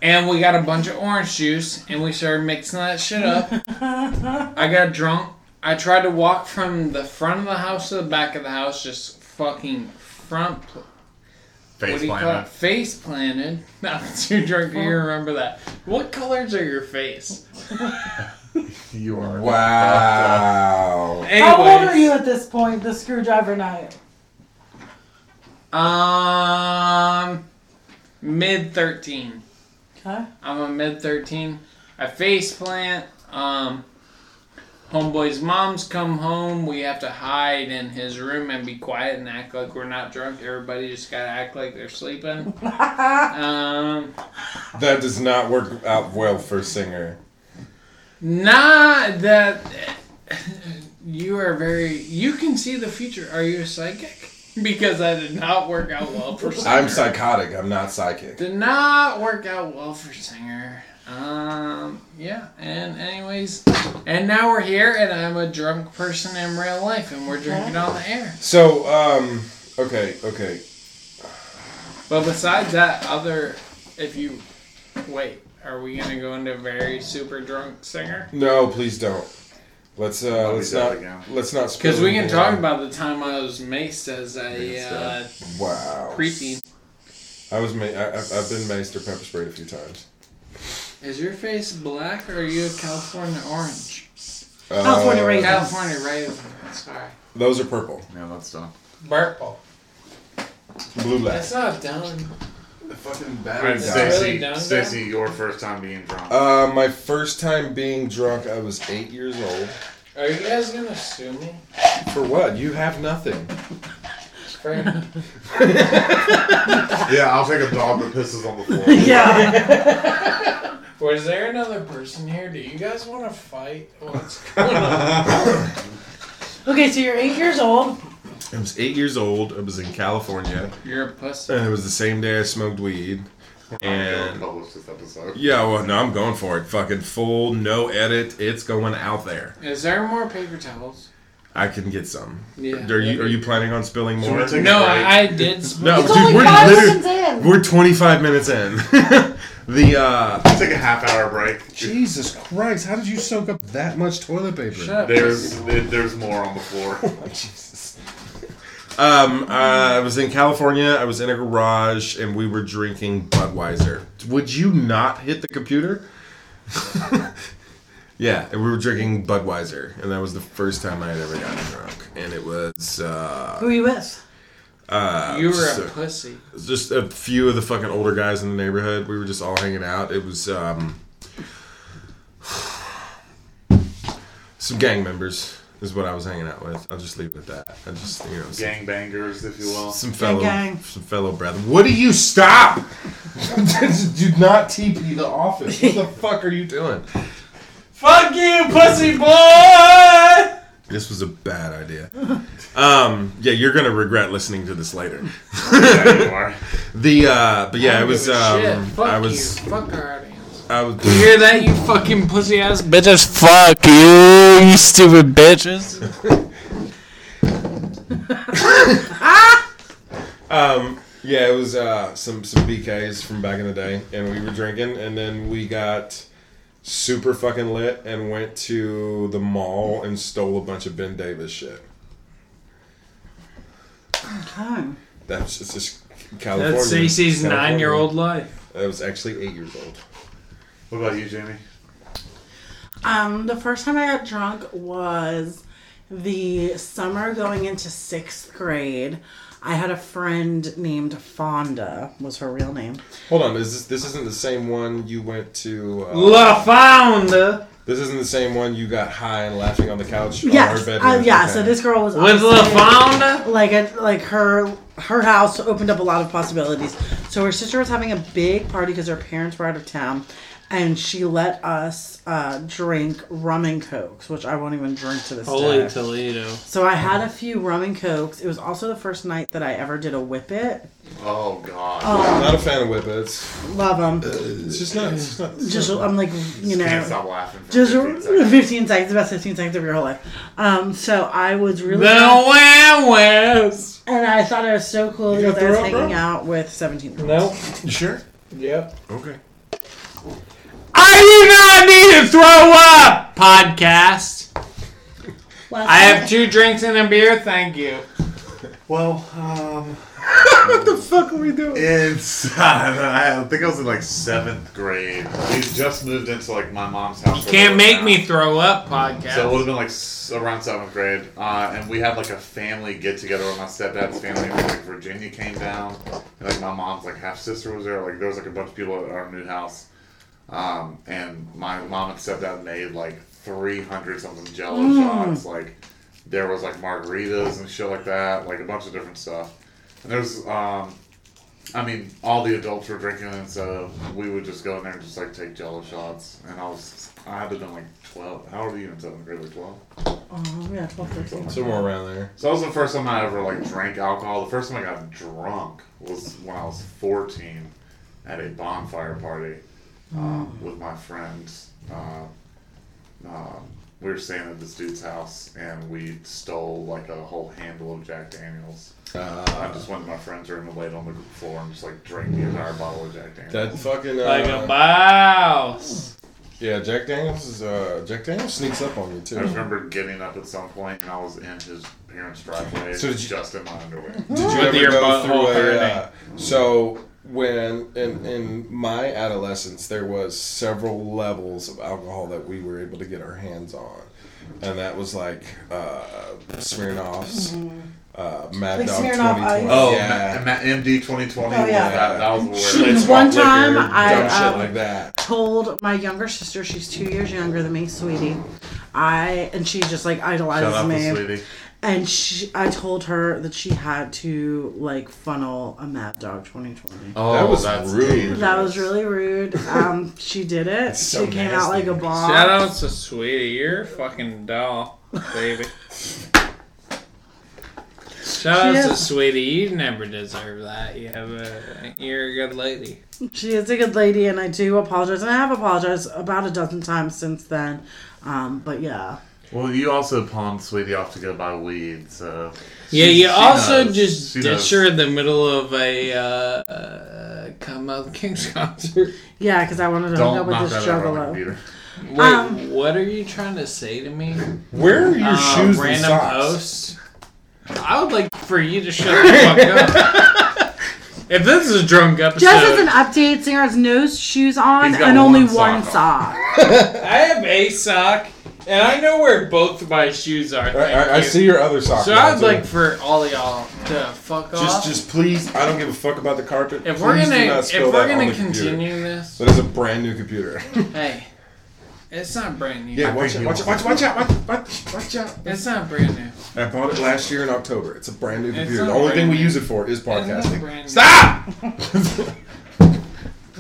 Speaker 2: and we got a bunch of orange juice, and we started mixing that shit up.
Speaker 7: [laughs]
Speaker 2: I got drunk. I tried to walk from the front of the house to the back of the house, just fucking front. Pl- what
Speaker 8: Face
Speaker 2: do you call it?
Speaker 8: planted.
Speaker 2: Face planted. [laughs] Not too drunk.
Speaker 7: Oh.
Speaker 2: You remember that? What colors are your face?
Speaker 8: You are.
Speaker 1: Wow.
Speaker 7: How old are
Speaker 2: Anyways,
Speaker 7: you at this point, the screwdriver night?
Speaker 2: um, mid thirteen.
Speaker 7: Okay.
Speaker 2: I'm a mid 13. I face plant. Um, homeboy's mom's come home. We have to hide in his room and be quiet and act like we're not drunk. Everybody just gotta act like they're sleeping. um,
Speaker 1: That does not work out well for singer.
Speaker 2: nah, that you are very. You can see the future. Are you a psychic? [laughs] Because that did not work out well for.
Speaker 1: I'm
Speaker 2: Singer.
Speaker 1: psychotic. I'm not psychic.
Speaker 2: Did not work out well for Singer. Um, yeah, and anyways, and now we're here, and I'm a drunk person in real life, and we're drinking on the air.
Speaker 1: So, um, okay, okay.
Speaker 2: But besides that, other, if you, wait, are we gonna go into very super drunk Singer?
Speaker 1: No, please don't. Let's uh,
Speaker 8: be
Speaker 1: let's
Speaker 8: dead
Speaker 1: not
Speaker 8: again.
Speaker 1: let's not
Speaker 2: Because
Speaker 1: spill
Speaker 2: we can
Speaker 1: anything
Speaker 2: talk
Speaker 1: on-
Speaker 2: about the time I was maced as a uh,
Speaker 1: wow.
Speaker 2: preteen.
Speaker 1: I was ma- I, I've, I've been master pepper sprayed a few times.
Speaker 2: Is your face black, or are you a California orange?
Speaker 7: California
Speaker 1: Uh,
Speaker 7: raisins.
Speaker 2: California raven. Sorry,
Speaker 1: Those are purple,
Speaker 8: Yeah, that's done.
Speaker 2: purple.
Speaker 1: blue last.
Speaker 2: That's not done.
Speaker 1: The fucking
Speaker 8: All right,
Speaker 2: Is that really
Speaker 8: Stacy,
Speaker 2: done,
Speaker 8: Stacy, your first time being drunk.
Speaker 1: Uh, my first time being drunk, I was eight years old.
Speaker 2: Are you guys gonna sue me?
Speaker 1: For what? You have nothing.
Speaker 2: [laughs] Frank?
Speaker 8: yeah, I'll take a dog that pisses on the [laughs] floor.
Speaker 7: Yeah.
Speaker 2: Was there another person here? Do you guys want to fight? What's going on?
Speaker 7: Okay, so you're eight years old.
Speaker 1: I was eight years old. I was in California,
Speaker 2: [laughs] You're a pussy.
Speaker 1: and it was the same day I smoked weed.
Speaker 8: And
Speaker 1: And
Speaker 8: publish this episode.
Speaker 1: yeah, well, no, I'm going for it. Fucking full, no edit. It's going out there.
Speaker 2: Is there more paper towels?
Speaker 1: I can get some.
Speaker 2: Yeah.
Speaker 1: Are you Are you planning on spilling
Speaker 8: Should we
Speaker 1: more?
Speaker 8: take-
Speaker 2: No,
Speaker 8: Right.
Speaker 2: I, I did. Smoke.
Speaker 1: No,
Speaker 9: It's
Speaker 1: dude,
Speaker 9: only
Speaker 1: we're
Speaker 9: five
Speaker 1: literally-
Speaker 9: seconds in.
Speaker 1: We're 25 minutes in. [laughs] the uh
Speaker 8: Take a half hour break.
Speaker 1: Jesus Christ, how did you soak up that much toilet paper?
Speaker 2: Shut up.
Speaker 8: There's there's more on the floor.
Speaker 1: Jesus. [laughs] Um, uh, I was in California. I was in a garage, and we were drinking Budweiser. Would you not hit the computer? [laughs] yeah, and we were drinking Budweiser, and that was the first time I had ever gotten drunk. And it was uh,
Speaker 7: Who are you with?
Speaker 1: uh
Speaker 2: You were
Speaker 1: just
Speaker 2: a pussy.
Speaker 1: just a few of the fucking older guys in the neighborhood. We were just all hanging out. It was um, [sighs] some gang members is what I was hanging out with. I'll just leave it at that. I just you know some,
Speaker 8: Gangbangers, if you will.
Speaker 1: some fellow
Speaker 7: gang.
Speaker 1: some fellow brethren. What do you stop? [laughs] Do not TP the office. What the fuck are you doing?
Speaker 2: Fuck you, pussy boy.
Speaker 1: This was a bad idea. Um, yeah, you're gonna regret listening to this later.
Speaker 8: yeah, you are.
Speaker 1: The uh, but yeah, it was um,
Speaker 2: Shit. Fuck
Speaker 1: I was
Speaker 2: you. Fuck our audience.
Speaker 1: I was.
Speaker 2: You hear that, you fucking pussy ass bitches? Fuck you, you stupid bitches.
Speaker 1: Um, yeah, it was uh, some some BKs from back in the day, and we were drinking, and then we got super fucking lit and went to the mall and stole a bunch of Ben Davis shit.
Speaker 7: Okay.
Speaker 1: That's it's just California.
Speaker 2: That's Stacy's
Speaker 1: California.
Speaker 2: nine-year-old life.
Speaker 1: I was actually eight years old.
Speaker 8: What about you, Jamie?
Speaker 7: Um, the first time I got drunk was the summer going into sixth grade. I had a friend named Fonda, was her real name.
Speaker 1: Hold on, is this this isn't the same one you went to? Uh,
Speaker 2: La Fonda
Speaker 1: This isn't the same one you got high and laughing on the couch. on
Speaker 7: Yes,
Speaker 1: her bedroom?
Speaker 7: uh, yeah.
Speaker 1: Okay.
Speaker 7: So this girl was
Speaker 2: with La
Speaker 7: obviously-
Speaker 2: Fonda.
Speaker 7: like it, like her her house opened up a lot of possibilities. So her sister was having a big party because her parents were out of town, and she let us uh, drink rum and cokes, which I won't even drink to this day.
Speaker 2: Holy Toledo.
Speaker 7: so I had a few rum and cokes. It was also the first night that I ever did a whippet.
Speaker 8: Oh God.
Speaker 1: I'm not a fan of whippets.
Speaker 7: Love them.
Speaker 1: It's just not. It's not it's
Speaker 7: Just I'm like you
Speaker 8: Can't
Speaker 7: know.
Speaker 8: stop laughing. For
Speaker 7: Just
Speaker 8: 15 seconds.
Speaker 7: 15 seconds, the best 15 seconds of your whole life. Um, so I was really.
Speaker 2: The Wild West.
Speaker 7: And I thought it was so cool
Speaker 1: You
Speaker 7: because I
Speaker 1: threw
Speaker 7: was
Speaker 1: up,
Speaker 7: hanging
Speaker 1: bro?
Speaker 7: out with 17 year olds.
Speaker 2: Nope.
Speaker 1: not- You sure?
Speaker 2: Yep.
Speaker 1: Okay.
Speaker 2: I do not need to throw up. Podcast.
Speaker 7: Last
Speaker 2: I
Speaker 7: night-
Speaker 2: have two drinks and a beer. Thank you.
Speaker 8: Well, um,
Speaker 1: [laughs] What the fuck are we doing?
Speaker 8: inside. [laughs] I think I was in like seventh grade. We just moved into like my mom's house. for a
Speaker 2: Can't
Speaker 8: little
Speaker 2: make
Speaker 8: now.
Speaker 2: me throw up. Podcast.
Speaker 8: So it would have been like s- around seventh grade, uh, and we had like a family get together with my stepdad's family. From, like Virginia came down, and like my mom's like half sister was there. Like there was like a bunch of people at our new house, um, and my mom and stepdad made like three hundred something Jello shots. Like there was like margaritas and shit like that, like a bunch of different stuff. And there's, um, I mean, all the adults were drinking, and so we would just go in there and just like take Jello shots. And I was, I had to been like twelve. How old are you in seventh grade? Like twelve.
Speaker 7: Oh, yeah, 12, 13.
Speaker 1: Somewhere around there.
Speaker 8: So that was the first time I ever like drank alcohol. The first time I got drunk was when I was fourteen at a bonfire party um, with my friends. Uh, um, we were staying at this dude's house, and we stole like a whole handle of Jack Daniels. I
Speaker 1: Uh,
Speaker 8: just went to my friend's room and laid on the floor and just like drank the entire bottle of Jack Daniels.
Speaker 1: that fucking. Uh,
Speaker 2: like a mouse.
Speaker 1: yeah, Jack Daniels is. Uh, Jack Daniels sneaks up on you too.
Speaker 8: I
Speaker 7: Mm.
Speaker 8: remember getting up at some point and I was in his parents' driveway
Speaker 1: So did you-
Speaker 8: just in
Speaker 2: [laughs]
Speaker 8: my underwear.
Speaker 1: Did you
Speaker 2: With
Speaker 1: ever
Speaker 2: your
Speaker 1: go
Speaker 2: butthole
Speaker 1: through a?
Speaker 2: hurting.
Speaker 1: Uh, so when in in my adolescence, there was several levels of alcohol that we were able to get our hands on, and that was like uh, Smirnoffs, uh, Mad
Speaker 7: Mm-hmm. Like
Speaker 1: Dog
Speaker 7: Smirnoff
Speaker 1: Twenty
Speaker 7: Ice?
Speaker 1: Twenty.
Speaker 8: Oh,
Speaker 1: yeah.
Speaker 8: Ma- Ma- MD 2020.
Speaker 7: Oh, yeah.
Speaker 8: That, that was
Speaker 7: She-
Speaker 8: weird.
Speaker 1: It's
Speaker 7: One
Speaker 1: malt liquor,
Speaker 7: time, I,
Speaker 1: dumb shit
Speaker 7: um,
Speaker 1: like that.
Speaker 7: told my younger sister, she's two years younger than me, sweetie. I and she just like
Speaker 8: Shout
Speaker 7: idolizes
Speaker 8: out to
Speaker 7: me.
Speaker 8: Sweetie.
Speaker 7: And she, I told her that she had to like funnel a Mad Dog 2020.
Speaker 8: Oh,
Speaker 1: That was
Speaker 8: that's
Speaker 1: rude.
Speaker 8: dangerous.
Speaker 7: That was really rude. Um, she did
Speaker 8: [laughs]
Speaker 7: it.
Speaker 1: so
Speaker 7: she came out like
Speaker 1: nasty.
Speaker 7: a bomb.
Speaker 2: Shout out to Sweetie. You're a fucking doll, baby. Shout
Speaker 7: She
Speaker 2: out to
Speaker 7: is.
Speaker 2: Sweetie. You never deserve that. You have a. You're a good lady.
Speaker 7: She is a good lady, and I do apologize, and I have apologized about a dozen times since then. Um, but yeah,
Speaker 8: Well, you also pawned Sweetie off to go buy weed, so.
Speaker 2: Yeah,
Speaker 8: She-
Speaker 2: you
Speaker 8: she
Speaker 2: also
Speaker 8: knows.
Speaker 2: just
Speaker 8: She
Speaker 2: ditch
Speaker 8: knows.
Speaker 2: her in the middle of a uh, uh, Come Out Kings concert.
Speaker 7: yeah, because I wanted to hook
Speaker 8: Don't
Speaker 7: up with
Speaker 8: knock
Speaker 7: this
Speaker 8: that out of my
Speaker 7: juggalo.
Speaker 8: computer.
Speaker 2: Wait,
Speaker 7: Um,
Speaker 2: what are you trying to say to me?
Speaker 1: Where are your
Speaker 2: Uh,
Speaker 1: shoes and
Speaker 2: random
Speaker 1: socks?
Speaker 2: host. I would like for you to shut the fuck up.
Speaker 1: [laughs]
Speaker 2: If this is a drunk episode,
Speaker 7: Just as an update, singer has no shoes on
Speaker 8: He's got
Speaker 7: and only
Speaker 8: one
Speaker 7: one sock.
Speaker 8: sock [laughs]
Speaker 2: I have a sock, and I know where both my shoes are.
Speaker 1: I, I, I
Speaker 2: thank you.
Speaker 1: see your other sock.
Speaker 2: So
Speaker 1: now,
Speaker 2: I'd
Speaker 1: too.
Speaker 2: like for all of y'all to fuck off.
Speaker 1: Just, just please. I don't give a fuck about the carpet.
Speaker 2: if we're
Speaker 1: Please do
Speaker 2: gonna,
Speaker 1: not
Speaker 2: if
Speaker 1: spill
Speaker 2: we're
Speaker 1: that on
Speaker 2: gonna
Speaker 1: the computer.
Speaker 2: continue this,
Speaker 1: That is a brand new
Speaker 2: [laughs]
Speaker 1: computer.
Speaker 2: hey, it's not brand new.
Speaker 1: Yeah, watch
Speaker 8: think
Speaker 1: it,
Speaker 8: we
Speaker 1: watch it, watch it, watch out, watch, watch, watch out.
Speaker 2: It's not brand new.
Speaker 1: I bought it last year in October. It's a brand new
Speaker 2: It's
Speaker 1: computer.
Speaker 2: not
Speaker 1: The only
Speaker 2: brand
Speaker 1: thing we
Speaker 2: new.
Speaker 1: use it for is
Speaker 2: It's not
Speaker 1: podcasting.
Speaker 2: brand new.
Speaker 1: Stop!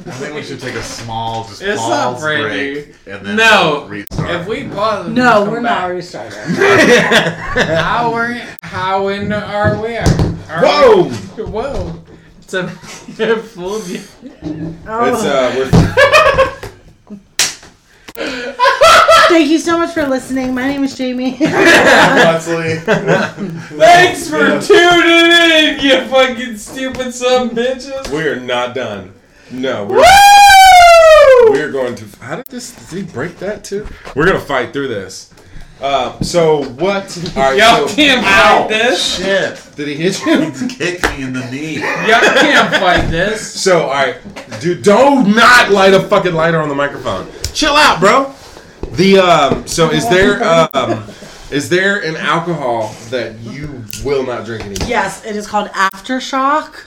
Speaker 8: I think we should take a small, just
Speaker 2: It's not
Speaker 8: pause
Speaker 2: brand
Speaker 8: break, and then
Speaker 2: No.
Speaker 8: restart.
Speaker 2: If we pause, and
Speaker 7: No,
Speaker 2: come
Speaker 7: we're
Speaker 2: back,
Speaker 7: not restarting.
Speaker 1: [laughs]
Speaker 2: How are how in are we? Are
Speaker 1: Whoa!
Speaker 2: we- whoa! It's a [laughs] it fooled you.
Speaker 7: Oh.
Speaker 1: It's uh, we're,
Speaker 7: [laughs]
Speaker 2: [laughs]
Speaker 7: Thank you so much for listening. My name is Jamie. [laughs]
Speaker 8: Leslie,
Speaker 2: Thanks for tuning in, you fucking stupid son of bitches.
Speaker 1: we are not done. No, we're, we're going to. How did this? Did he break that too? We're gonna fight through this. Uh, so
Speaker 2: [laughs]
Speaker 1: what? All right,
Speaker 2: Y'all
Speaker 1: so-
Speaker 2: can't
Speaker 1: Ow,
Speaker 2: fight this.
Speaker 1: Shit! Did he hit you? [laughs]
Speaker 8: [laughs] kick me in the
Speaker 2: [laughs]
Speaker 8: knee.
Speaker 2: Y'all can't fight this.
Speaker 1: So, all right, dude, don't not light a fucking lighter on the microphone. Chill out, bro. The um, so is there um, is there an alcohol that you will not drink anymore?
Speaker 7: yes, it is called Aftershock.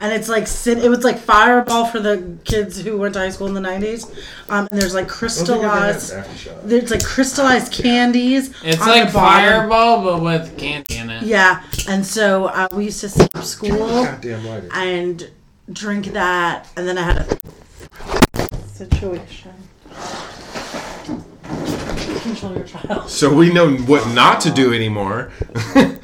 Speaker 7: And it's like cin- it was like fireball for the kids who went to high school in the nineties. Um, and there's like
Speaker 1: I don't think I've ever had
Speaker 7: crystallized
Speaker 1: aftershock.
Speaker 7: there's like crystallized candies.
Speaker 2: It's
Speaker 7: on
Speaker 2: like
Speaker 7: the bottom.
Speaker 2: fireball, but with candy in it.
Speaker 7: Yeah, and so uh, we used to skip school,
Speaker 1: Goddamn lighter.
Speaker 7: and drink that, and then I had a situation. Control your child.
Speaker 10: So we know what not to do anymore.
Speaker 1: [laughs]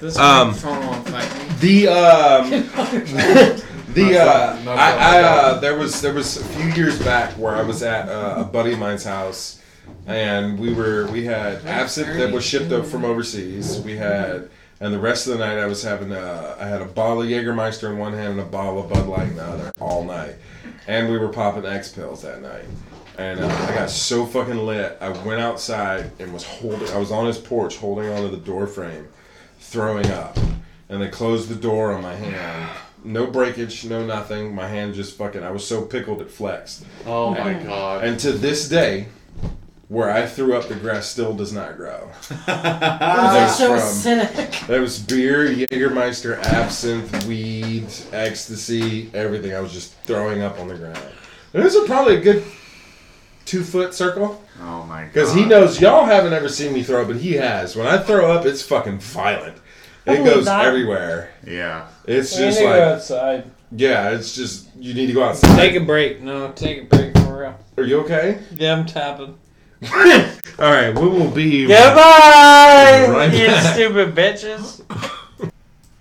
Speaker 2: This
Speaker 10: Um,
Speaker 2: microphone won't fight me.
Speaker 1: The um, the uh,
Speaker 8: Not something
Speaker 1: I, I
Speaker 8: like
Speaker 1: uh, there was there was a few years back where I was at uh, a buddy of mine's house, and we were we had absinthe that was shipped up from overseas. We had and the rest of the night I was having uh, I had a bottle of Jägermeister in one hand and a bottle of Bud Light in the other all night, and we were popping X pills that night. And uh, I got so fucking lit. I went outside and was holding. I was on his porch, holding onto the door frame, throwing up. And they closed the door on my hand. No breakage, no nothing. My hand just fucking. I was so pickled it flexed.
Speaker 8: Oh my god.
Speaker 1: And to this day, where I threw up, the grass still does not
Speaker 8: [laughs]
Speaker 1: grow. That's
Speaker 7: That's so
Speaker 1: from-
Speaker 7: acidic.
Speaker 1: That was beer, Jägermeister, absinthe, weed, ecstasy, everything. I was just throwing up on the ground. And this is probably a good two foot circle.
Speaker 8: Oh my god.
Speaker 1: Because he knows y'all haven't ever seen me throw, but he has. When I throw up, it's fucking violent. It
Speaker 7: believe
Speaker 1: goes
Speaker 7: that.
Speaker 1: everywhere.
Speaker 8: Yeah.
Speaker 1: It's
Speaker 2: We need
Speaker 1: just
Speaker 2: to go
Speaker 1: like,
Speaker 2: outside.
Speaker 1: yeah, it's just you need to go outside.
Speaker 2: Take a break. No, take a break for real.
Speaker 1: Are you okay?
Speaker 2: Yeah, I'm tapping.
Speaker 1: All right, we will be.
Speaker 2: Goodbye,
Speaker 1: Right
Speaker 2: you
Speaker 1: back.
Speaker 2: stupid bitches.
Speaker 1: [laughs]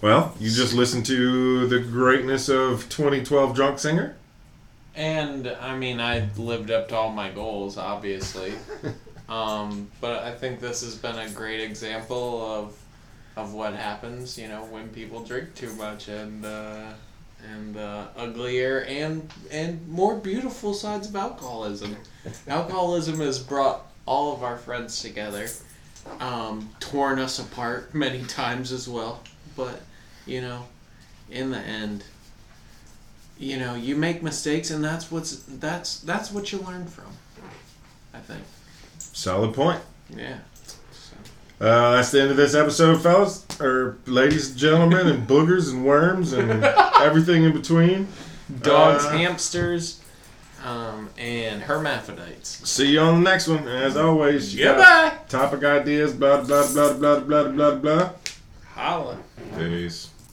Speaker 1: Well, you just listened to the greatness of 2012 Drunk Singer.
Speaker 2: And I mean, I lived up to all my goals, obviously. um, but I think this has been a great example of of what happens, you know, when people drink too much and uh, and uh, uglier and and more beautiful sides of alcoholism. alcoholism has brought all of our friends together, um, torn us apart many times as well. But you know, in the end you know you make mistakes and that's what's that's that's what you learn from i think
Speaker 1: Solid point.
Speaker 2: yeah
Speaker 1: Uh, that's the end of this episode, fellas, or ladies and gentlemen, and boogers and worms and
Speaker 2: [laughs]
Speaker 1: everything in between.
Speaker 2: dogs
Speaker 1: Uh,
Speaker 2: hamsters um, and hermaphrodites
Speaker 1: See you on the next one. As always, you got
Speaker 2: goodbye
Speaker 1: topic ideas, blah blah blah blah blah blah blah.
Speaker 2: holla
Speaker 1: Peace.